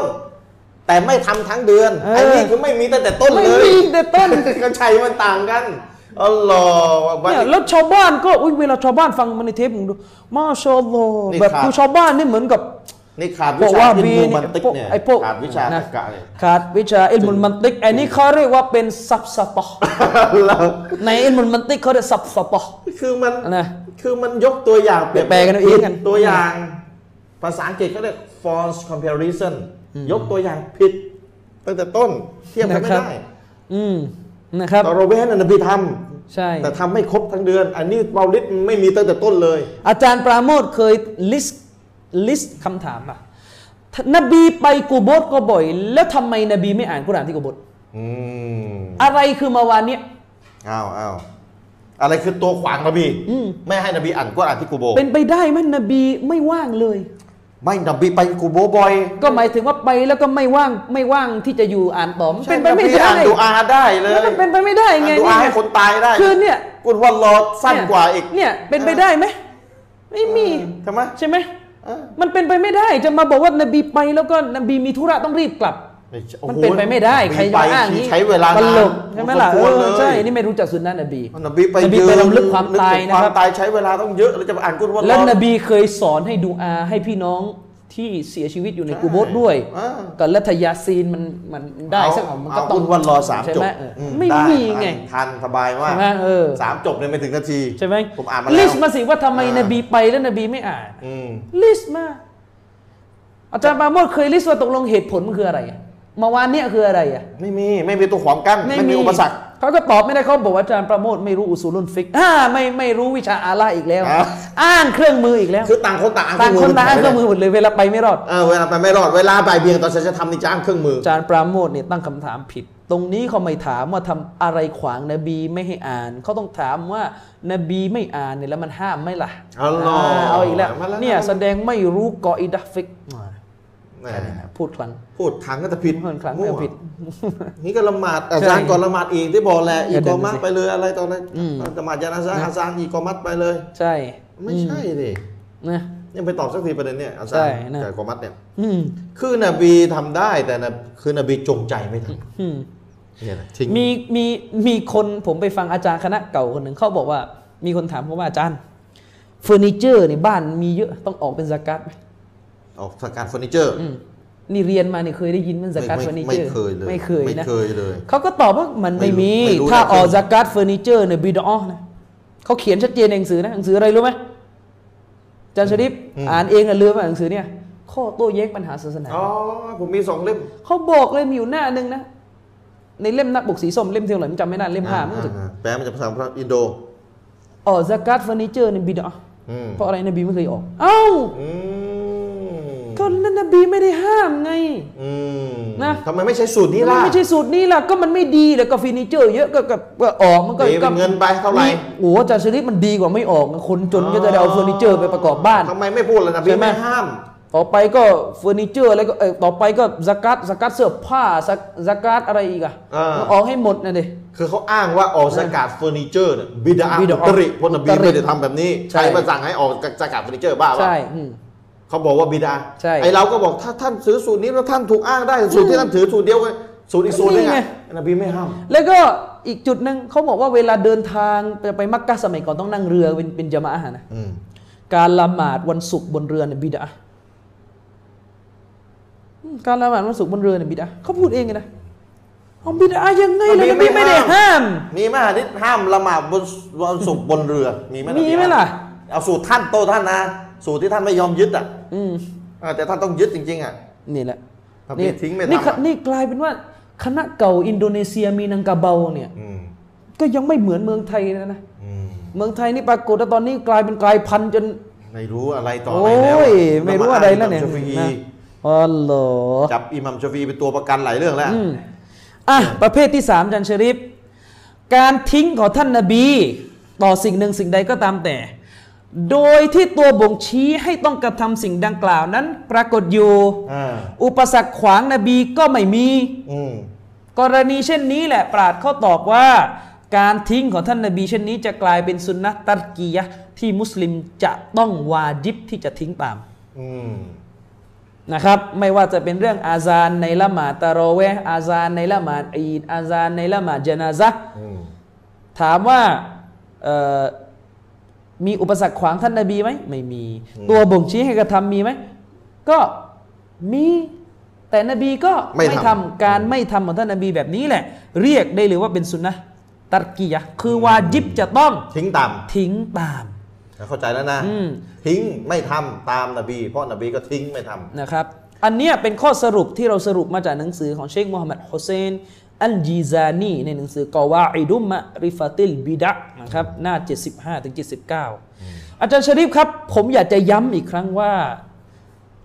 แต่ไม่ทำทั้งเดือน เอออั อันนี้คือไม่มีตั้งแต่ต้นเลย ไม่มีตั้งแต่ต้น ก็ใช้มันต่างกันอ๋อเหรอวัน เนี่ยแล้วชาวบ้านก็อุ๊ยเวลาชาวบ้านฟังมันในเทปผมดูมาชาอัลลอฮ์ นี่ แบบ ครับ คือชาวบ้านนี่เหมือนกับ นี่ขาด บ วิ อก ชา ว่า อิน บี โน เนี่ มั ย นติก พวก เนี่ย ไอ้พวก ขาดวิชา นะ ตะกะเนี่ย ขาดวิชาอิลมุลมันติกอันนี้เขาเรียกว่าเป็นซับสตอ แล้ว ในอิลมุลมันติกเขาเรียกซับสตอ คือมัน นะ คือมันยกตัวอย่าง แปลกันเอาเองกัน ตัวอย่าง ภาษาอังกฤษเขาเรียก false comparison ยกตัวอย่างผิด ตั้งแต่ต้นเทียบกันไม่ได้ อืมนะครับ ตอโรเบนะนบีทำ ใช่ แต่ทำไม่ครบทั้งเดือน อันนี้เมาลิดไม่มีตั้งแต่ต้นเลย อาจารย์ปราโมทเคยลิสต์ลิสต์คำถามอ่ะนบีไปกูโบสก็บ่อย แล้วทำไมนบีไม่อ่านกุรอานที่กูโบส อืม อะไรคือมาวานเนี่ย อ้าวอ้าว อะไรคือตัวขวางนบีไม่ให้นบีอ่านกุรอานที่กูโบ เป็นไปได้ไหมนบีไม่ว่างเลย ไม่นบีไปกูโบบ่อย ก็หมายถึงว่าไปแล้วก็ไม่ว่างไม่ว่างที่จะอยู่อ่านต่อมันเป็นไปไม่ ใช่ ได้ อ่านดูอาได้เลย แล้วมันเป็นไปไม่ได้ไง อ่านดูอาให้คนตายได้ คือเนี่ย กุณวันรอสั้นกว่าอีก เนี่ยเป็นไปได้ไหมไม่มี ใช่ไหม ใช่ไหม เออ มันเป็นไปไม่ได้จะมาบอกว่านบีไปแล้วก็นบีมีธุระต้องรีบกลับ โอ้โห มันเป็นไปไม่ได้ใครจะ ไป มาอ้างนี้ ใช้เวลา ต นาน ลกใช่ไหมล่ะ พอส เอ ควร อ เลย ใช่นี่ไม่รู้จักสุนนะนบี นบีไป นบี ยื ไป น รำลึกความตายนะครับ วามตายใช้เวลาต้องเยอะแล้วจะไปอ่านกุรอาน และน รอ บีเคยสอนให้ดูอาให้พี่น้องที่เสียชีวิตอยู่ในกูโบสถ์ด้วย อ่า กับลัทยาซีนมันมันได้สักหน่อยมันก็ต้อง เาวันรอสาม ใช่ จบ ไหมเออ อื ไม่ ด้ มีไง ทันสบายว่า ใช่ไหมเออ สามจบเนี่ยไม่ถึงนาที ใช่ไหม ผมอ่านมาแล้ว ลิสต์มาสิว่าทำไม อ่าน บีไปแล้วนบีไม่อ่าน อืม ลิสต์มาอาจารย์ปราโมดเคยลิสต์ว่าตกลงเหตุผลมันคืออะไรอะเมาวานเนี่ยคืออะไรอ่ะ ไม่มีไม่มีตัวขวางกั้นไม่มีอุปสรรค เขาก็ตอบไม่ได้เขาบอกว่าอาจารย์ประโมทไม่รู้อุสูลุนฟิกอ่าไม่ไม่รู้วิชาอาล่าอีกแล้ว อ่ะ อ้างเครื่องมืออีกแล้ว คือต่างคนต่างอ้ ต่างคนต่างอ้าง เค เค รื่ รื่ อ องมืองมือหมดเลยเวลาไปไม่รอด เออเวลาไปไม่รอดเวลาบ่ายเบียงตอนฉันจะทำนี่จ้างเครื่องมือ อาจารย์ปราโมทเนี่ยตั้งคำถามผิด ตรงนี้เขาไม่ถามว่าทำอะไรขวางนบีไม่ให้อ่าน เขาต้องถามว่านบีไม่อ่านเนี่ยแล้วมันห้ามไหมล่ะ อัลลอฮ์ าเอาอีกแล้ว มาแล้ว เนี่ยแสดงไม่รู้กออิดะฟิกอ่า แหม่ พูดครั้ง พูดถังก็จะผิด พูดครั้ง มั่ว เออผิด นี่ก็ละหมาดอาจารย์ก่อนละหมาดอีกที่บอกแหละอีเดี๋ยว กอมัด เดี๋ยว ไปเลยอะไรตอนนั้นละหมาดยานาซาอาซานอีกอมัดไปเลย ใช่ ไม่ใช่ดิ นะ ยังไปตอบสักทีประเด็นเนี่ยอา ใช่ ซาน นะ กับอีกอมัดเนี่ย อืม คือนบีทำได้แต่นะคือนบีจงใจไม่ท อืม ำเนี่ยนะทิ้ง มีมีมีคนผมไปฟังอาจารย์คณะเก่าคนหนึ่งเขาบอกว่า มีคนถามเขาว่าอาจารย์เฟอร์นิเจอร์ในบ้านมีเยอะต้องออกเป็นสกัดไหม ออกสการเฟอร์นิเจอร์ อืมนี่เรียนมาเนี่ยเคยได้ยินเป็นสกัดเฟอร์นิเจอร์ เคยเลย ไม่เคย ไม่ นะ เคยเลย เขาก็ตอบว่ามันไม่มี ไม่รู้ ถ้า ไม่รู้ ออกสกัดเฟอร์นิเจอร์เนี่ยบิดอนะเขาเขียนชัดเจนในหนังสือนะหนังสืออะไรรู้ไหมอาจารย์ชริปอ่านเองอะลืมอ่ะหนังสือเนี่ย ข้อโต้แย้งปัญหาศาสนา อ๋อผมมีสองเล่ม เขาบอกเลยมีอยู่หน้าหนึ่งนะในเล่มหน้าปกสีส้มเล่มเท่าไหร่ผมจำไม่ได้เล่มห้ามั้งรู้สึก แปลมาจากภาษาอินโด ออกสกัดเฟอร์นิเจอร์เนี่ยบิดอ อืม เพราะอะไรนบีไม่เคยออก เอ้า อืม ก็นั่นนบีไม่ได้ห้ามไง อืม นะ ทำไมไม่ใช้สูตรนี้ มั ล่ะ นไม่ใช่สูตรนี้ล่ะ ก็มันไม่ดีแล้วก็เฟินิเจอร์เยอะก็ก็ก็ออกมันก็ เดี๋ยวเป็นเงินไปเท่าไหร่ มีโอ้โหอาจารย์ชริปมันดีกว่าไม่ออกนะคนจนก็จะได้เอาเฟอร์นิเจอร์ไปประกอบบ้าน ทำไมไม่พูดล่ะนะพี่ ใช่ไหม ไม่ห้าม ต่อไปก็เฟอร์นิเจอร์อะไรก็เอ่อต่อไปก็สกัดสกัดเสื้อผ้าสกสกัดอะไรอีกอะ อ่า ออกให้หมดนะดิ คือเขาอ้างว่าออกสกัดเฟอร์นิเจอร์เนี่ยบิดา บิ อุ ดา ตริเพราะนบี อุตริ ไม่ได้ทำแบบนี้ ใช่ ใครมาสั่งให้ออกสกัดเฟอร์นิเจอร์บ้าปะ ใช่อืม เขาบอกว่าบิดา ใช่ ไอเราก็บอกถ้าท่านถือสูตรนี้แล้วท่านถูกอ้างได้สูตรที่ท่านถือสูตรเดียวกันสูตรอีกสูตรหนึง นี่ไง อ่ะนบีไม่ห้าม แล้วก็อีกจุดหนึ่งเขาบอกว่าเวลาเดินทางจะไปมักกะสมัยก่อนต้องนั่งเรือเป็นเป็นจามะอะห์นะ อืม การละหมาดวันศุกร์บนเรือเนี่ยบิดาการละหมาดวันศุกร์บนเรือเนี่ยบิดาเขาพูดเองไงนะเอาบิดายังไงล่ะนบีไม่ได้ห้าม มีไหมฮะนิดห้ามละหมาดบนวันศุกร์บนเรือมีไหมนบี มีไหมล่ะ เอาสูตรท่านโตท่านนะ สูตรที่ท่านไม่ยอมยึดอ่ะ อืม เออแต่ท่านต้องยึดจริง ๆ อ่ะ นี่แหละ ถ้า นี่ พี่ทิ้งไม่ทำ นี่ อ่ะ นี่กลายเป็นว่า คณะเก่าอินโดนีเซียมีนังกาเบาเนี่ย อืม ก็ยังไม่เหมือนเมืองไทยนะนะ อืม เมืองไทยนี่ปรากฏว่าตอนนี้กลายเป็นกลายพันธุ์จน ไม่รู้อะไรต่ออะไร โอ้ แล้ว ย ไม่รู้อะไรแล้วเนี่ย อิหม่ามชาฟีอี นะอ๋อเหรอ จับอิหมัมชาฟีอีเป็นตัวประกันหลายเรื่องแล้ว อืมอ่ะ ประเภทที่สามอาจันชริฟการทิ้งของท่านนาบี ต่อสิ่งหนึ่งสิ่งใดก็ตามแต่ โดยที่ตัวบ่งชี้ให้ต้องกระทำสิ่งดังกล่าวนั้น ปรากฏอยู่ อ่า อุปสรรคขวางนบีก็ไม่มี อืม กรณีเช่นนี้แหละ ปราดเขาตอบว่า การทิ้งของท่านนาบีเช่นนี้จะกลายเป็นสุนนะตัรกียะห์ที่มุสลิมจะต้องวาจิบที่จะทิ้งตาม อืม นะครับไม่ว่าจะเป็นเรื่องอาซานในละหมาดตะรอเวห์อาซานในละหมาดอีดอาซานในละหมาดจนาซะห์ อืม ถามว่าเอ่อมีอุปสรรคขวางท่านนาบีไหมไม่มี ตัวบ่งชี้ให้กระทำมีไหมก็มีแต่นบีก็ทำการไม่ทำของท่านนบีแบบนี้แหละ เรียกได้เลยว่าเป็นสุนนะห์ตัรกียะห์คือวาจิบจะต้อง ทิ้งตาม ทิ้งตาม เข้าใจแล้วนะ อืม ทิ้งไม่ทำตามนบี เพราะนบีก็ทิ้งไม่ทำ นะครับ อันเนี้ยเป็นข้อสรุปที่เราสรุปมาจากหนังสือของเชคมูฮัมหมัดฮุเซน อัลจีซานีในหนังสือกอวาอิดุมะริฟาติลบิดะห์นะครับ หน้า 75ถึง79 อาจารย์ชริฟครับ ผมอยากจะย้ำอีกครั้งว่า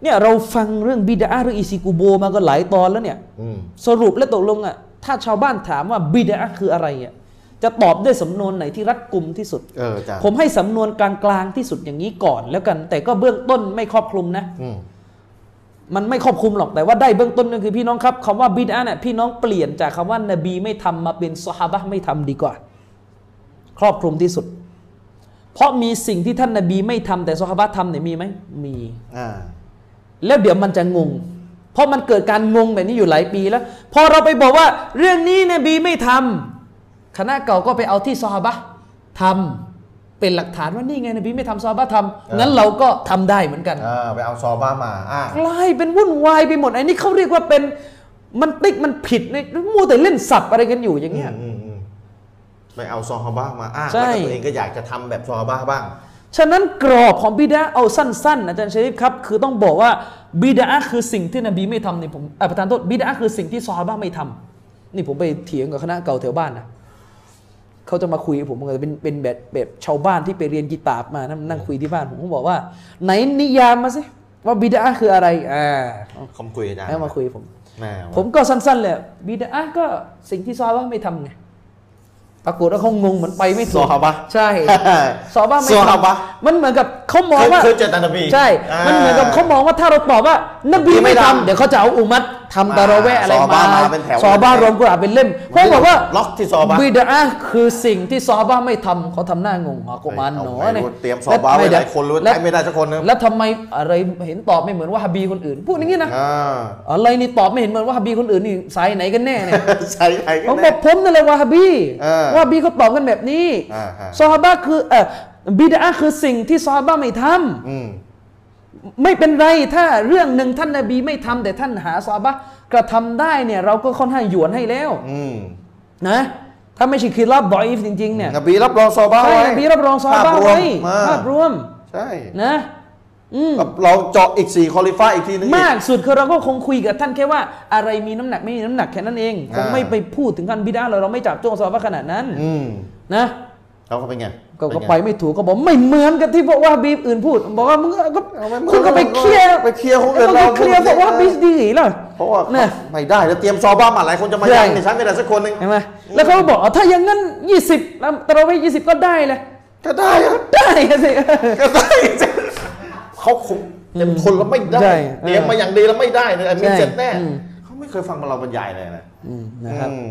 เนี่ยเราฟังเรื่องบิดาหรืออิซิกูโบมาก็หลายตอนแล้วเนี่ย อืม สรุปและตกลงอ่ะถ้าชาวบ้านถามว่าบิดาคืออะไรอ่ะ จะตอบด้วยสำนวนไหนที่รัดกุมที่สุด เอออาจารย์ ผมให้สำนวนกลางๆที่สุดอย่างนี้ก่อนแล้วกัน แต่ก็เบื้องต้นไม่ครอบคลุมนะ อืม มันไม่ครอบคลุมหรอกแต่ว่าได้เบื้องต้นก็คือพี่น้องครับคำว่าบิดอะห์เนี่ยพี่น้องเปลี่ยนจากคำว่านบีไม่ทำมาเป็นสฮาบะห์ไม่ทำดีกว่า ครอบคลุมที่สุด เพราะมีสิ่งที่ท่านนบีไม่ทำแต่สฮาบะห์ทำเนี่ยมีไหมมี อ่า แล้วเดี๋ยวมันจะงง เพราะมันเกิดการงงแบบนี้อยู่หลายปีแล้ว พอเราไปบอกว่าเรื่องนี้นบีไม่ทำคณะเก่าก็ไปเอาที่ซอฮาบะห์ทำเป็นหลักฐานว่านี่ไงนบีไม่ทำซอฮาบะห์ทำงั้นเราก็ทำได้เหมือนกัน เออ ไปเอาซอบ้ามา อ่าก ลายเป็นวุ่นวายไปหมดไอ้นี่เขาเรียกว่าเป็นมันติ๊กมันผิดเนี่ยมัวแต่เล่นสับอะไรกันอยู่อย่างเงี้ย อืมอืมไปเอาซอฮาบ้ามาอ้าง ใช่ แล้วก็ตัวเองก็อยากจะทำแบบซอฮาบ้าบ้าง ฉะนั้นกรอบของบิดาเอาสั้นๆอาจารย์ชริฟครับ คือต้องบอกว่าบิดาคือสิ่งที่นบีไม่ทำนี่ผมเอ่อประธานโทษบิดาคือสิ่งที่ซอฮาบะห์ไม่ทำนี่ผมไปเถียงกับคณะเก่าแถวบ้านนะเขาจะมาคุยกับผมเหมือนกันเป็นเป็นแบบแบบชาวบ้านที่ไปเรียนกีตาร์มานั่งนั่งคุยที่บ้านผมก็บอกว่า ไหนนิยามมาสิว่าบิดาคืออะไรอ่า คำคุยอาจารย์ แล้วมาคุยกับผม แม่ ผมมก็สั้นๆเลยบิดาก็สิ่งที่ซอฮาบะห์ไม่ทำไงปรากฏว่าเขางงเหมือนไปไม่ ซ ถู อก ฮาบ้า ใช่ ซอฮาบ้าไม่ ซอฮาบะ ทำมันเหมือนกับเขามองว่า คือเจตนบี ใช่ มันเหมือนกับเขามองว่าถ้าเราตอบว่า นบีไม่ทำเดี๋ยวเขาจะเอาอุมัตทำตะระเวะอะไรซอมาฮาบะมาเป็นแถว ซอฮาบ้ารวมกุรอานเป็นเล่มเขาบอกว่า ล็อกที่ซอฮาบะ บิดาคือสิ่งที่ซอฮาบ้าไม่ทำเขาทำหน้างงอ่ะกุมารหนอ เอาไง เนี่ย รู้เตรียมซอฮาบ้าไว้หลายคนรู้ และ ใช้ไม่ได้สักคนนึง แล้วทำไมอะไรเห็นตอบไม่เหมือนว่าฮะบีคนอื่น พูดอย่างนี้นะ อ่า อะไรนี่ตอบไม่เห็นเหมือนว่าฮะบีคนอื่นนี่สายไหนกันแน่เนี่ย ใช้ใคร ผ ก็ มบ ได้ อกผมนั่นแหละวาฮาบี เออ วาฮาบีเขาตอบกันแบบนี้ อ่าฮะ ซอฮาบะคือเออบิดาคือสิ่งที่ซอฮาบะไม่ทำ อืม ไม่เป็นไรถ้าเรื่องหนึ่งท่านนบีไม่ทำแต่ท่านหาซอฮาบะกระทำได้เนี่ยเราก็ค่อนข้างหยวนให้แล้ว อืม นะถ้าไม่ใช่คือรับดอยฟจริงๆเนี่ย นบีรับรองซอฮาบ้า ใช่ ไว้ นบีรับรองซอฮาบะ ภาพวม ไว้ มา ภาพรวม ใช่ นะอืม กับเราเจาะอีกสี่คอลิฟ้าอีกทีนึงอี มากสุดคือเราก็คงคุยกับท่านแค่ว่าอะไรมีน้ำหนักไม่มีน้ำหนักแค่นั้นเองคง อ่า ไม่ไปพูดถึงขั้นบิดาเราเราไม่จับจ้วงซอฮาบะขนาดนั้น อืม นะ เราก็เป็นไง ก็ เน ก็ ง ไปไม่ถูกก็บอกไม่เหมือนกับที่บอกว่าบีบอื่นพูด บอกว่ามึงก็ เอาไป คุณก็ไปเคลียร์ ไปเคลียร์ของอื่น แล้เราวก็ไปเคลียร์บอกว่าบีบดีเหรอ เพราะว่าเขา เนี่ย ไม่ได้แล้วเตรียมซอบ้ามาหลายคนจะมา ใช่ ยันในชั้นไม่ได้สักคนหนึ่ง เห็นไหมแล้วเขาก็บอกอ๋อถ้าอย่างนั้น 20แล้วตะเราไป20 ก็ได้เลย ก็ได้ครับ ได้สิ ก็ได้เขาคงเต็มคนแล้วไม่ได้ ใช่ เตรียมมาอย่างดีแล้วไม่ได้เนี่ยมี ใช่ เจ็ดแน่ อืม เขาไม่เคยฟังมาเราบรรยายเลยนะ อืมนะครับ อืม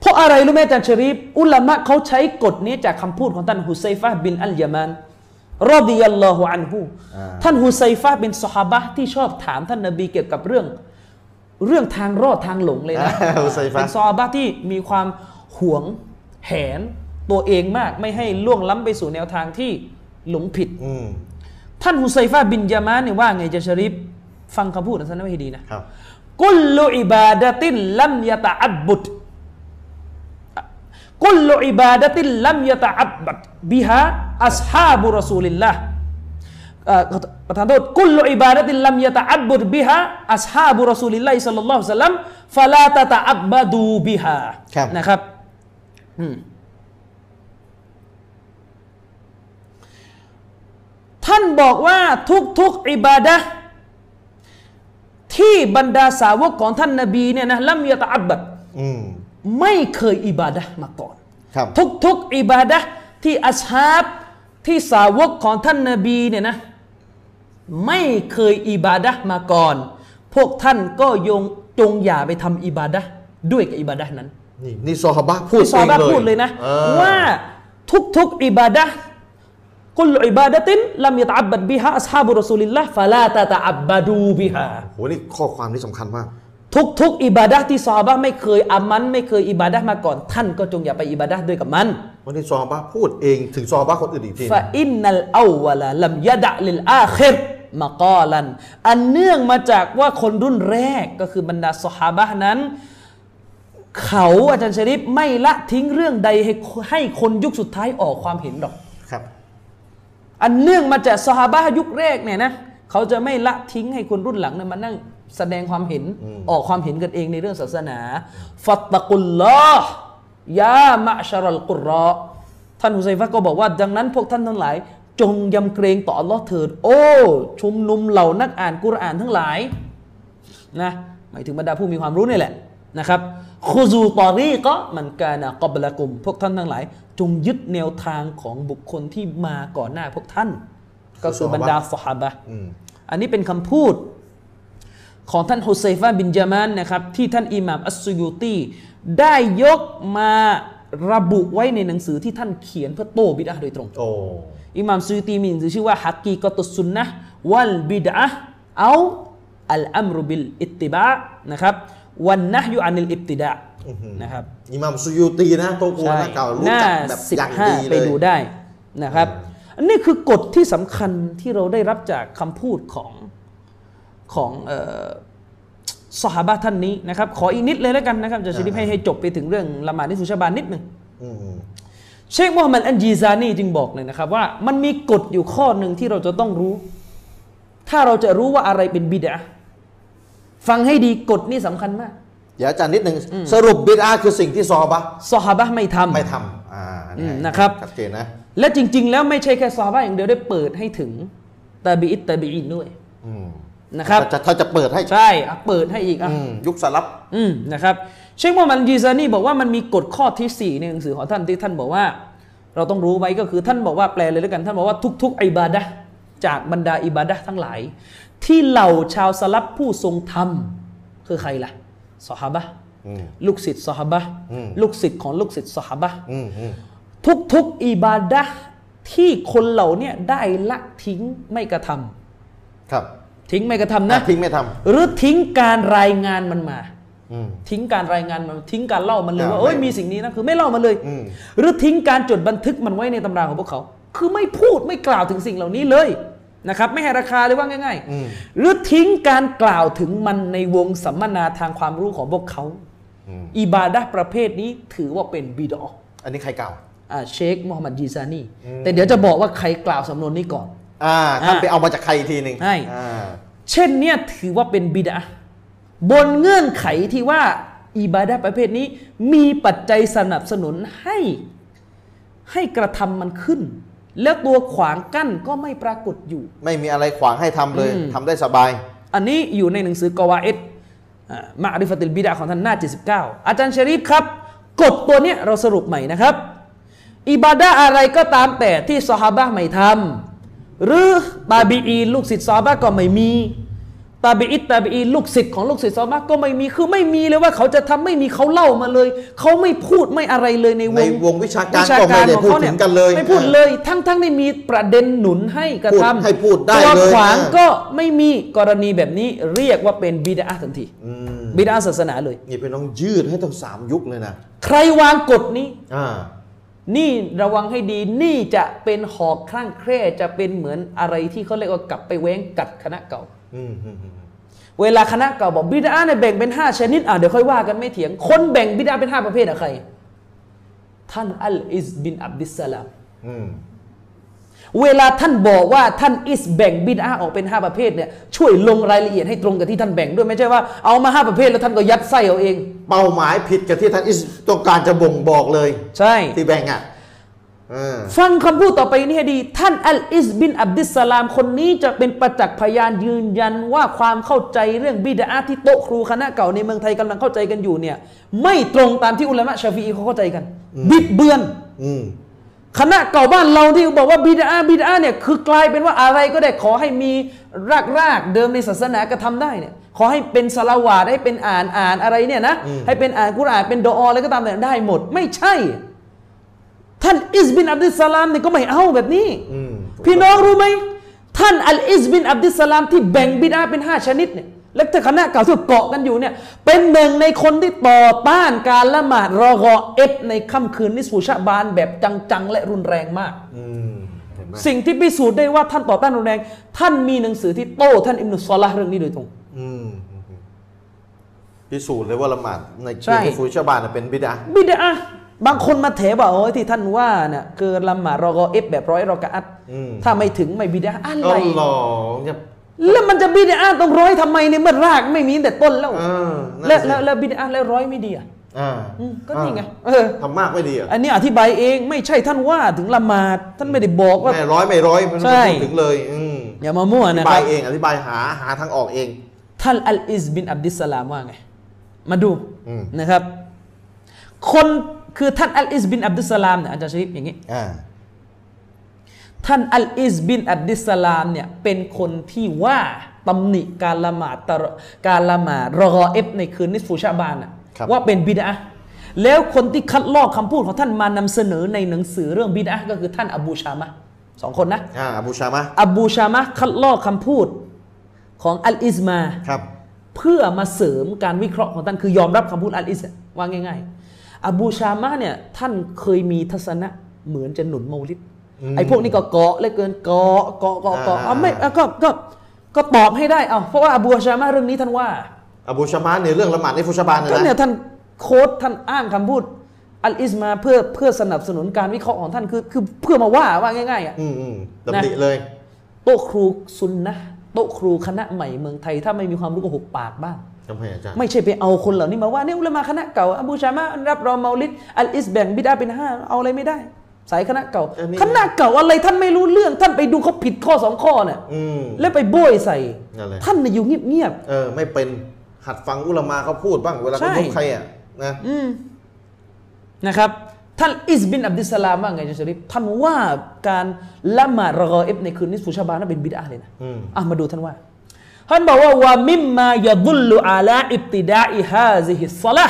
เพราะอะไรรู้ไหมอาจารย์ชะรีฟอุลามะเขาใช้กฎนี้จากคำพูดของท่านฮุไซฟะห์บินอัลยามานรอดิยัลลอฮุอันฮุท่านฮุไซฟะห์เป็นสหาบะห์ที่ชอบถามท่านนบีเกี่ยวกับเรื่อง เรื่องทางรอดทางหลงเลยนะ อุซัยฟะ เป็นซอฮาบะห์ที่มีความหวงแหนตัวเองมากไม่ให้ล่วงล้ำไปสู่แนวทางที่หลงผิด อืม ท่านฮุไซฟาบินยามานเนี่ยว่าไงจะชะริฟฟังคำพูดของท่านไม่ดีนะครับ กุลลุอิบาดะตินลัมยะตะอับบุดกุลลุอิบาดะตินลัมยะตะอับบัดบิฮะอัสฮาบุรอซูลิลลาห์เอ่อขอโทษประธานโทษกุลลุอิบาดะตินลัมยะตะอับบุดบิฮะอัสฮาบุรอซูลิลลาฮิสัลลัลลอฮุอะลัยฮิวะสัลลัมฟะลาตะตะอับบะดูบิฮะ ครับ นะครับอืม ท่านบอกว่าทุกๆอิบาดะห์ที่บรรดาสาวกของท่านนาบีเนี่ยนะลัมยะตะอับบัด อืม ไม่เคยอิบาดะห์มาก่อน ครับ ทุกๆอิบาดะห์ที่อัชฮาบที่สาวกของท่านนาบีเนี่ยนะไม่เคยอิบาดะห์มาก่อน พวกท่านก็ยงจงอย่าไปทำอิบาดะห์ด้วยกับอิบาดะห์นั้น นี่นี่ซอฮาบะพูด ที่ซอฮาบะห์ อง พูดเลยนะ ออ ว่าทุกๆอิบาดะห์กุลอิบาดะตินลัมยะตะอับบัดบิฮะอัสฮาบุรอซูลิลลาห์ฟะลาตะตะอับบะดูบิฮะ โหนี่ข้อความนี่สำคัญมาก ทุกๆอิบาดะห์ที่ซอฮาบะห์ไม่เคยอามัน ไม่เคยอิบาดะห์มาก่อน ท่านก็จงอย่าไปอิบาดะห์ด้วยกับมัน วันนี้ซอฮาบะพูดเองถึงซอฮาบะคนอื่นอีกที ฟะอินนัลอาวะลาลัมยะดะลิลอาคิรมะกอลัน อันเนื่องมาจากว่าคนรุ่นแรกก็คือบรรดาซอฮาบะห์นั้น เขาอาจารย์ชะริฟไม่ละทิ้งเรื่องใดให้ให้คนยุคสุดท้ายออกความเห็นหรอก ครับ อันเนื่องมาจากสหาบะห์ยุคแรกเนี่ยนะเขาจะไม่ละทิ้งให้คนรุ่นหลังเนี่ยมานั่งแสดงความเห็นออกความเห็นกันเองในเรื่องศาสนาฟัตตะกุลลอฮ์ยามะชารัลกุรรอท่านฮุซัยฟะห์ก็บอกว่าดังนั้นพวกท่านทั้งหลาย จงยำเกรงต่ออัลลอฮ์เถิด โอ้ ชุมนุมเหล่านักอ่านกุรอานทั้งหลาย นะหมายถึงบรรดาผู้มีความรู้นี่แหละนะครับ คุซูตอรีก็มันกานะกอบละกุม พวกท่านทั้งหลาย จงยึดแนวทางของบุคคลที่มาก่อนหน้าพวกท่าน ก็คือบรรดาสหบะห์ อืม อันนี้เป็นคำพูด ของท่านฮุเซฟาบินจามานนะครับที่ท่านอิหม่ามอัสซุยูตีได้ยกมาระบุไว้ในหนังสือที่ท่านเขียนเพื่อโต้บิดอะห์โดยตรง โอ้ อิหม่ามซุยตีมีหนังสือชื่อว่าฮักกีกอตุสซุนนะห์วัลบิดอะห์เอาอัลอัมรุบิลอิตติบะห์นะครับวันนะฮยุอันิลอิบติดะห์ อื้อหือ นะครับ อิหมัมซุยูตีนะโตกูนะเก่ารู้ หน้า จักแบบ สิบ อย่าง ห้า ดี ไป เลย ดูได้นะครับ อันนี้คือกฎที่สำคัญที่เราได้รับจากคำพูดของของเอ่อสหบะห์ท่านนี้นะครับ ขออีกนิดเลยแล้วกันนะครับจะชริปให้ให้จบไปถึงเรื่องละหมาดในสุชาบานนิดหนึ่ง อืม เชคมูฮัมหมัดอันจีซานีจึงบอกเลยนะครับว่ามันมีกฎอยู่ข้อหนึ่งที่เราจะต้องรู้ ถ้าเราจะรู้ว่าอะไรเป็นบิดอะห์ฟังให้ดีกฎนี่สำคัญมาก เดี๋ยวอาจารย์นิดหนึ่งสรุปบิดอาคือสิ่งที่ซอฮาบะห์ ซอฮาบะห์ไม่ทำ ไม่ทำอ่า อืมนะครับ ชัดเจนนะ และจริง ๆ แล้วไม่ใช่แค่ซอฮาบะห์อย่างเดียวได้เปิดให้ถึงตาบีอิตตาบีอินด้วย อืม นะครับ แต่ถ้าจะเปิดให้ ใช่อ่ะเปิดให้อีกอ่ะ อืมยุคสลับ อืมนะครับเชคโมฮัมหมัดอันจีซานีบอกว่ามันมีกฎข้อที่สี่ในหนังสือของท่านที่ท่านบอกว่า เราต้องรู้ไว้ก็คือท่านบอกว่าแปลเลยแล้วกัน ท่านบอกว่าทุกๆอิบาดะห์จากบรรดาอิบาดะห์ทั้งหลาย ที่เหล่าชาวสลับผู้ทรงธรรม คือใครล่ะสหาบะห์ อืม ลูกศิษย์สหาบะห์ อืม ลูกศิษย์ของลูกศิษย์สหาบะห์ อืมอืม ทุกๆอิบาดะห์ที่คนเหล่าเนี้ได้ละทิ้งไม่กระทำ ครับ ทิ้งไม่กระทำ นะ นะ ทิ้งไม่ท หรือทิ้งการรายงานมันมา ำอืม ทิ้งการรายงานมันทิ้งการเล่ามันเลย อ่า ว่าเอ้ย ไม่ มีสิ่งนี้นะคือไม่เล่ามันเลย อืม หรือทิ้งการจดบันทึกมันไว้ในตำราของพวกเขา คือไม่พูดไม่กล่าวถึงสิ่งเหล่านี้เลยนะครับไม่ให้ราคาเลยว่าง่าย อืม ๆ หรือทิ้งการกล่าวถึงมันในวงสัมมนาทางความรู้ของพวกเขา อืม อิบาดะห์ประเภทนี้ถือว่าเป็นบิดอ อันนี้ใครเก่า อ่าเชคมูฮัมหมัดยีซานีแต่เดี๋ยวจะบอกว่าใครกล่าวสำนวนนี้ก่อน อ่าท่าน อ่า ไปเอามาจากใครอีกทีหนึ่ง ใช่ อ่า เช่นเนี่ยถือว่าเป็นบิดาบนเงื่อนไขที่ว่าอิบาดะห์ประเภทนี้ มีปัจจัยสนับสนุนให้ ให้กระทำมันขึ้น แล้วตัวขวางกั้นก็ไม่ปรากฏอยู่ ไม่มีอะไรขวางให้ทำเลยทำได้สบาย อันนี้อยู่ในหนังสือกวาเอตมาริฟติลบิดาของท่านหน้า 79 อาจารย์ชะรีฟครับ กฎตัวเนี้ยเราสรุปใหม่นะครับ อิบาดะห์อะไรก็ตามแต่ที่ซอฮาบะห์ไม่ทำหรือตาบีอีนลูกศิษย์ซอฮาบะห์ก็ไม่มี ตาบีอิตตาบีอีนลูกศิษย์ของลูกศิษย์ซอฮาบะห์ก็ไม่มีคือไม่มีเลยว่าเขาจะทำไม่มีเขาเล่ามาเลย เขาไม่พูดไม่อะไรเลยในว ใน ง วงวิชาการก็ไม่ได้พูดถึงกันเลย ไม่พูดเลย ทั้งทั้งในมีประเด็นหนุนให้กระ พูด ทำ ให้พูดได้ ตัว เลย ขวางก็ ก็ไม่มีกรณีแบบนี้เรียกว่าเป็นบิดาทันที อืม บิดาศาสนาเลย นี่เป็นน้องยืดให้ทั้งสามยุคเลยนะ ใครวางกฎนี้ อ่า นี่ระวังให้ดีนี่จะเป็นหอกคลั่งแคร่จะเป็นเหมือนอะไรที่เขาเรียกว่ากลับไปแว้งกัดคณะเก่า อืมอืมอืม เวลาคณะเก่าบอกบิดาเนี่ยแบ่งเป็น 5 ชนิดอ่ะเดี๋ยวค่อยว่ากันไม่เถียง คนแบ่งบิดาเป็น 5 ประเภทอะใคร ท่านอัลอิสบินอับดิสสลาม อืม เวลาท่านบอกว่าท่านอิสแบ่งบิดาออกเป็น 5 ประเภทเนี่ยช่วยลงรายละเอียดให้ตรงกับที่ท่านแบ่งด้วยไม่ใช่ว่าเอามา 5 ประเภทแล้วท่านก็ยัดไส้เอาเอง เป้าหมายผิดกับที่ท่านอิสต้องการจะบ่งบอกเลย ใช่ ที่แบ่งอ่ะเออ ฟังคำพูดต่อไปนี้ให้ดี ท่านอัลอิสบินอับดิสสลามคนนี้จะเป็นประจักษ์พยานยืนยันว่าความเข้าใจเรื่องบิดาที่โต๊ะครูคณะเก่าในเมืองไทยกำลังเข้าใจกันอยู่เนี่ย ไม่ตรงตามที่อุลามะชาฟีอีเขาเข้าใจกัน บิดเบือน อืม คณะเก่าบ้านเราที่บอกว่าบิดาบิดาเนี่ยคือกลายเป็นว่าอะไรก็ได้ขอให้มีรากรากๆเดิมในศาสนากระทำได้เนี่ยขอให้เป็นสลาวาดให้เป็นอ่านอ่านอะไรเนี่ยนะให้เป็นอ่านกุรอานเป็นดอออะไรก็ตามแต่ได้หมด ไม่ใช่ ท่านอิสบินอับดุลสลามเนี่ยก็ไม่เอาแบบนี้ อืม พี่น้องรู้ไหมท่านอัลอิสบินอับดุลสลามที่แบ่งบิดาเป็น 5 ชนิดเนี่ยและถ้าคณะเก่าที่เกาะกันอยู่เนี่ยเป็นหนึ่งในคนที่ต่อต้านการละหมาดรอกอเอฟในค่ำคืนนิสฟูชะบานแบบจังๆ และรุนแรงมาก อืมเห็นไหม สิ่งที่พิสูจน์ได้ว่าท่านต่อต้านรุนแรง ท่านมีหนังสือที่โต้ท่านอิมนุซอลาห์เรื่องนี้โดยตรง อืมอืมอืมพิสูจน์เลยว่าละหมาดใน ใช่ คืนที่ฟูชาบานนะเป็นบิดา บิดาบางคนมาเถบอกโอ้ยที่ท่านว่าน่ะคือละหมาดรอกอเอฟแบบร้อยรอกะอัตถ้าไม่ถึงไม่บิดาอะไร ก็หล่อเนี่ย แล้วมันจะบิดาต้องร้อยทำไมในเมื่อรากไม่มีตั้งแต่ต้นแล้ว เออนั่นสิแล้วแล้วแล้วบิดาแล้วร้อยไม่ดีอ่ะ อ่า อืมก็นี่ไง อ่า เออ ทำมากไม่ดีอ่ะ อันนี้อธิบายเองไม่ใช่ท่านว่าถึงละหมาดท่านไม่ได้บอกว่า แม่ร้อยไม่ร้อยมัน ใช่ ไม่พูดถึงเลยอืม อย่ามามั่ว อธิ นะค บา รั ย บ เองอธิบายหาหาทางออกเอง ท่านอัลอิสบินอับดิสสลามว่าไง มาดู อืม นะครับ คนคือท่านอัลอิสบินอับดุสสลามเนี่ยอาจารย์ชริปอย่างนี้ อ่า ท่านอัลอิสบินอับดุสสลามเนี่ยเป็นคนที่ว่าตำหนิการละหมาดตะรการละหมาดรอเอฟในคืนนิสฟูชาบานอะ ครับ ว่าเป็นบิดาแล้วคนที่คัดลอกคำพูดของท่านมานำเสนอในหนังสือเรื่องบิดาก็คือท่านอบูชามะห์สองคนนะ อ่าอบูชามะ อบูชามะห์คัดลอกคำพูดของอัลอิสมา ครับ เพื่อมาเสริมการวิเคราะห์ของท่านคือยอมรับคำพูดอัลอิสอะว่าง่ายๆ อบูชามะเนี่ยท่านเคยมีทัศนะเหมือนจะหนุนเมาลิดไอ้พวกนี้ก็เกาะเหลยเกินเกาะเกาะเกาะเกาะเอาไม่เอาก็ก็ก็ตอบให้ได้เอาเพราะว่าอบูชามะเรื่องนี้ท่านว่า อบูชามะเนี่ยเรื่องละหมาดในฟุชบานเนี่ย ก็เนี่ย นะ ท่านโค้ดท่านอ้างคำพูดอัลอิสมาเพื่อเพื่อสนับสนุนการวิเคราะห์ของท่านคือคือเพื่อมาว่าว่าง่ายๆอ่ะ อืมอืมตำหนิเลย โต๊ะครูซุนนะห์โต๊ะครูคณะใหม่เมืองไทย ถ้าไม่มีความรู้ก็หุบปากบ้าง ทำไมอาจารย์ ไม่ใช่ไปเอาคนเหล่านี้มาว่าเนี่ยอุลามาคณะเก่าอบูชามะรับรองเมาลิดอัลอิสแบ่งบิดาเป็นห้าเอาอะไรไม่ได้ สายคณะเก่า คณะเก่าอะไรท่านไม่รู้เรื่อง ท่านไปดูเขาผิดข้อสองข้อเนี่ย อืม แล้วไปโบยใส่ นั่นแหละ ท่านน่ะอยู่เงียบ เออ ไม่เป็นหัดฟังอุลามาเขาพูดบ้างเวลาเขา ใช่ ยกใครอ่ะนะ ๆนะครับ ท่านอิสบินอับดุสสลามว่าไงจะชะริฟท่านว่าการละหมาดรอเอฟในคืนนิสฟูชาบานนั้นเป็นบิดาเลยนะ อืม อ่ะมาดูท่านว่า ท่านบอกว่าวามิมมายะดุลลุอาลาอิบติดาอิฮาซิฮิสละ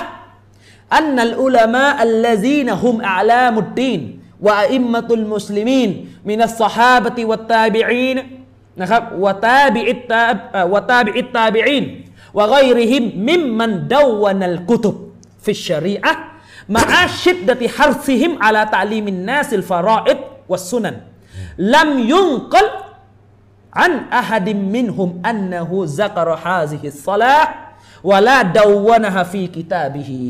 อันนัลอุลามะอัลลซีนฮุมอาลามุดดีนวะอิมมะตุลมุสลิมีนมินัสซะฮาบะติวัตตาบิอีนนะครับวะตาบิอิตตาเอ่อวะตาบิอิตตาบิอีนวะไกริฮิมมิมมันดาวนัลกุตุบฟิชชะรีอะห์มะอาชิดดะติฮัรซิฮิมอาลาตะลีมินนาสิลฟะรออิดวัสสุนันลัมยุนกัล อันอาฮัดิมมินฮุมอันนะฮูซักรฮาซิฮิสซลาห์วะลาดาวนะฮะฟีกิตาบิฮิ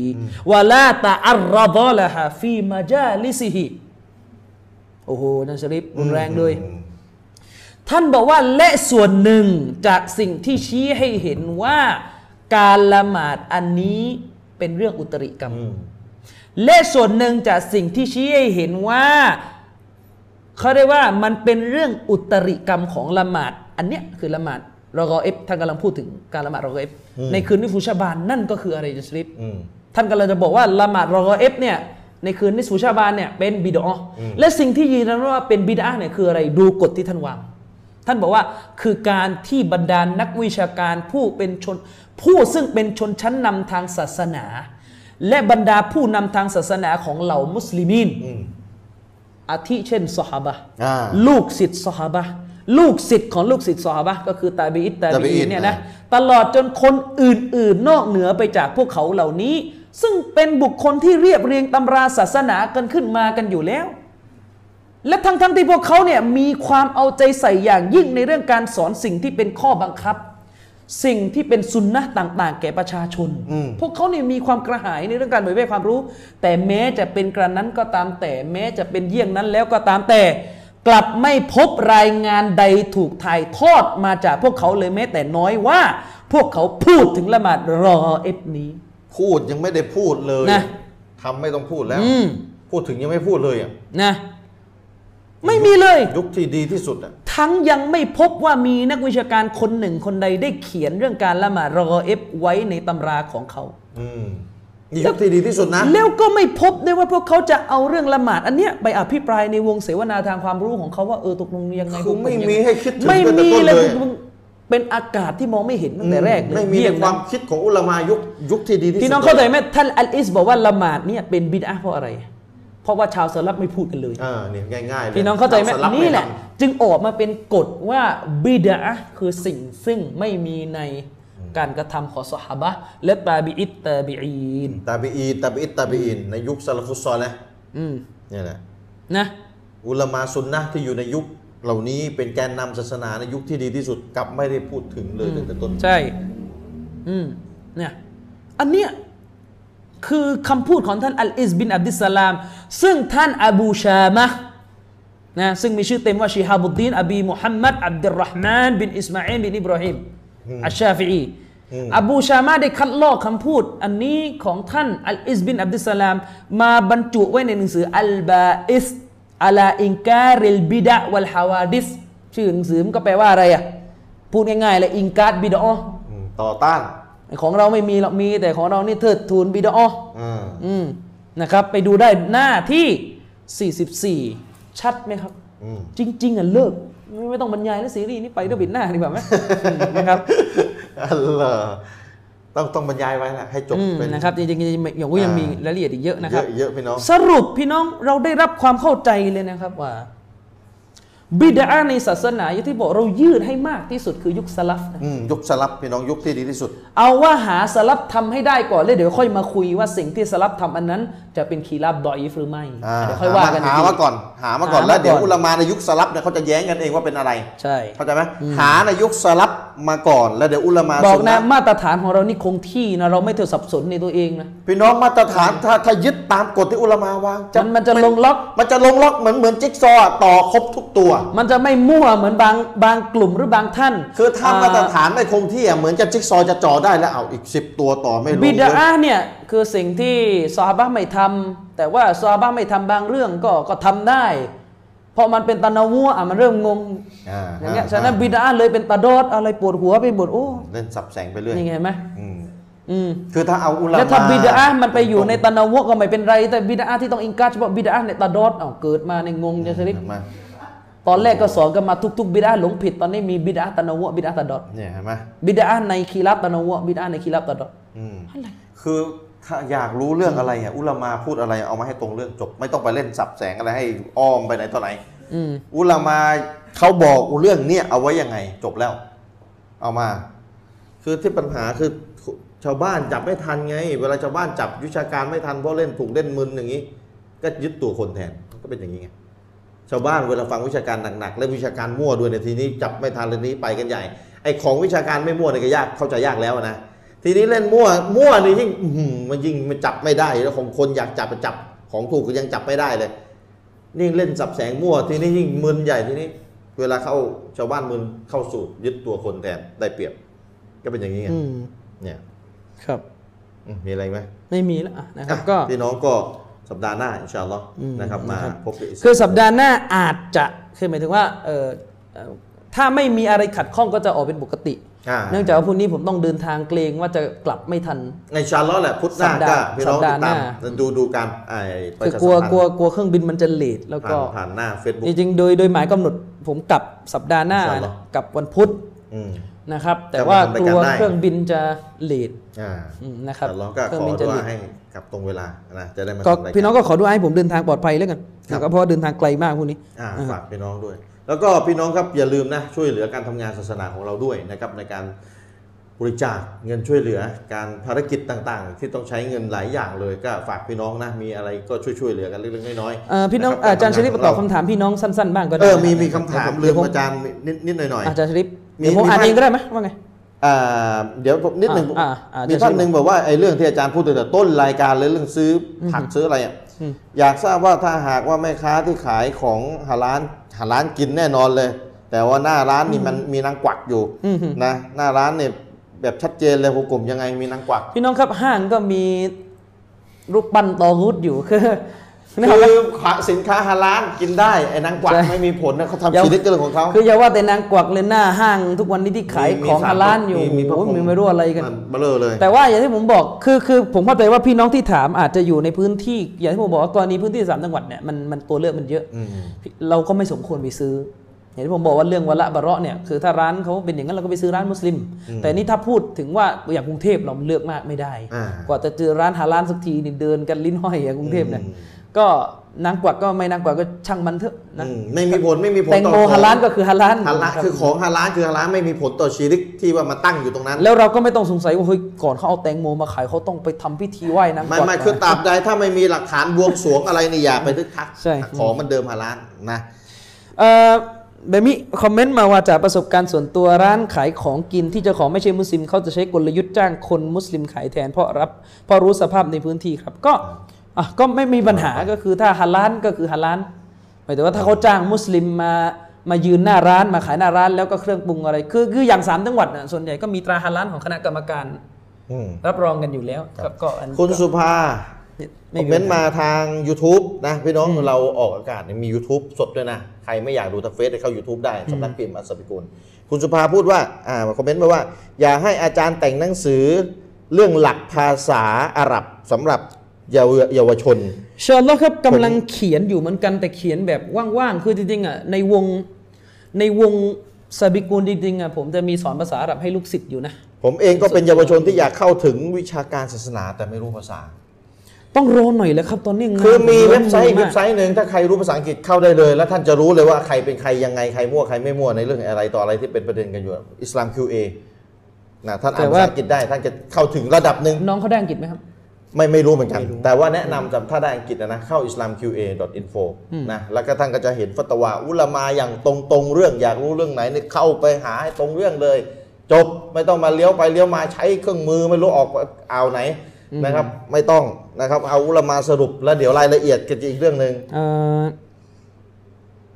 วะลาตะอัรรดะละฮะฟีมาจาลิซิฮิโอ้โหนันชะริปรุนแรงเลย ท่านบอกว่าและส่วนหนึ่งจากสิ่งที่ชี้ให้เห็นว่าการละหมาดอันนี้เป็นเรื่องอุตริกรรม อืม และส่วนหนึ่งจากสิ่งที่ชี้ให้เห็นว่าเขาเรียกว่ามันเป็นเรื่องอุตริกรรมของละหมาด อันเนี้ยคือละหมาดรอกอเอฟท่านกำลังพูดถึงการละหมาดรอกอเอฟในคืนนิสฟูชาบานนั่นก็คืออะไรจะสลิป อืม ท่านกำลังจะบอกว่าละหมาดรอกอเอฟเนี่ยในคืนนิสฟูชาบานเนี่ยเป็นบิดอและสิ่งที่ยืนยันว่าเป็นบิดอเนี่ยคืออะไรดูกฎที่ท่านวาง ท่านบอกว่าคือการที่บรรดานนักวิชาการผู้เป็นชน ผู้ซึ่งเป็นชนชั้นนำทางศาสนา และบรรดาผู้นำทางศาสนาของเหล่ามุสลิมีนอาทิเช่นสหาบะห์ อ่า ลูกศิษย์สหาบะห์ลูกศิษย์ของลูกศิษย์สหาบะห์ก็คือตาบีอิตตา ตาบี บี อิ อิ น นเนี่ยนะ อ่ ตลอดจนคนอื่นๆ นอกเหนือไปจากพวกเขาเหล่านี้ ซึ่งเป็นบุคคลที่เรียบเรียงตำราศาสนากันขึ้นมากันอยู่แล้ว และทั้งทั้งๆที่พวกเขาเนี่ยมีความเอาใจใส่อย่างยิ่งในเรื่องการสอนสิ่งที่เป็นข้อบังคับ สิ่งที่เป็นสุนนะห์ต่าง ๆ แก่ประชาชน พวกเขาเนี่ยมีความกระหายในเรื่องการเผยแพร่ความรู้ แต่แม้จะเป็นกระนั้นก็ตามแต่ แม้จะเป็นเยี่ยงนั้นแล้วก็ตามแต่ กลับไม่พบรายงานใดถูกถ่ายทอดมาจากพวกเขาเลยแม้แต่น้อยว่า พวกเขาพูดถึงละหมาดรอเอฟนี้ พูดยังไม่ได้พูดเลย นะ ทำไม่ต้องพูดแล้ว อืม พูดถึงยังไม่พูดเลยอ่ะ นะไม่มีเลย ยุคที่ดีที่สุดอ่ะ ทั้งยังไม่พบว่ามีนักวิชาการคนหนึ่งคนใดได้เขียนเรื่องการละหมาดรอเอฟไว้ในตำราของเขา อืมนี่ยุคที่ดีที่สุดนะ แล้วก็ไม่พบด้วยว่าพวกเขาจะเอาเรื่องละหมาดอันเนี้ยไปอภิปรายในวงเสวนาทางความรู้ของเขาว่าเออตกลงยังไง คือไม่มีให้คิดถึง ไม่ ตั้งแต่ มี ต้น เลย เลย คุณเป็นอากาศที่มองไม่เห็นตั้งแต่แรกเลย ไม่มี เยี่ย ในความ นะ คิดของอุลามายุคยุคที่ดีที่สุด พี่น้องเข้าใจไหมท่านอัลอิสบอกว่าละหมาดเนี่ยเป็นบิดอะห์เพราะอะไร เพราะว่าชาวสลับไม่พูดกันเลย เออเนี่ยง่ายๆเลย พี่น้องเข้าใจไหม สลับ นี่แหละ ไม่ท จึงออกมาเป็นกฎว่าบิดาคือสิ่งซึ่งไม่มีในการกระทำของสหบะห์และตาบิอิตตาบิอีน ำตาบีอีตาบีอิตตาบีอินในยุคซาลาฟุสซอลนะ อืม เนี่ยแหละ นะ อุลามาซุนนะห์ที่อยู่ในยุคเหล่านี้เป็นแกนนำศาสนาในยุคที่ดีที่สุดกลับไม่ได้พูดถึงเลยตั้งแต่ต้น ใช่ อืมเนี่ยอันเนี้ยคือคำพูดของท่านอัลอิสบินอับดิสสลาม ซึ่งท่านอบูชามะห์นะซึ่งมีชื่อเต็มว่าชิฮาบุดดีนอบีมุฮัมมัดอับดุลรหมานบินอิสมาอิลบินอิบรอฮิมอัชชาฟิอีอบูชามะห์ได้คัดลอกคำพูด อันนี้ของท่านอัลอิสบินอับดุลสลาม มาบรรจุไว้ในหนังสืออัลบาอิสอัลาอินการิลบิดะวัลฮาวาดิสชื่อหนังสือมันก็แปลว่าอะไรอ่ะพูดง่ายๆเลยอิงการบิดะอ อืมต่อต้าน ของเราไม่มีหรอกมีแต่ของเรานี่เทิดทูนบิดออ อ่า อืม นะครับ ไปดูได้หน้าที่ 44 ชัดไหมครับ จริง ๆอ่ะเลิก ไม่ไม่ต้องบรรยายแล้วซีรีส์นี้ไปเรื่องบิดหน้าดีกว่าไหม อืมนะครับ อัลเลอฮ์ต้องต้องบรรยายไว้นะให้จบ อืม เป็น นะครับจริงๆอย่างว่ายังมี อ่าร รายละเอียดอีกเยอะนะค เย รับ อะเยอะพี่น้อง สรุปพี่น้องเราได้รับความเข้าใจเลยนะครับว่า บิดาในศาสนาอย่างที่บอกเรายืดให้มากที่สุดคือยุคสลับ อืมยุคสลับพี่น้องยุคที่ดีที่สุด เอาว่าหาสลับทำให้ได้ก่อนแล้วเดี๋ยวค่อยมาคุยว่าสิ่งที่สลับทำอันนั้น จะเป็นคีรับดอยฟหรือไม่ อ่า เดี๋ยวค่อยว่ากัน หา ที มาก่อน หามาก่อน หามาก่อน แล้วเดี๋ยวอุลามาในยุคสลับเนี่ยเขาจะแย้งกันเองว่าเป็นอะไร ใช่ เข้าใจไหมหาในยุคสลับมาก่อน แล้วเดี๋ยวอุลามา บอก สุ นะ นะ มาตรฐานของเรานี่คงที่นะเราไม่เที่ยวสับสนในตัวเองนะ พี่น้องมาตรฐานถ้าถ้ายึดตามกฎที่อุลามาวางจะ มันมันจะลงล็อก มันจะลงล็อกเหมือนเหมือนจิ๊กซอว์อะต่อครบทุกตัว มันจะไม่มั่วเหมือนบางบางกลุ่มหรือบางท่าน คือถ้ามาตร อ่ ฐานไม่คงที่อะเหมือนจะจิ๊กซอว์จะจ่อได้แล้วเอาอีก 10 ตัวต่อไม่ลง บิดา เลย อะห์เนี่ยคือสิ่งที่ซอฮาบะห์ไม่ทำแต่ว่าซอฮาบะห์ไม่ทำบางเรื่องก็ก็ทำได้ เพราะมันเป็นตะนาวัวอ่ะมันเริ่มงง อ่า อย่างเงี้ย อ่า ฉะนั้นบิดาอะห์เลยเป็นตะโดดอะไรปวดหัวไปหมดโอ้ เล่นสับแสงไปเรื่อย นี่ไงเห็นไหม อืม อืม คือถ้าเอาอุลามา แล้วถ้าบิดาอะห์มันไปอยู่ใน ต ตะนาวัวก็ไม่เป็นไร แต่บิดาอะห์ที่ต้องอิงกัจบอกบิดาอะห์เนี่ยตะโดดเอ้าเกิดมาในยงงจะชนิด มา ตอนแรกก็สอนกันมาทุกๆบิดาอะห์หลงผิดตอนนี้มีบิดาอะห์ตะนาวัวบิดาอะห์ตะโดด เนี่ยเห็นไหม บิดาอะห์ในคีรับตะนาวัวบิดาอะห์ในคีรับตะโดด อืมคือถ้าอยากรู้เรื่องอะไรอ่ะอุลามาพูดอะไรเอามาให้ตรงเรื่องจบ ไม่ต้องไปเล่นสับแสงอะไรให้อ้อมไปไหนต่อไหน อืม อุลามาเขาบอกเรื่องเนี้ยเอาไว้ยังไง จบแล้ว เอามา คือที่ปัญหาคือชาวบ้านจับไม่ทันไง เวลาชาวบ้านจับวิชาการไม่ทันเพราะเล่นถูกเล่นมึนอย่างนี้ ก็ยึดตัวคนแทนก็เป็นอย่างนี้ไง ชาวบ้านเวลาฟังวิชาการหนักๆและวิชาการมั่วด้วยในยทีนี้จับไม่ทันเรื่องนี้ไปกันใหญ่ไอ้ของวิชาการไม่มั่วเนี่ยก็ยากเข้าใจยากแล้วนะทีนี้เล่นมั่วมั่วนี่ยิ่งอื้อหือมันยิ่งมันจับไม่ได้แล้วของคนอยากจับไปจับของถูกก็ยังจับไม่ได้เลยนี่เล่นสับแสงมั่ว ทีนี้ยิ่งมึนใหญ่ทีนี้ เวลาเข้าชาวบ้านมึนเข้าสู่ยึดตัวคนแทนได้เปรียบ ก็เป็นอย่างนี้ไง อืม เนี่ย ครับ อืมมีอะไรไหม ไม่มีแล้วอ่ะนะครับ อ่ะ ก็ พี่น้องก็สัปดาห์หน้าอินชาอัลลอฮ์นะครับมาพบกันก คือสัปดาห์หน้าอาจจะคือหมายถึงว่าเออเอ่อถ้าไม่มีอะไรขัดข้องก็จะออกเป็นปกติ อ่า เนื่องจากว่าพรุ่งนี้ผมต้องเดินทางเกรงว่าจะกลับไม่ทัน ในชาร์ลอตแหละพุทธหน้า สัปดา ก็ ห์ พี่น้อง สัป ติ ดาดตามห์หน้ ดูดูการไอ้ประ คือ ชาสั ก ม ลัว พันธ์ กลัวกลัวเครื่องบินมันจะเลทแล้ว ผ่า ก็ นผ่านหน้าเฟซบุ๊ จ ก ริงๆโดยโดยหมายกำหนดผมกลับสัปดาห์หน้า อินชาอัลลอฮ์ กลับวันพุธ อืม นะครับ แต่ จะมา ว่า ทำราย ก การ ลัว ได้ เครื่องบินจะเลท อ่า อืมนะครับ ชาร์ลอตก็ เครื่ ขอ บิน ดู จะเล อา ท ให้กลับตรงเวลานะจะได้มา ก็ ทำราย พี่น้ การ องก็ขอดูให้ผมเดินทางปลอดภัยแล้วกัน ครับ นะครับเพราะว่าเดินทางไกลมากพรุ่งนี้ อ่าฝากพี่น้องด้วย แล้วก็พี่น้องครับอย่าลืมนะช่วยเหลือการทำงานศาสนาของเราด้วยนะครับในการบริจาคเงินช่วยเหลือ การภารกิจต่างๆ ที่ต้องใช้เงินหลายอย่างเลยก็ฝากพี่น้องนะมีอะไรก็ช่วยช่วยๆเหลือกันเล็กๆน้อย เอ่อพี่น้อง ะคบ อาจารย์ชลิปตอบคำ เ ถามพี่น้องสั้นๆ บ้างก็ได้ เออมีมีคำถาม ดี๋ยว เรื่อง ผม อาจารย์นิดๆหน่อยๆ อาจารย์ชลิป มี เดี๋ยวผม มี อ่าน ท่าน เองก็ได้ไหมว่าไง อ่าเดี๋ยวผมนิดหนึ่ง อ่าอ่า มี เดี๋ยว ท่าน ช่วย หนึ่งบอกว่าไอ้เรื่องที่อาจารย์พูดตั้งแต่ต้นรายการเลยเรื่องซื้ออผักซื้ออะไรอ่ะ อืม อยากทราบว่าถ้าหากว่าแม่ค้าที่ขายของหาร้านหาร้านกินแน่นอนเลย แต่ว่าหน้าร้านนี่มันมีนางกวักอยู่ อืม นะหน้าร้านเนี่ยแบบชัดเจนเลยหัวกลมยังไงมีนางกวัก พี่น้องครับห้างก็มีรูปปั้นตอฮุดอยู่คือ นะค คื รับ อขายสินค้าหาร้านกินได้ไอ้นางกวัก ใช่ ไม่มีผลนะเขาทำชีวิตก็เรื่องของเขา คืออย่าว่าแต่นางกวักเลยหน้าห้างทุกวันนี้ที่ขาย มี ของ มีสาม ฮาลานอยู่ มีมีพระ โอ้ย พรหม มีไม่รู้อะไรกัน มันเบลอเลย แต่ว่าอย่างที่ผมบอกคือคือผมเข้าใจว่าพี่น้องที่ถามอาจจะอยู่ในพื้นที่ อย่างที่ผมบอกว่ากรณีพื้นที่สามจังหวัดเนี่ยมันมันตัวเลือกมันเยอะ อืม เราก็ไม่สมควรไปซื้อ อย่างที่ผมบอกว่าเรื่องวะละบะเราะเนี่ยคือถ้าร้านเขาเป็นอย่างนั้นเราก็ไปซื้อร้านมุสลิม แต่นี่ถ้าพูดถึงว่าอย่างกรุงเทพเราเลือกมากไม่ได้ อ่าก ว่าจะเจอร้านหาร้านสักทีนี่เดินกันลิ้นห้อยอย่างกรุงเทพเนี่ย อืม ก็นางกวักก็ไม่นางกวักก็ช่างมันเถอะนะ อืมไม่มีผลไม่มีผล แตง ต่อ โม ขอ ฮาลานก็คือฮาลาน ฮาร้านคือของฮาร้านคือฮาร้านไม่มีผลต่อชีวิตที่ว่ามาตั้งอยู่ตรงนั้น แล้วเราก็ไม่ต้องสงสัยว่าเฮ้ยก่อนเขาเอาแตงโมมาขายเขาต้องไปทำพิธีไหว้นางกวั ไม่ ก ไม่คือ นะ ตราบใดถ้าไม่มีหลักฐานบวงสรวงอะไรนี่อย่าไปทึกทัก ใช่ ของมันเดิมฮาร้านนะ เออเบมิคอมเมนต์มาว่าจากประสบการณ์ส่วนตัวร้านขายของกินที่เจ้าของไม่ใช่มุสลิมเขาจะใช้กลยุทธ์จ้างคนมุสลิมขายแทนเพราะรับเพราะรู้สภาพในพื้นที่ครับ ก็อ่ะก็ไม่มีปัญหาก็คือถ้าฮาลานก็คือฮาลานหมายถึงว่าถ้าเขาจ้างมุสลิมมามายืนหน้าร้านมาขายหน้าร้านแล้วก็เครื่องปรุงอะไร คือคืออย่างสามจังหวัดน่ะส่วนใหญ่ก็มีตราฮาลานของคณะกรรมการรับรองกันอยู่แล้วครับก็อัน คุณสุภาคอไม่ม มี เมนต์มาทาง YouTube นะ พี่น้องเราออกอากาศเนี่ยมี YouTube สดด้วยนะ ใครไม่อยากดูทางเฟซเข้า YouTube ได้สำนักพิมพ์อัสสปิกุลคุณสุภาพูดว่าอ่าคอมเมนต์มาว่า อย่าให้อาจารย์แต่งหนังสือเรื่องหลักภาษาอาหรับสำหรับ เยาวเยาวชน เชิญแล้วครับกำลังเขียนอยู่เหมือนกันแต่เขียนแบบว่างๆ คือจริงๆอ่ะในวงในวงซาบิกูลจริงๆอ่ะผมจะมีสอนภาษาอาหรับให้ลูกศิษย์อยู่นะ ผมเองก็เป็นเยาวชนที่อยากเข้าถึงวิชาการศาสนาแต่ไม่รู้ภาษา ต้องรอหน่อยแล้วครับ ตอนนี้งาน คือมี ผ เว็บไซต์ งง เว็ มา บ ก ไซต์หนึ่งถ้าใครรู้ภาษาอังกฤษเข้าได้เลย แล้วท่านจะรู้เลยว่าใครเป็นใครยังไงใครมั่วใครไม่มั่วในเรื่องอะไรต่ออะไรที่เป็นประเด็นกันอยู่อิสลาม QA นะท่านอ่านภาษาอังกฤษได้ท่านจะเข้าถึงระดับหนึ่ง น้องเขาได้อังกฤษไหมครับ ไม่ไม่รู้เหมือนกัน แต่ว่าแนะนำจำถ้าได้อังกฤษนะนะเข้า islamqa.info นะแล้วก็ท่านก็จะเห็นฟัตวาอุลามาอย่างตรงตรงๆเรื่องอยากรู้เรื่องไหนเนี่ยเข้าไปหาให้ตรงเรื่องเลย จบไม่ต้องมาเลี้ยวไปเลี้ยวมาใช้เครื่องมือไม่รู้ออกอ่าวไหนนะครับ ไม่ต้องนะครับเอาอุลามาสรุปแล้วเดี๋ยวรายละเอียดกันอีกเรื่องหนึ่ง เอ่อ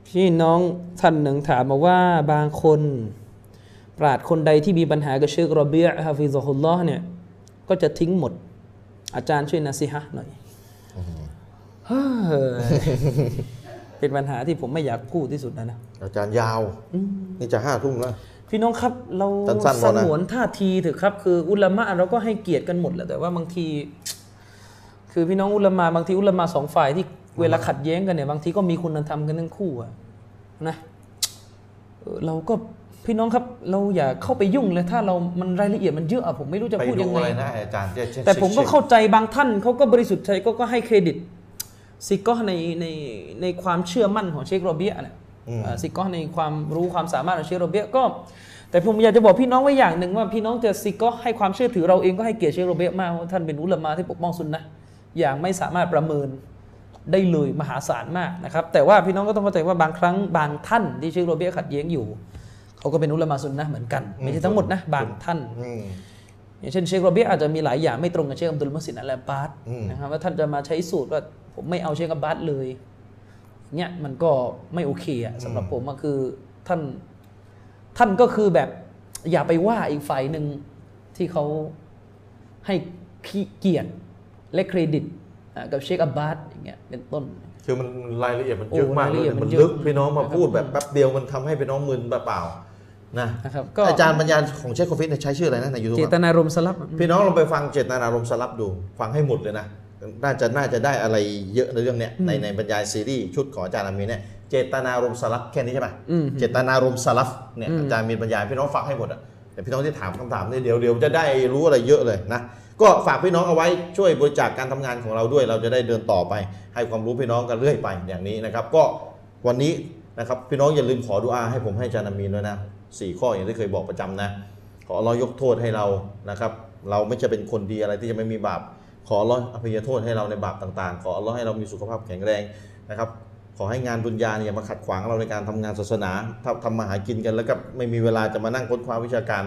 พี่น้องท่านหนึ่งถามมาว่าบางคน ปราดคนใดที่มีปัญหากับเชคโรเบียฮาฟิซอฮุลลอฮ์เนี่ย ก็จะทิ้งหมด อาจารย์ช่วยนะสิฮะหน่อยเฮ้ย เป็นปัญหาที่ผมไม่อยากพูดที่สุดนะนะ อาจารย์ยาว นี่จะห้าทุ่มแล้ว พี่น้องครับเรา สั้นๆพ ส อนะ งวนท่าทีเถอะครับ คืออุลามะเราก็ให้เกียรติกันหมดแหละแต่ว่าบางที คือพี่น้องอุลามะบางทีอุลามะสองฝ่ายที่เวลาขัดแย้งกันเนี่ยบางทีก็มีคุณธรรมกันทั้งคู่อะนะเออเราก็พี่น้องครับเราอย่าเข้าไปยุ่งเลยถ้าเรามันรายละเอียดมันเยอะอะผมไม่รู้จะ ไป พูด ดู ยัง อะ ไง ไรนะอาจารย์เจ๊เจ๊ แต่ผมก็ เจ๊ เข้าใจบางท่านเขาก็บริสุทธิ์ใจก็ก็ให้เครดิตซิกอในในในความเชื่อมั่นของเชคโรเบียเนี่ยอ่าซิกอในความรู้ความสามารถของเชคโรเบียก็ แต่ผมอยากจะบอกพี่น้องไว้อย่างหนึ่งว่าพี่น้องจะซิกอให้ความเชื่อถือเราเองก็ให้เกียรติเชคโรเบียมากเพราะท่านเป็นอุลามะที่ปกป้องซุนนะห์อย่างไม่สามารถประเมินได้เลยมหาศาลมากนะครับแต่ว่าพี่น้องก็ต้องเข้าใจว่าบางครั้งบางท่านที่เชคโรเบียขัดแย้งอยู่เขาก็เป็นอุลามะซุนนะห์เหมือนกันไม่ใช่ทั้งหมดนะบางท่าน อืม อย่างเช่นเชคโรเบียอาจจะมีหลายอย่างไม่ตรงกับเชคอับดุลมุสลินอัลอาบาส อืม นะครับว่าท่านจะมาใช้สูตรว่าผมไม่เอาเชคอับบาสเลยเนี่ยมันก็ไม่โอเคอะสำหรับผมก็คือท่านท่านก็คือแบบอย่าไปว่าอีกฝ่ายหนึ่งที่เขาให้เกียรติและเครดิตอ่ะกับเชคอับบาสอย่างเงี้ยเป็นต้น คือมันรายละเอียดมัน โอ้ เยอะมาก ราย เล ละ ย เอียด มัน มันเยอะ ลึกพี่น้องมา นะครับ พูดแบบแป๊บเดียวมันทำให้พี่น้องมึนเปล่าๆนะ นะครับก็ อาจารย์ปัญญาของเชคโคฟิสเนี่ยใช้ชื่ออะไรนะในยูทูบ เจตนารมณ์สลับ พี่น้องลองไปฟังเจตนารมณ์สลับดู ฟังให้หมดเลยนะ น่าจะน่าจะได้อะไรเยอะในเรื่องเนี้ยในในบรรยายซีรีส์ชุดของอาจารย์อามีเนี่ยเจตนารมณ์สลับแค่นี้ใช่ไหม อืม เจตนารมณ์สลับเนี่ยอาจารย์มีบรรยายพี่น้องฟังให้หมดอ่ะแต่พี่น้องที่ถามคำถามเนี่ยเดี๋ยวเดี๋ยวจะได้รู้อะไรเยอะเลยนะ ก็ฝากพี่น้องเอาไว้ช่วยบริจาคการทำงานของเราด้วย เราจะได้เดินต่อไป ให้ความรู้พี่น้องกันเรื่อยไปอย่างนี้นะครับ ก็วันนี้นะครับพี่น้องอย่าลืมขอดุอาให้ผมให้อาจารย์อามีนด้วยนะสี่ข้ออย่างที่เคยบอกประจำนะ ขออัลเลอยยกโทษให้เรานะครับ เราไม่จะเป็นคนดีอะไรที่จะไม่มีบาป ขออัลเลอยอภัยโทษให้เราในบาปต่างๆ ขออัลเลอยให้เรามีสุขภาพแข็งแรงนะครับ ขอให้งานดุนยาเนี่ยอย่ามาขัดขวางเราในการทำงานศาสนาถ้าทำมาหากินกันแล้วก็ไม่มีเวลาจะมานั่งค้นคว้าวิชาการ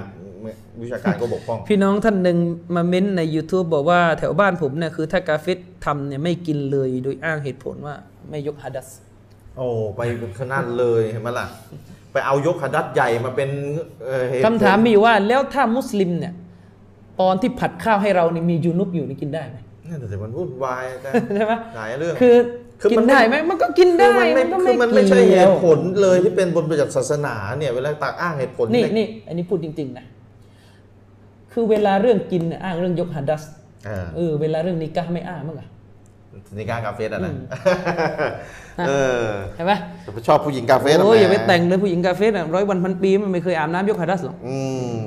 วิชาการก็บกพร่อง พี่น้องท่านหนึ่งมาเม้นใน YouTube บอกว่าแถวบ้านผมเนี่ยคือถ้ากาเฟตทำเนี่ยไม่กินเลยโดยอ้างเหตุผลว่าไม่ยกฮัดัส โอ้ไปขนาดเลยเห็นไหมล่ะ ไปเอายกขดัดใหญ่มาเป็นเอ่อเหตุผล คำถามมีอยู่ว่าแล้วถ้ามุสลิมเนี่ย ตอนที่ผัดข้าวให้เรานี่มียูนุปอยู่นี่กินได้ไหม นั่นแต่มันวุ่นวายแต่ ใช่ไหม หลายเรื่อง คือ คือ กิ มัน นไม่ ได้ไหมมันก็กินได้ คือมันไม่ ก็ คือมันไม่ใช่ กี่ยว เหตุผลเลยที่เป็นบนประจักษ์ศาสนาเนี่ยเวลาตักอ้างเหตุผล นี่ เย นี่อันนี้พูดจริง ๆ นะ คือเวลาเรื่องกินเนี่ยอ้างเรื่องยกฮัดัส เออ เออเวลาเรื่องนิกาไม่อ้างมั้งอะ นิกากาเฟสอ่ะนะ นะ เออ ใช่ไหม ชอบผู้หญิงกาเฟส โอ้ยอย่าไป หม แต่งเลยผู้หญิงกาเฟตอะร้อยวันพันปีมันไม่เคยอาบน้ำยกฮัดัสหรอก อืม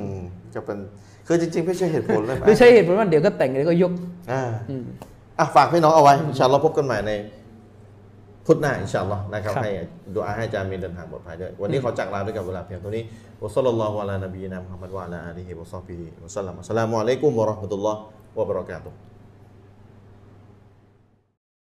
จะเป็นคือจริงๆ ไม่ใช่เหตุผลเลย ไม่ใช่เหตุผลว่าเดี๋ยวก็แต่งเดี๋ยวก็ยก อ่าอ่ะฝากพี่น้องเอาไว้อินชาอัลลอฮ์พบกันใหม่ในพุธหน้าอินชาอัลลอฮ์นะครับ ครับ ให้ดูอาให้อาจารย์มีเดินทางปลอดภัยด้วย วันนี้ขอจากลาด้วยกับเวลาเพียงเท่านี้วะซัลลัลลอฮุอะลานบีนะมุฮัมมัดวะอะลาอาลีฮิวะซอฮบิฮิวะสัลลัมอัสสลามุอะลัยกุมวะเราะห์มะตุลลอฮ์วะบะเราะกาตุฮ์